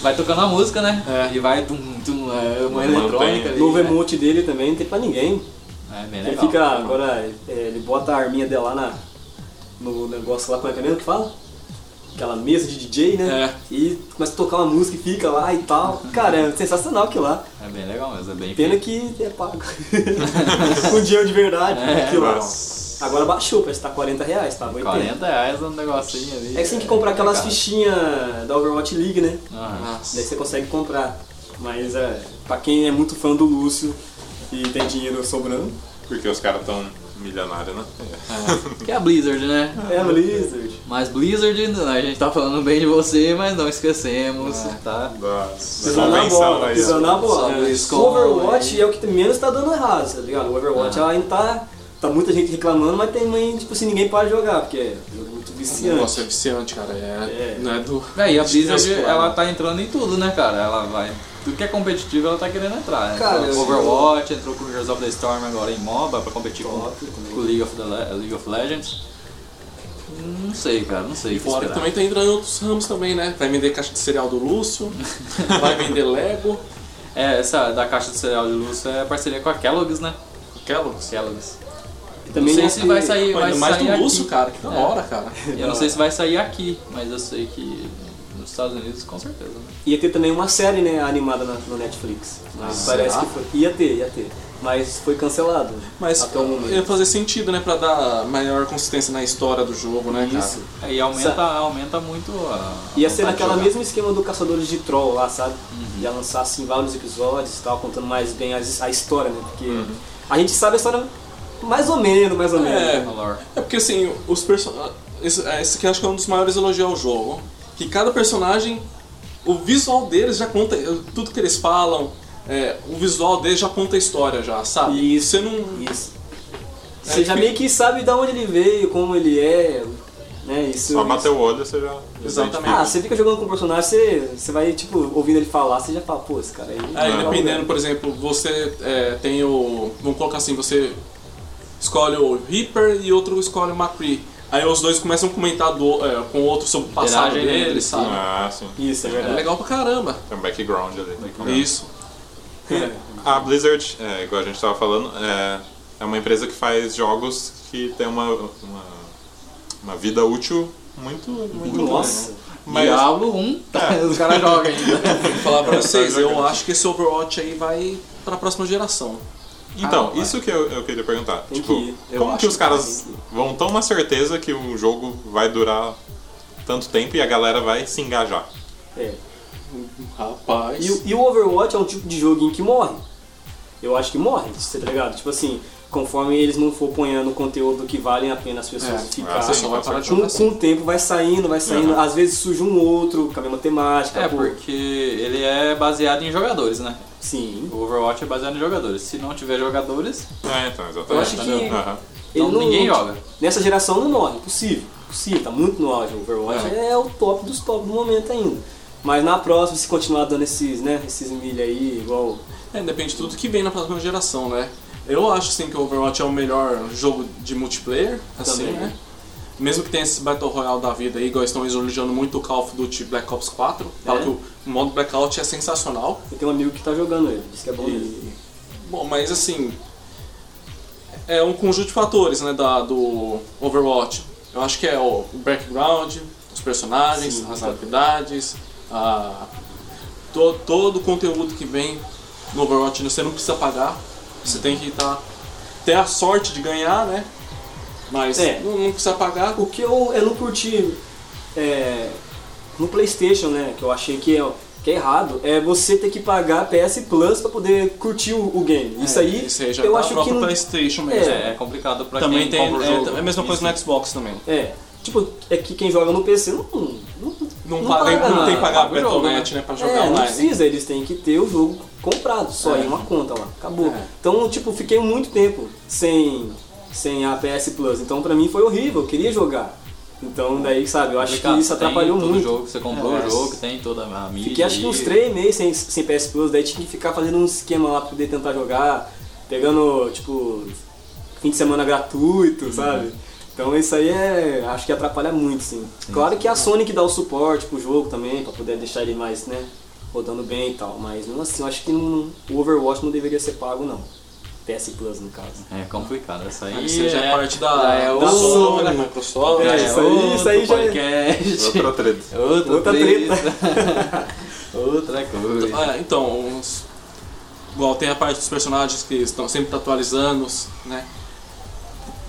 S1: Vai tocando a música, né? E vai tum, tum, é, uma
S2: Mantém.
S1: eletrônica. ali,
S3: O
S4: é.
S3: novo
S1: né?
S3: emote dele também não tem pra ninguém.
S1: É bem
S3: Ele
S1: legal.
S3: fica agora, é, ele bota a arminha dela lá na, no negócio lá, como é que é mesmo que fala? Aquela mesa de DJ, né?
S1: É.
S3: E começa a tocar uma música e fica lá e tal. Cara, é sensacional aquilo lá.
S1: É bem legal mesmo, é bem
S3: Pena que é pago. Com dinheiro de verdade,
S1: É,
S3: aquilo lá.
S2: mas-
S3: Agora baixou, parece que tá 40 reais, tá 80.
S1: 40 reais um negocinho ali.
S3: É que você tem que comprar aquelas
S1: complicado.
S3: fichinhas da Overwatch League, né?
S1: Aham.
S4: Nossa.
S3: Daí você consegue comprar. Mas é, pra quem é muito fã do Lúcio e tem dinheiro sobrando,
S2: Porque os caras tão milionários, né?
S1: Que é a Blizzard, né?
S3: é a Blizzard.
S1: Mas Blizzard, a gente tá falando bem de você, mas não esquecemos,
S3: É.
S1: tá?
S2: Da
S3: Pisando na bola,
S2: aí.
S4: né?
S3: pisando na bola.
S4: é
S1: Salve,
S3: O
S1: escola,
S3: Overwatch é o que menos tá dando errado, tá ligado? O Overwatch
S4: Ah.
S3: ela ainda tá, tá muita gente reclamando, mas tem mãe, tipo assim, ninguém para de jogar, porque é um jogo muito
S4: O negócio
S3: viciante.
S4: é viciante, cara. É,
S3: É.
S4: Não é do.
S1: É, e a
S4: de
S1: Blizzard,
S4: transformar.
S1: ela tá entrando em tudo, né, cara? Ela vai. Tudo que é competitivo, ela tá querendo entrar. né?
S3: Cara,
S1: Entrou
S3: eu-
S1: com Overwatch, entrou com Heroes of the Storm agora em MOBA pra competir com,
S3: Top, também.
S1: com League, of the Le- League of Legends. Não sei, cara, não sei. o que
S4: Fora
S1: esperar.
S4: também tá entrando em outros ramos também, né? Vai vender caixa de cereal do Lúcio, vai vender Lego,
S1: É, essa da caixa de cereal de luz é parceria com a Kellogg's, né?
S4: Kellogg's.
S1: Kellogg's.
S3: E
S1: Não
S3: também
S1: sei
S3: é
S1: se
S3: que-
S1: vai sair.
S4: Pô,
S1: Vai
S4: Ainda mais
S1: sair
S4: do
S1: aqui.
S4: Lúcio, cara, que da
S1: É.
S4: hora, cara.
S1: Eu não sei se vai sair aqui, mas eu sei que nos Estados Unidos, com certeza, né?
S3: Ia ter também uma série, né, animada na, no Netflix. Mas parece
S4: será?
S3: que foi. Ia ter, ia ter. Mas foi cancelado.
S4: Mas
S3: até o momento.
S4: ia fazer sentido, né? Pra dar maior consistência na história do jogo, né, cara?
S3: Isso.
S1: É, E aumenta, aumenta muito a. a
S3: Ia
S1: vontade
S3: ser
S1: de
S3: naquela
S1: jogar.
S3: mesmo esquema do Caçadores de Troll lá, sabe?
S4: Uhum.
S3: Ia lançar assim vários episódios e tal, contando mais bem as- a história, né? Porque
S4: Uhum.
S3: a gente sabe a história mais ou menos, mais ou menos.
S4: É.
S1: A lore.
S4: É porque assim, os personagens. Esse, é, esse aqui eu acho que é um dos maiores elogios ao jogo. Que cada personagem, o visual deles já conta eh, tudo que eles falam. é, o visual deles já conta a história já, sabe?
S3: Isso.
S4: Você não.
S3: Isso.
S4: É,
S3: Você já
S4: que-
S3: meio que sabe de onde ele veio, como ele é, né? Isso.
S2: Só bater o olho, você já...
S4: Exatamente.
S3: Ah, você fica jogando com o personagem, você, você vai, tipo, ouvindo ele falar, você já fala, pô, esse cara aí.
S2: Ah,
S4: Aí
S2: tá
S3: é
S4: dependendo,
S3: legal, né?
S4: por exemplo, você é, tem o. Vamos colocar assim, você escolhe o Reaper e outro escolhe o McCree. Aí os dois começam a comentar do- é, com o outro sobre o passado
S1: Interagem entre
S4: dele,
S1: si.
S4: sabe?
S2: Ah, sim.
S3: Isso, é
S4: É
S3: verdade.
S4: legal pra caramba.
S2: Tem um background ali.
S4: Isso.
S2: A Blizzard, é, igual a gente tava falando, é, é uma empresa que faz jogos que tem uma, uma, uma vida útil muito, muito longa,
S3: Nossa.
S2: né? Mas,
S1: Diablo 1,
S3: tá?
S1: os caras jogam ainda.
S4: Vou falar pra vocês,
S2: Tá jogando.
S4: eu acho que esse Overwatch aí vai pra próxima geração.
S2: Então,
S1: Ah,
S2: isso que eu, eu queria perguntar.
S3: Tem
S2: tipo,
S3: que ir.
S4: Eu
S2: como
S4: acho
S2: que os
S4: que
S2: caras
S4: tem
S2: vão ter uma certeza que o jogo vai durar tanto tempo e a galera vai se engajar?
S3: É.
S4: Rapaz.
S3: E, o- e o Overwatch é um tipo de jogo em que morre. Eu acho que morre, você tá ligado? Tipo assim, conforme eles não for ponhando conteúdo que vale a pena as pessoas
S4: É,
S3: ficarem.
S2: assim,
S4: só vai parar de
S3: Com,
S4: jogar
S3: com o tempo vai saindo, vai saindo.
S2: Uhum.
S3: Às vezes surge um outro com a mesma temática.
S1: É,
S3: pô.
S1: porque ele é baseado em jogadores, né?
S3: Sim.
S1: O Overwatch é baseado em jogadores. Se não tiver jogadores,
S2: É, então,
S3: Eu
S2: exatamente.
S3: acho que
S4: né?
S1: entendeu?
S2: Aham.
S3: ele
S1: então
S3: não-
S1: ninguém joga.
S3: Nessa geração não morre, possível. Possível, tá muito no auge. O Overwatch é. o top dos top do momento ainda. Mas na próxima, se continuar dando esses, né, esses milha aí, igual.
S4: É, depende de tudo que vem na próxima geração, né? Eu acho assim que o Overwatch é o melhor jogo de multiplayer, assim,
S3: Também.
S4: né? Mesmo que tenha esse Battle Royale da vida aí, igual estão elogiando muito o Call of Duty Black Ops 4, fala
S3: É.
S4: que o modo Blackout é sensacional.
S3: Eu tenho um amigo que tá jogando ele, diz que é bom mesmo.
S4: E- Bom, mas assim. É um conjunto de fatores, né, da, do Overwatch. Eu acho que é o background, os personagens,
S3: Sim.
S4: as habilidades, a, to- todo o conteúdo que vem no Overwatch você não precisa pagar. Você tem que tá, ter a sorte de ganhar, né? Mas
S3: É.
S4: não, não precisa pagar.
S3: O que eu, eu não curti é, no PlayStation, né? Que eu achei que é, que é errado, é você ter que pagar PS Plus pra poder curtir o, o game. Isso aí,
S4: É, Isso aí já
S3: eu
S4: tá
S3: acho que
S4: próprio
S3: não.
S4: PlayStation mesmo.
S1: É, é complicado pra
S4: Também
S1: quem
S4: tem.
S1: compra o
S4: é,
S1: jogo.
S4: é a mesma coisa no Xbox também.
S3: É. Tipo, é que quem joga no PC não. Não,
S4: Não, paga, não
S3: nada.
S4: tem que pagar
S1: Paga o jogo,
S4: Battle.net, né? pra jogar
S3: é, não
S4: online.
S3: precisa, eles têm que ter o jogo comprado, só
S4: É.
S3: em uma conta lá, acabou.
S4: É.
S3: Então, tipo, fiquei muito tempo sem, sem a PS Plus, então pra mim foi horrível, eu queria jogar. Então, daí, sabe, eu acho que
S1: Complicado.
S3: isso atrapalhou
S1: tem todo
S3: muito.
S1: jogo que você comprou
S4: É.
S1: o jogo, tem toda a mídia.
S3: Fiquei acho que uns
S1: aí.
S3: 3 meses sem, sem PS Plus, daí tinha que ficar fazendo um esquema lá pra poder tentar jogar, pegando, tipo, fim de semana gratuito, sabe? Então isso aí é. acho que atrapalha muito, sim. Claro que é a Sony que dá o suporte pro jogo também, pra poder deixar ele mais, né, rodando bem e tal, mas mesmo assim, eu acho que não- o Overwatch não deveria ser pago, não. PS Plus, no caso.
S1: É complicado, essa aí.
S4: Isso já é parte da,
S1: já é
S4: da
S1: outro-
S4: Sony, né? da Microsoft.
S1: já
S3: É,
S1: é
S3: isso aí-
S1: outro
S3: isso aí já é-
S1: podcast.
S2: Outra treta.
S1: Outra,
S3: Outra
S1: treta. Outra coisa.
S4: Ah, então, os- igual tem a parte dos personagens que estão sempre tá atualizando, né?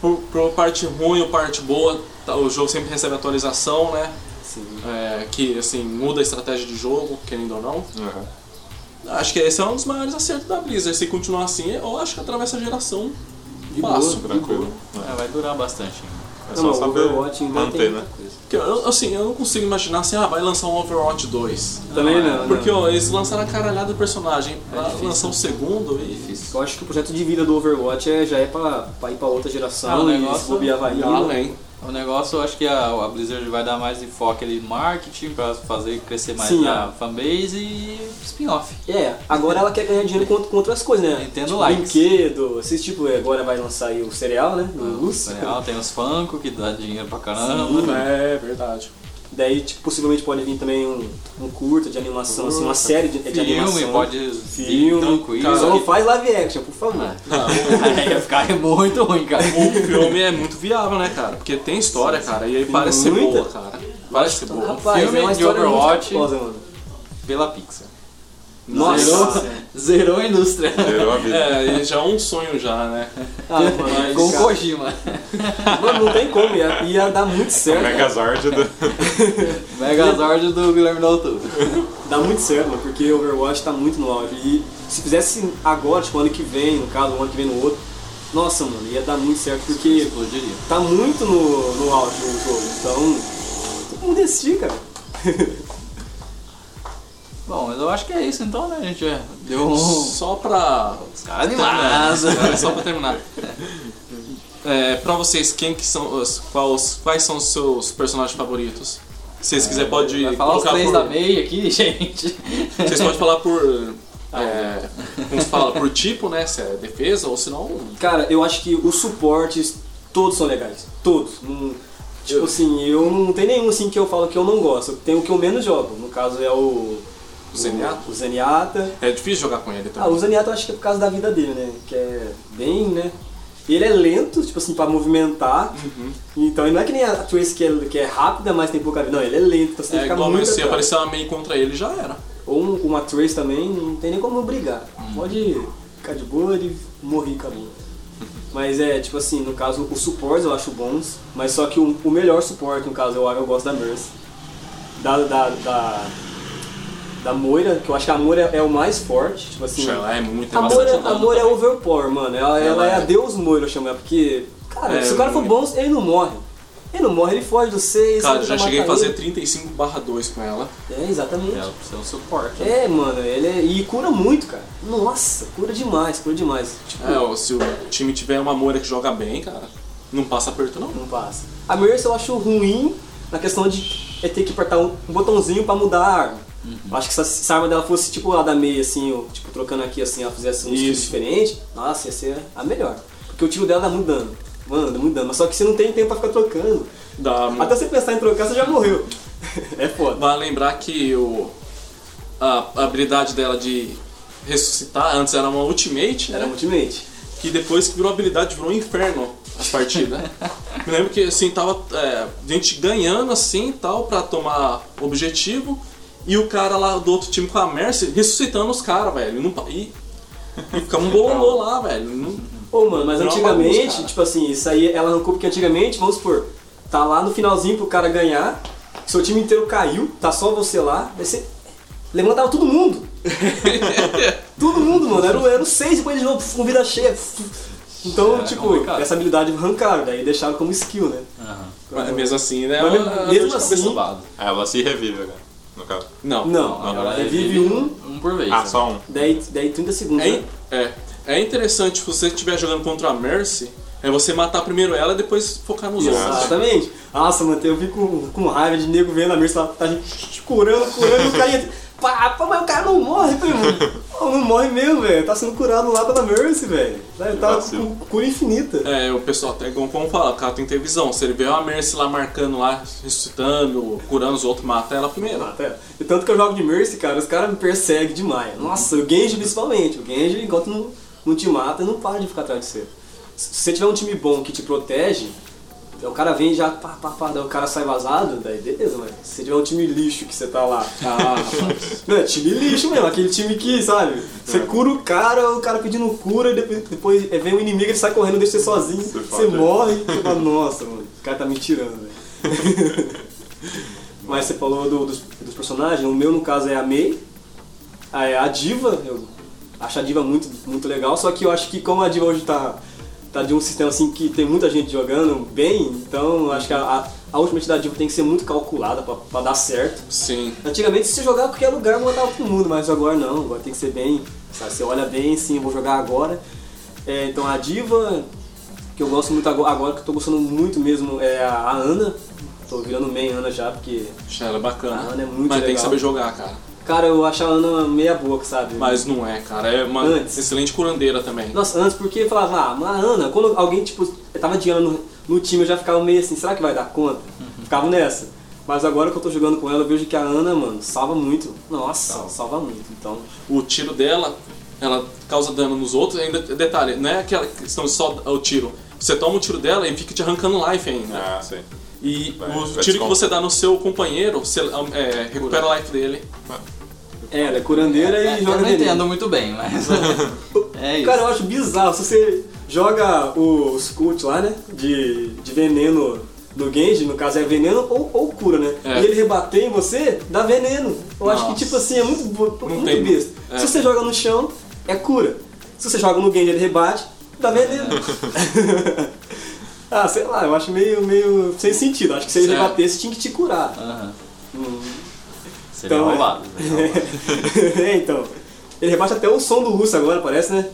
S4: Por, por parte ruim ou parte boa, tá, o jogo sempre recebe atualização, né?
S3: Sim.
S4: É, que assim muda a estratégia de jogo, querendo ou não.
S2: Aham.
S4: Acho que esse é um dos maiores acertos da Blizzard. Se continuar assim, eu acho que atravessa a geração
S3: De
S4: fácil.
S3: boa.
S2: Tranquilo.
S1: É, vai durar bastante.
S2: É
S3: Não,
S2: só
S3: o
S2: saber
S3: Overwatch ainda
S2: manter,
S3: tem
S2: né?
S3: muita coisa.
S4: Porque eu, assim, eu não consigo imaginar assim, ah, vai lançar um Overwatch 2.
S3: Também não, não.
S4: Porque ó, eles lançaram a caralhada do personagem pra
S1: É difícil. É
S4: lançar o segundo e.
S1: Difícil.
S3: Eu acho que o projeto de vida do Overwatch é- já é pra, pra ir pra outra geração
S1: Ah, o
S3: e
S1: negócio-
S3: se bobear vai
S4: E
S3: indo.
S4: além.
S1: O negócio, eu acho que a, a Blizzard vai dar mais enfoque ali em marketing pra fazer crescer mais
S3: Sim,
S1: a fanbase e spin-off.
S3: É, agora ela quer ganhar dinheiro com, com outras coisas, né?
S1: Nintendo
S3: tipo,
S1: likes. Ah,
S3: brinquedo, esses tipo, agora vai lançar aí o cereal, né? Do Lúcio.
S1: Legal, tem os Funko que dá dinheiro pra caramba. né?
S4: É verdade.
S3: Daí, tipo, possivelmente pode vir também um, um curta de animação, assim, uma série de, de
S1: Filme,
S3: animação.
S1: pode vir
S3: Filme,
S1: tranquilo.
S3: cara, só não faz live action, por favor.
S1: Ah. Aí ia ficar muito ruim, cara.
S4: O filme é muito viável, né, cara? Porque tem história, cara, e aí parece ser
S3: muita.
S4: boa, cara. Parece ser boa.
S3: Rapaz,
S1: filme
S3: é uma
S1: de
S3: história muito
S1: Overwatch.
S3: famosa, mano.
S1: Pela Pixar.
S3: Nossa!
S1: Zerou a indústria.
S2: Zerou a vida.
S4: É, e já é um sonho já, né?
S3: Ah, mano,
S1: Com o
S3: cara,
S1: Kojima.
S3: mano, não tem como, ia, ia dar muito certo.
S2: Megazord do...
S1: Megazord do Guilherme Doutor.
S3: Dá muito certo, mano, porque Overwatch tá muito no auge. E se fizesse agora, tipo, ano que vem, no caso, um ano que vem no outro, nossa, mano, ia dar muito certo, porque
S1: Explodiria.
S3: tá muito no, no auge o jogo. Então, todo mundo assistir, cara.
S1: Bom, mas eu acho que é isso então, né, gente? É, Deu um...
S4: Só pra.
S1: Os caras animados.
S4: Só pra terminar. É, pra vocês, quem que são os. Quais, quais são os seus personagens favoritos? Se vocês quiserem, pode.
S1: Vai falar os
S4: colocar
S1: três
S4: por-
S1: da meia aqui, gente.
S4: Vocês podem falar por.
S1: Ah,
S4: É, como se fala, por tipo, né? Se é defesa ou se não.
S3: Cara, eu acho que os suportes, todos são legais. Todos. Não- tipo assim, eu não tenho nenhum assim que eu falo que eu não gosto. Tem o que eu menos jogo. No caso é o.
S4: O Zenyatta?
S3: O Zenyatta.
S4: É difícil jogar com ele
S3: Ah,
S4: também.
S3: o Zaniato eu acho que é por causa da vida dele, né? Que é bem, né? E ele é lento, tipo assim, pra movimentar.
S4: Uhum.
S3: Então ele não é que nem a Trace que é, que é rápida, mas tem pouca vida. Não, ele é lento, então você tem
S4: É
S3: que ficar
S4: igual,
S3: muito
S4: mas se
S3: atrás.
S4: aparecer uma meio contra ele, já era.
S3: Ou um- uma Trace também, não tem nem como brigar.
S4: Uhum.
S3: Pode ficar de boa e morrer, acabou. Mas é, tipo assim, no caso, os suportes eu acho bons, mas só que o, o melhor suporte, no caso, é eu, eu gosto da Mercy. Da, da, da, da Moira, que eu acho que a Moira é o mais forte, tipo assim...
S4: Puxa, ela é muito
S3: A Moira,
S4: bastante
S3: a
S4: dano
S3: Moira é
S4: também.
S3: overpower, mano. Ela, ela
S4: Ela
S3: é a
S4: é.
S3: Deus Moira, eu chamo ela, porque... Cara,
S4: É,
S3: se o cara for
S4: eu-
S3: bom, ele não morre. Ele não morre, ele foge é do 6...
S4: Cara, já cheguei a fazer 35 2 com ela.
S3: É, exatamente.
S1: Ela precisa de um suporte. né?
S3: É, mano, ele é... E cura muito, cara. Nossa, cura demais, cura demais. Tipo,
S4: É, ó, se o time tiver uma Moira que joga bem, cara, não passa aperto não.
S3: não passa. A Mercy eu acho ruim na questão de é ter que apertar um um botãozinho pra mudar a arma. Eu Acho que se a- se a arma dela fosse tipo lá da meia, assim, ou, tipo, trocando aqui assim, ela fizesse um estilo
S4: Isso.
S3: diferente, nossa, ia ser a melhor. Porque o tiro dela tá dá muito dano. Mano, dá muito dano. Mas só que você não tem tempo pra ficar trocando.
S4: Da Mo-
S3: Até você pensar em trocar, você já morreu. é foda.
S4: Vale lembrar que o, a a habilidade dela de ressuscitar, antes era uma ultimate,
S3: Era
S4: né?
S3: ultimate.
S4: que depois que virou habilidade, virou um inferno as partidas. Me lembro que assim, tava é, a gente ganhando assim e tal, pra tomar objetivo, e o cara lá do outro time com a Mercy ressuscitando os caras, velho. Não, pa- e, e fica um bololô lá, velho. Não,
S3: Ô, mano, mas
S4: Não é uma
S3: antigamente,
S4: bagunça, cara.
S3: tipo assim, isso aí ela arrancou porque antigamente, vamos supor, tá lá no finalzinho pro cara ganhar, seu time inteiro caiu, tá só você lá, daí você levantava todo mundo. todo mundo, mano, era, o- era o seis, depois de novo, pf, com vida cheia. pf. Então,
S1: É,
S3: tipo,
S1: complicado.
S3: essa habilidade arrancaram, daí deixaram como skill, né?
S1: Aham.
S4: mas mesmo assim, né?
S3: Mas
S4: é
S3: mesmo- mesmo
S4: uma- uma dor de cabeça
S3: assim-
S4: do lado.
S1: Roubado.
S2: Ah, Ela se revive, né? No caso.
S4: Não. é
S3: Não,
S1: Agora
S3: revive um,
S1: Um por vez.
S2: Ah,
S1: né?
S2: só um.
S3: daí, daí 30 segundos.
S4: É,
S3: né?
S4: in- é, é interessante se você estiver jogando contra a Mercy, é você matar primeiro ela e depois focar nos outros.
S3: Exatamente. Nossa, mano, eu fico com raiva de nego vendo a Mercy lá, tá gente curando, curando, e o cara entra. Pá, pá, mas o cara não morre, eu falei, mano. "Pô, Não morre mesmo, velho. Tá sendo curado lá pela Mercy, velho. Tá- Tá com
S2: vacilo.
S3: cura infinita.
S4: É, o pessoal até como como fala, o cara tem que ter visão. Se ele vê uma Mercy lá marcando lá, ressuscitando, curando os outros, mata ela primeiro.
S3: Até- É, tá. E tanto que eu jogo de Mercy, cara, os caras me perseguem demais. Nossa, o Genji principalmente. O Genji, enquanto não, não te mata, não para de ficar atrás de você. Se se você tiver um time bom que te protege, o cara vem e já, pá, pá, pá, daí o cara sai vazado, daí beleza, mas se você tiver um time lixo que você tá lá,
S4: Ah, rapaz.
S3: Não, é time lixo mesmo, aquele time que, sabe? Você cura o cara, o cara pedindo cura, e depois, depois é, vem o inimigo, ele sai correndo, deixa você sozinho, você,
S2: fala, né?
S3: morre, você fala, nossa, mano, o cara tá me tirando, velho. Mas você falou do- dos, dos personagens, o meu no caso é a May, a, é a Diva, eu acho a Diva muito, muito legal, só que eu acho que como a Diva hoje tá, tá de um sistema assim que tem muita gente jogando bem, então eu acho que a, a, a ultimate da Diva tem que ser muito calculada pra- pra dar certo.
S4: sim.
S3: Antigamente, se você jogava em qualquer lugar, matava todo mundo, mas agora não, agora tem que ser bem. Sabe? Você olha bem, sim, eu vou jogar agora. É, então a diva, que eu gosto muito agora, agora que eu tô gostando muito mesmo, é a, a Ana. Tô virando main Ana já, porque.
S4: Achei ela bacana.
S3: Ah, ela é muito
S4: Mas tem que
S3: legal.
S4: saber jogar, cara.
S3: Cara, eu acho a Ana meia boca, sabe?
S4: Mas não é, cara. É uma
S3: Antes.
S4: excelente curandeira também.
S3: Nossa, antes porque eu falava, ah, mas a Ana, quando alguém, tipo, tava de ano no time, eu já ficava meio assim, será que vai dar conta? Ficava nessa. Mas agora que eu tô jogando com ela, eu vejo que a Ana, mano, salva muito. Nossa, salva muito. Então,
S4: O tiro dela, ela causa dano nos outros. Ainda, detalhe, não é aquela questão de só o tiro. Você toma o tiro dela e fica te arrancando life ainda.
S2: Ah, sim.
S4: E
S2: Vai,
S4: o
S2: vai
S4: tiro que
S2: desconto.
S4: você dá no seu companheiro, você é, recupera a life dele.
S3: é, ela é curandeira e
S1: É,
S3: joga
S1: eu não
S3: veneno.
S1: entendo muito bem, mas. é isso.
S3: Cara, eu acho bizarro. Se você joga o Scout lá, né? De, de veneno do Genji, no caso é veneno ou, ou cura, né?
S4: É.
S3: E ele rebater em você, dá veneno. Eu acho que,
S4: Nossa.
S3: tipo assim, é muito, bo-
S4: Não
S3: muito
S4: tem-
S3: besta.
S4: é.
S3: Se você joga no chão, é cura. Se você joga no Genji, ele rebate, dá veneno. ah, sei lá, eu acho meio, meio sem sentido. Acho que se ele
S4: Certo.
S3: rebatesse, tinha que te curar.
S1: Aham. Seria
S3: Então, é.
S1: roubado. seria roubado.
S3: é, então. Ele rebate até o som do russo agora, parece, né?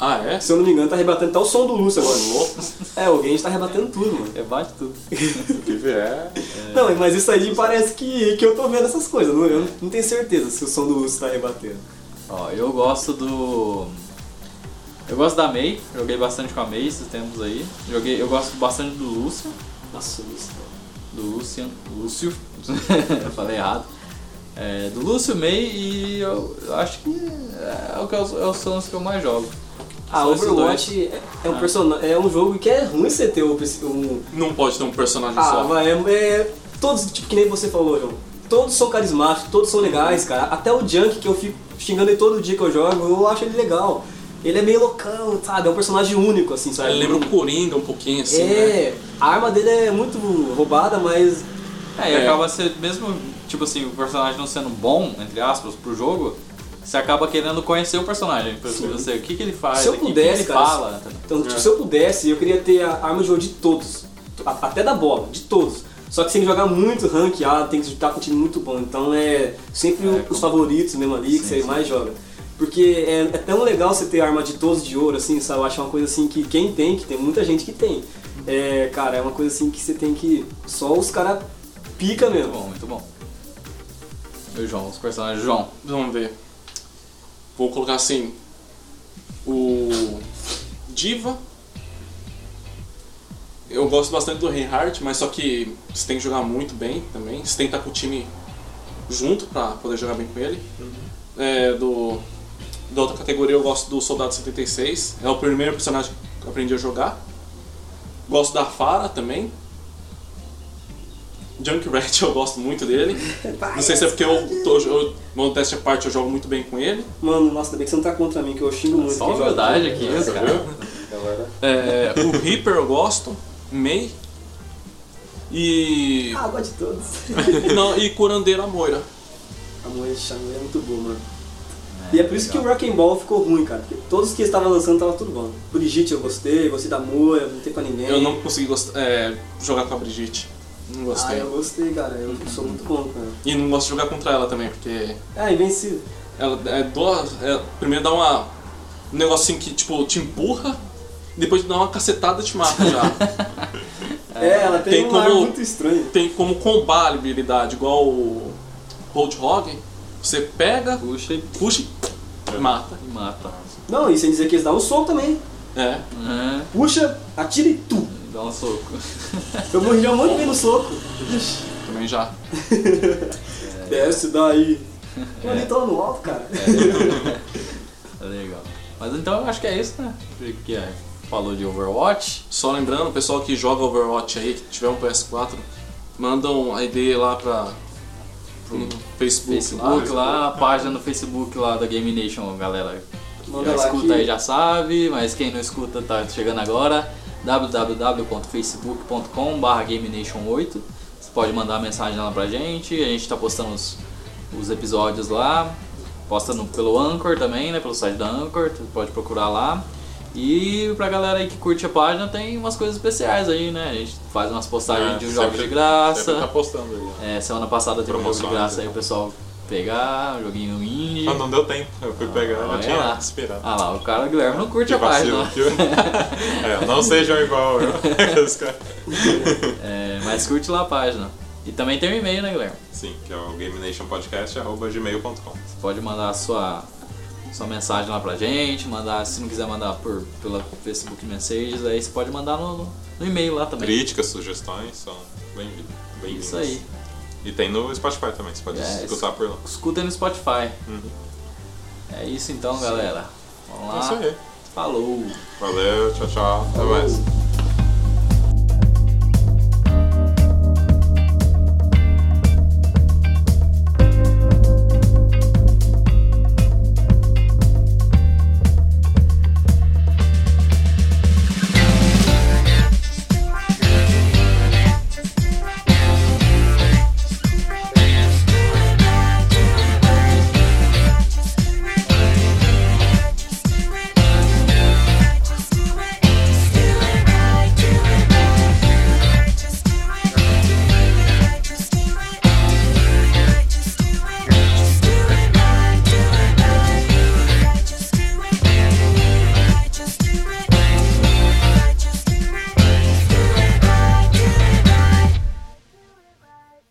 S4: Ah, é?
S3: Se eu não me engano, tá rebatendo até o som do russo agora.
S4: louco.
S3: É, o Genji tá rebatendo tudo, mano.
S1: Rebate tudo.
S3: Não, mas isso aí parece que, que eu tô vendo essas coisas. Não, eu não tenho certeza se o som do urso tá rebatendo.
S1: Ó, eu gosto do. Eu gosto da May, joguei bastante com a May esses tempos aí. Joguei, eu gosto bastante do Lúcio.
S3: Nossa, isso.
S1: Do Lucian. Lúcio. eu falei errado. É, é do Lúcio, May e eu, eu acho que é, o que eu, é os sons que eu mais jogo.
S3: Ah,
S4: Só Ah. esses
S3: Overwatch é, é um person... é um jogo que é ruim você ter o pres- um
S4: Não pode ter um personagem
S3: Ah,
S4: só.
S3: vai, é, é- Todos, tipo, que nem você falou, João. Todos são carismáticos, todos são
S4: Uhum.
S3: legais, cara. Até o Junk, que eu fico xingando ele todo dia que eu jogo, eu acho ele legal. Ele é meio loucão, sabe? É um personagem único, assim, sabe?
S4: Ele lembra o Coringa um pouquinho, assim, né?
S3: É, a arma dele é muito roubada, mas.
S1: É, e
S4: É.
S1: acaba sendo, mesmo, tipo assim, o personagem não sendo bom, entre aspas, pro jogo, você acaba querendo conhecer o personagem. Por exemplo, você, o que, que ele faz,
S3: Se eu
S1: o que, que
S3: pudesse,
S1: ele
S3: cara,
S1: fala. tá
S3: Então,
S1: É.
S3: tipo, se eu pudesse, eu queria ter a arma de jogo de todos. A- Até da bola, de todos. Só que tem que jogar muito ranqueado, tem que estar com um time muito bom. Então é sempre
S1: É,
S3: os
S1: como-
S3: favoritos mesmo ali que
S1: Sim,
S3: você
S1: sim.
S3: mais joga. Porque é, é tão legal você ter a arma de todos de ouro, assim, sabe? Eu acho uma coisa assim que quem tem, que tem muita gente que tem. É, cara, é uma coisa assim que você tem que. Só os caras pica
S1: Muito
S3: mesmo.
S1: bom, muito bom. E o João, os personagens do João.
S4: Vamos ver. Vou colocar assim. O. Diva. Eu gosto bastante do Reinhardt, mas só que você tem que jogar muito bem também. Você tem que estar com o time junto pra poder jogar bem com ele.
S3: Uhum.
S4: É, do, da outra categoria eu gosto do Soldado 76. É o primeiro personagem que eu aprendi a jogar. Gosto da Farah também. Junkrat eu gosto muito dele. Não sei se é porque eu, tô, eu modéstia à parte, eu jogo muito bem com ele.
S3: Mano, nossa, ainda bem que você não tá contra mim, que eu xingo muito.
S1: Só
S3: quem joga.
S1: verdade aqui, esse cara.
S4: É, o Reaper eu gosto, Mei. E.
S3: Ah, eu gosto de todos.
S4: Não, e Curandeira Moira.
S3: A mulher de Xangô é muito boa, mano. e é por isso que o Rock'n'Ball ficou ruim, cara. Porque todos que estavam lançando estavam tudo bom. Brigitte eu gostei, gostei da Moira, não tem pra ninguém.
S4: Eu não consegui gost- é, jogar com a Brigitte. Não
S3: Ah,
S4: gostei. Uhum.
S3: eu gostei, cara. Eu sou muito bom, cara.
S4: E não gosto de jogar contra ela também, porque.
S3: Ah, invencível.
S4: Ela é duas. é, primeiro dá uma. Um negocinho que, tipo, te empurra, depois dá uma cacetada e te mata já.
S3: É, ela tem,
S4: tem
S3: um ar
S4: como-
S3: muito estranho.
S4: Tem como combar a habilidade, igual o Roadhog. Você pega,
S1: Puxa e
S4: puxa e mata.
S1: e mata.
S3: Não, e sem dizer que eles dão um soco também.
S4: É.
S1: É,
S3: Puxa, atira e tu.
S1: dá um soco.
S3: Eu morri um já muito bem no soco.
S4: Também já.
S3: Desce daí. Mano, ele tava no alto, cara.
S1: É legal. Mas então eu acho que é isso, né? Que é, falou de Overwatch.
S4: Só lembrando, o pessoal que joga Overwatch aí, que tiver um PS4, mandam a ID lá pra, pro Facebook,
S1: Facebook
S4: lá.
S1: lá, a página no Facebook lá da Game Nation, galera.
S3: Manda
S1: Já
S3: lá
S1: escuta aí
S3: que...
S1: já sabe, mas quem não escuta tá chegando agora. www.facebook.com.br GameNation8 Você pode mandar mensagem lá pra gente, a gente tá postando os, os episódios lá. Posta no, pelo Anchor também, né? Pelo site da Anchor, você pode procurar lá. E pra galera aí que curte a página tem umas coisas especiais aí, né? A gente faz umas postagens
S2: É,
S1: de
S2: sempre-
S1: jogos de graça.
S2: Sempre tá postando ali. ó.
S1: É, semana passada teve um jogo de
S2: Promoções,
S1: graça aí
S2: né?
S1: o pessoal pegar, um joguinho indie.
S2: Ah, não deu tempo. Eu fui pegar,
S1: Ah,
S2: eu
S1: é
S2: tinha
S1: lá.
S2: esperado.
S1: Ah lá, o cara o Guilherme não curte
S2: Que
S1: a página.
S2: vacilo. que- É, não sejam igual eu. Os caras-
S1: É, mas curte lá a página. E também tem o e-mail, né, Guilherme?
S2: Sim, que é o GameNationPodcast.gmail.com.
S1: Você pode mandar a sua, sua mensagem lá pra gente, mandar, se não quiser mandar por, pela Facebook Messages, aí você pode mandar no, no- no e-mail lá também.
S2: Críticas, sugestões são bem-vindas. bem-vindas.
S1: Isso aí.
S2: E tem no Spotify também, você pode
S1: É,
S2: escutar por lá.
S1: Escuta no Spotify.
S2: Uhum.
S1: É isso então, galera. Vamos
S2: É isso
S1: lá.
S2: aí.
S1: Falou!
S2: Valeu, tchau, tchau. Até mais.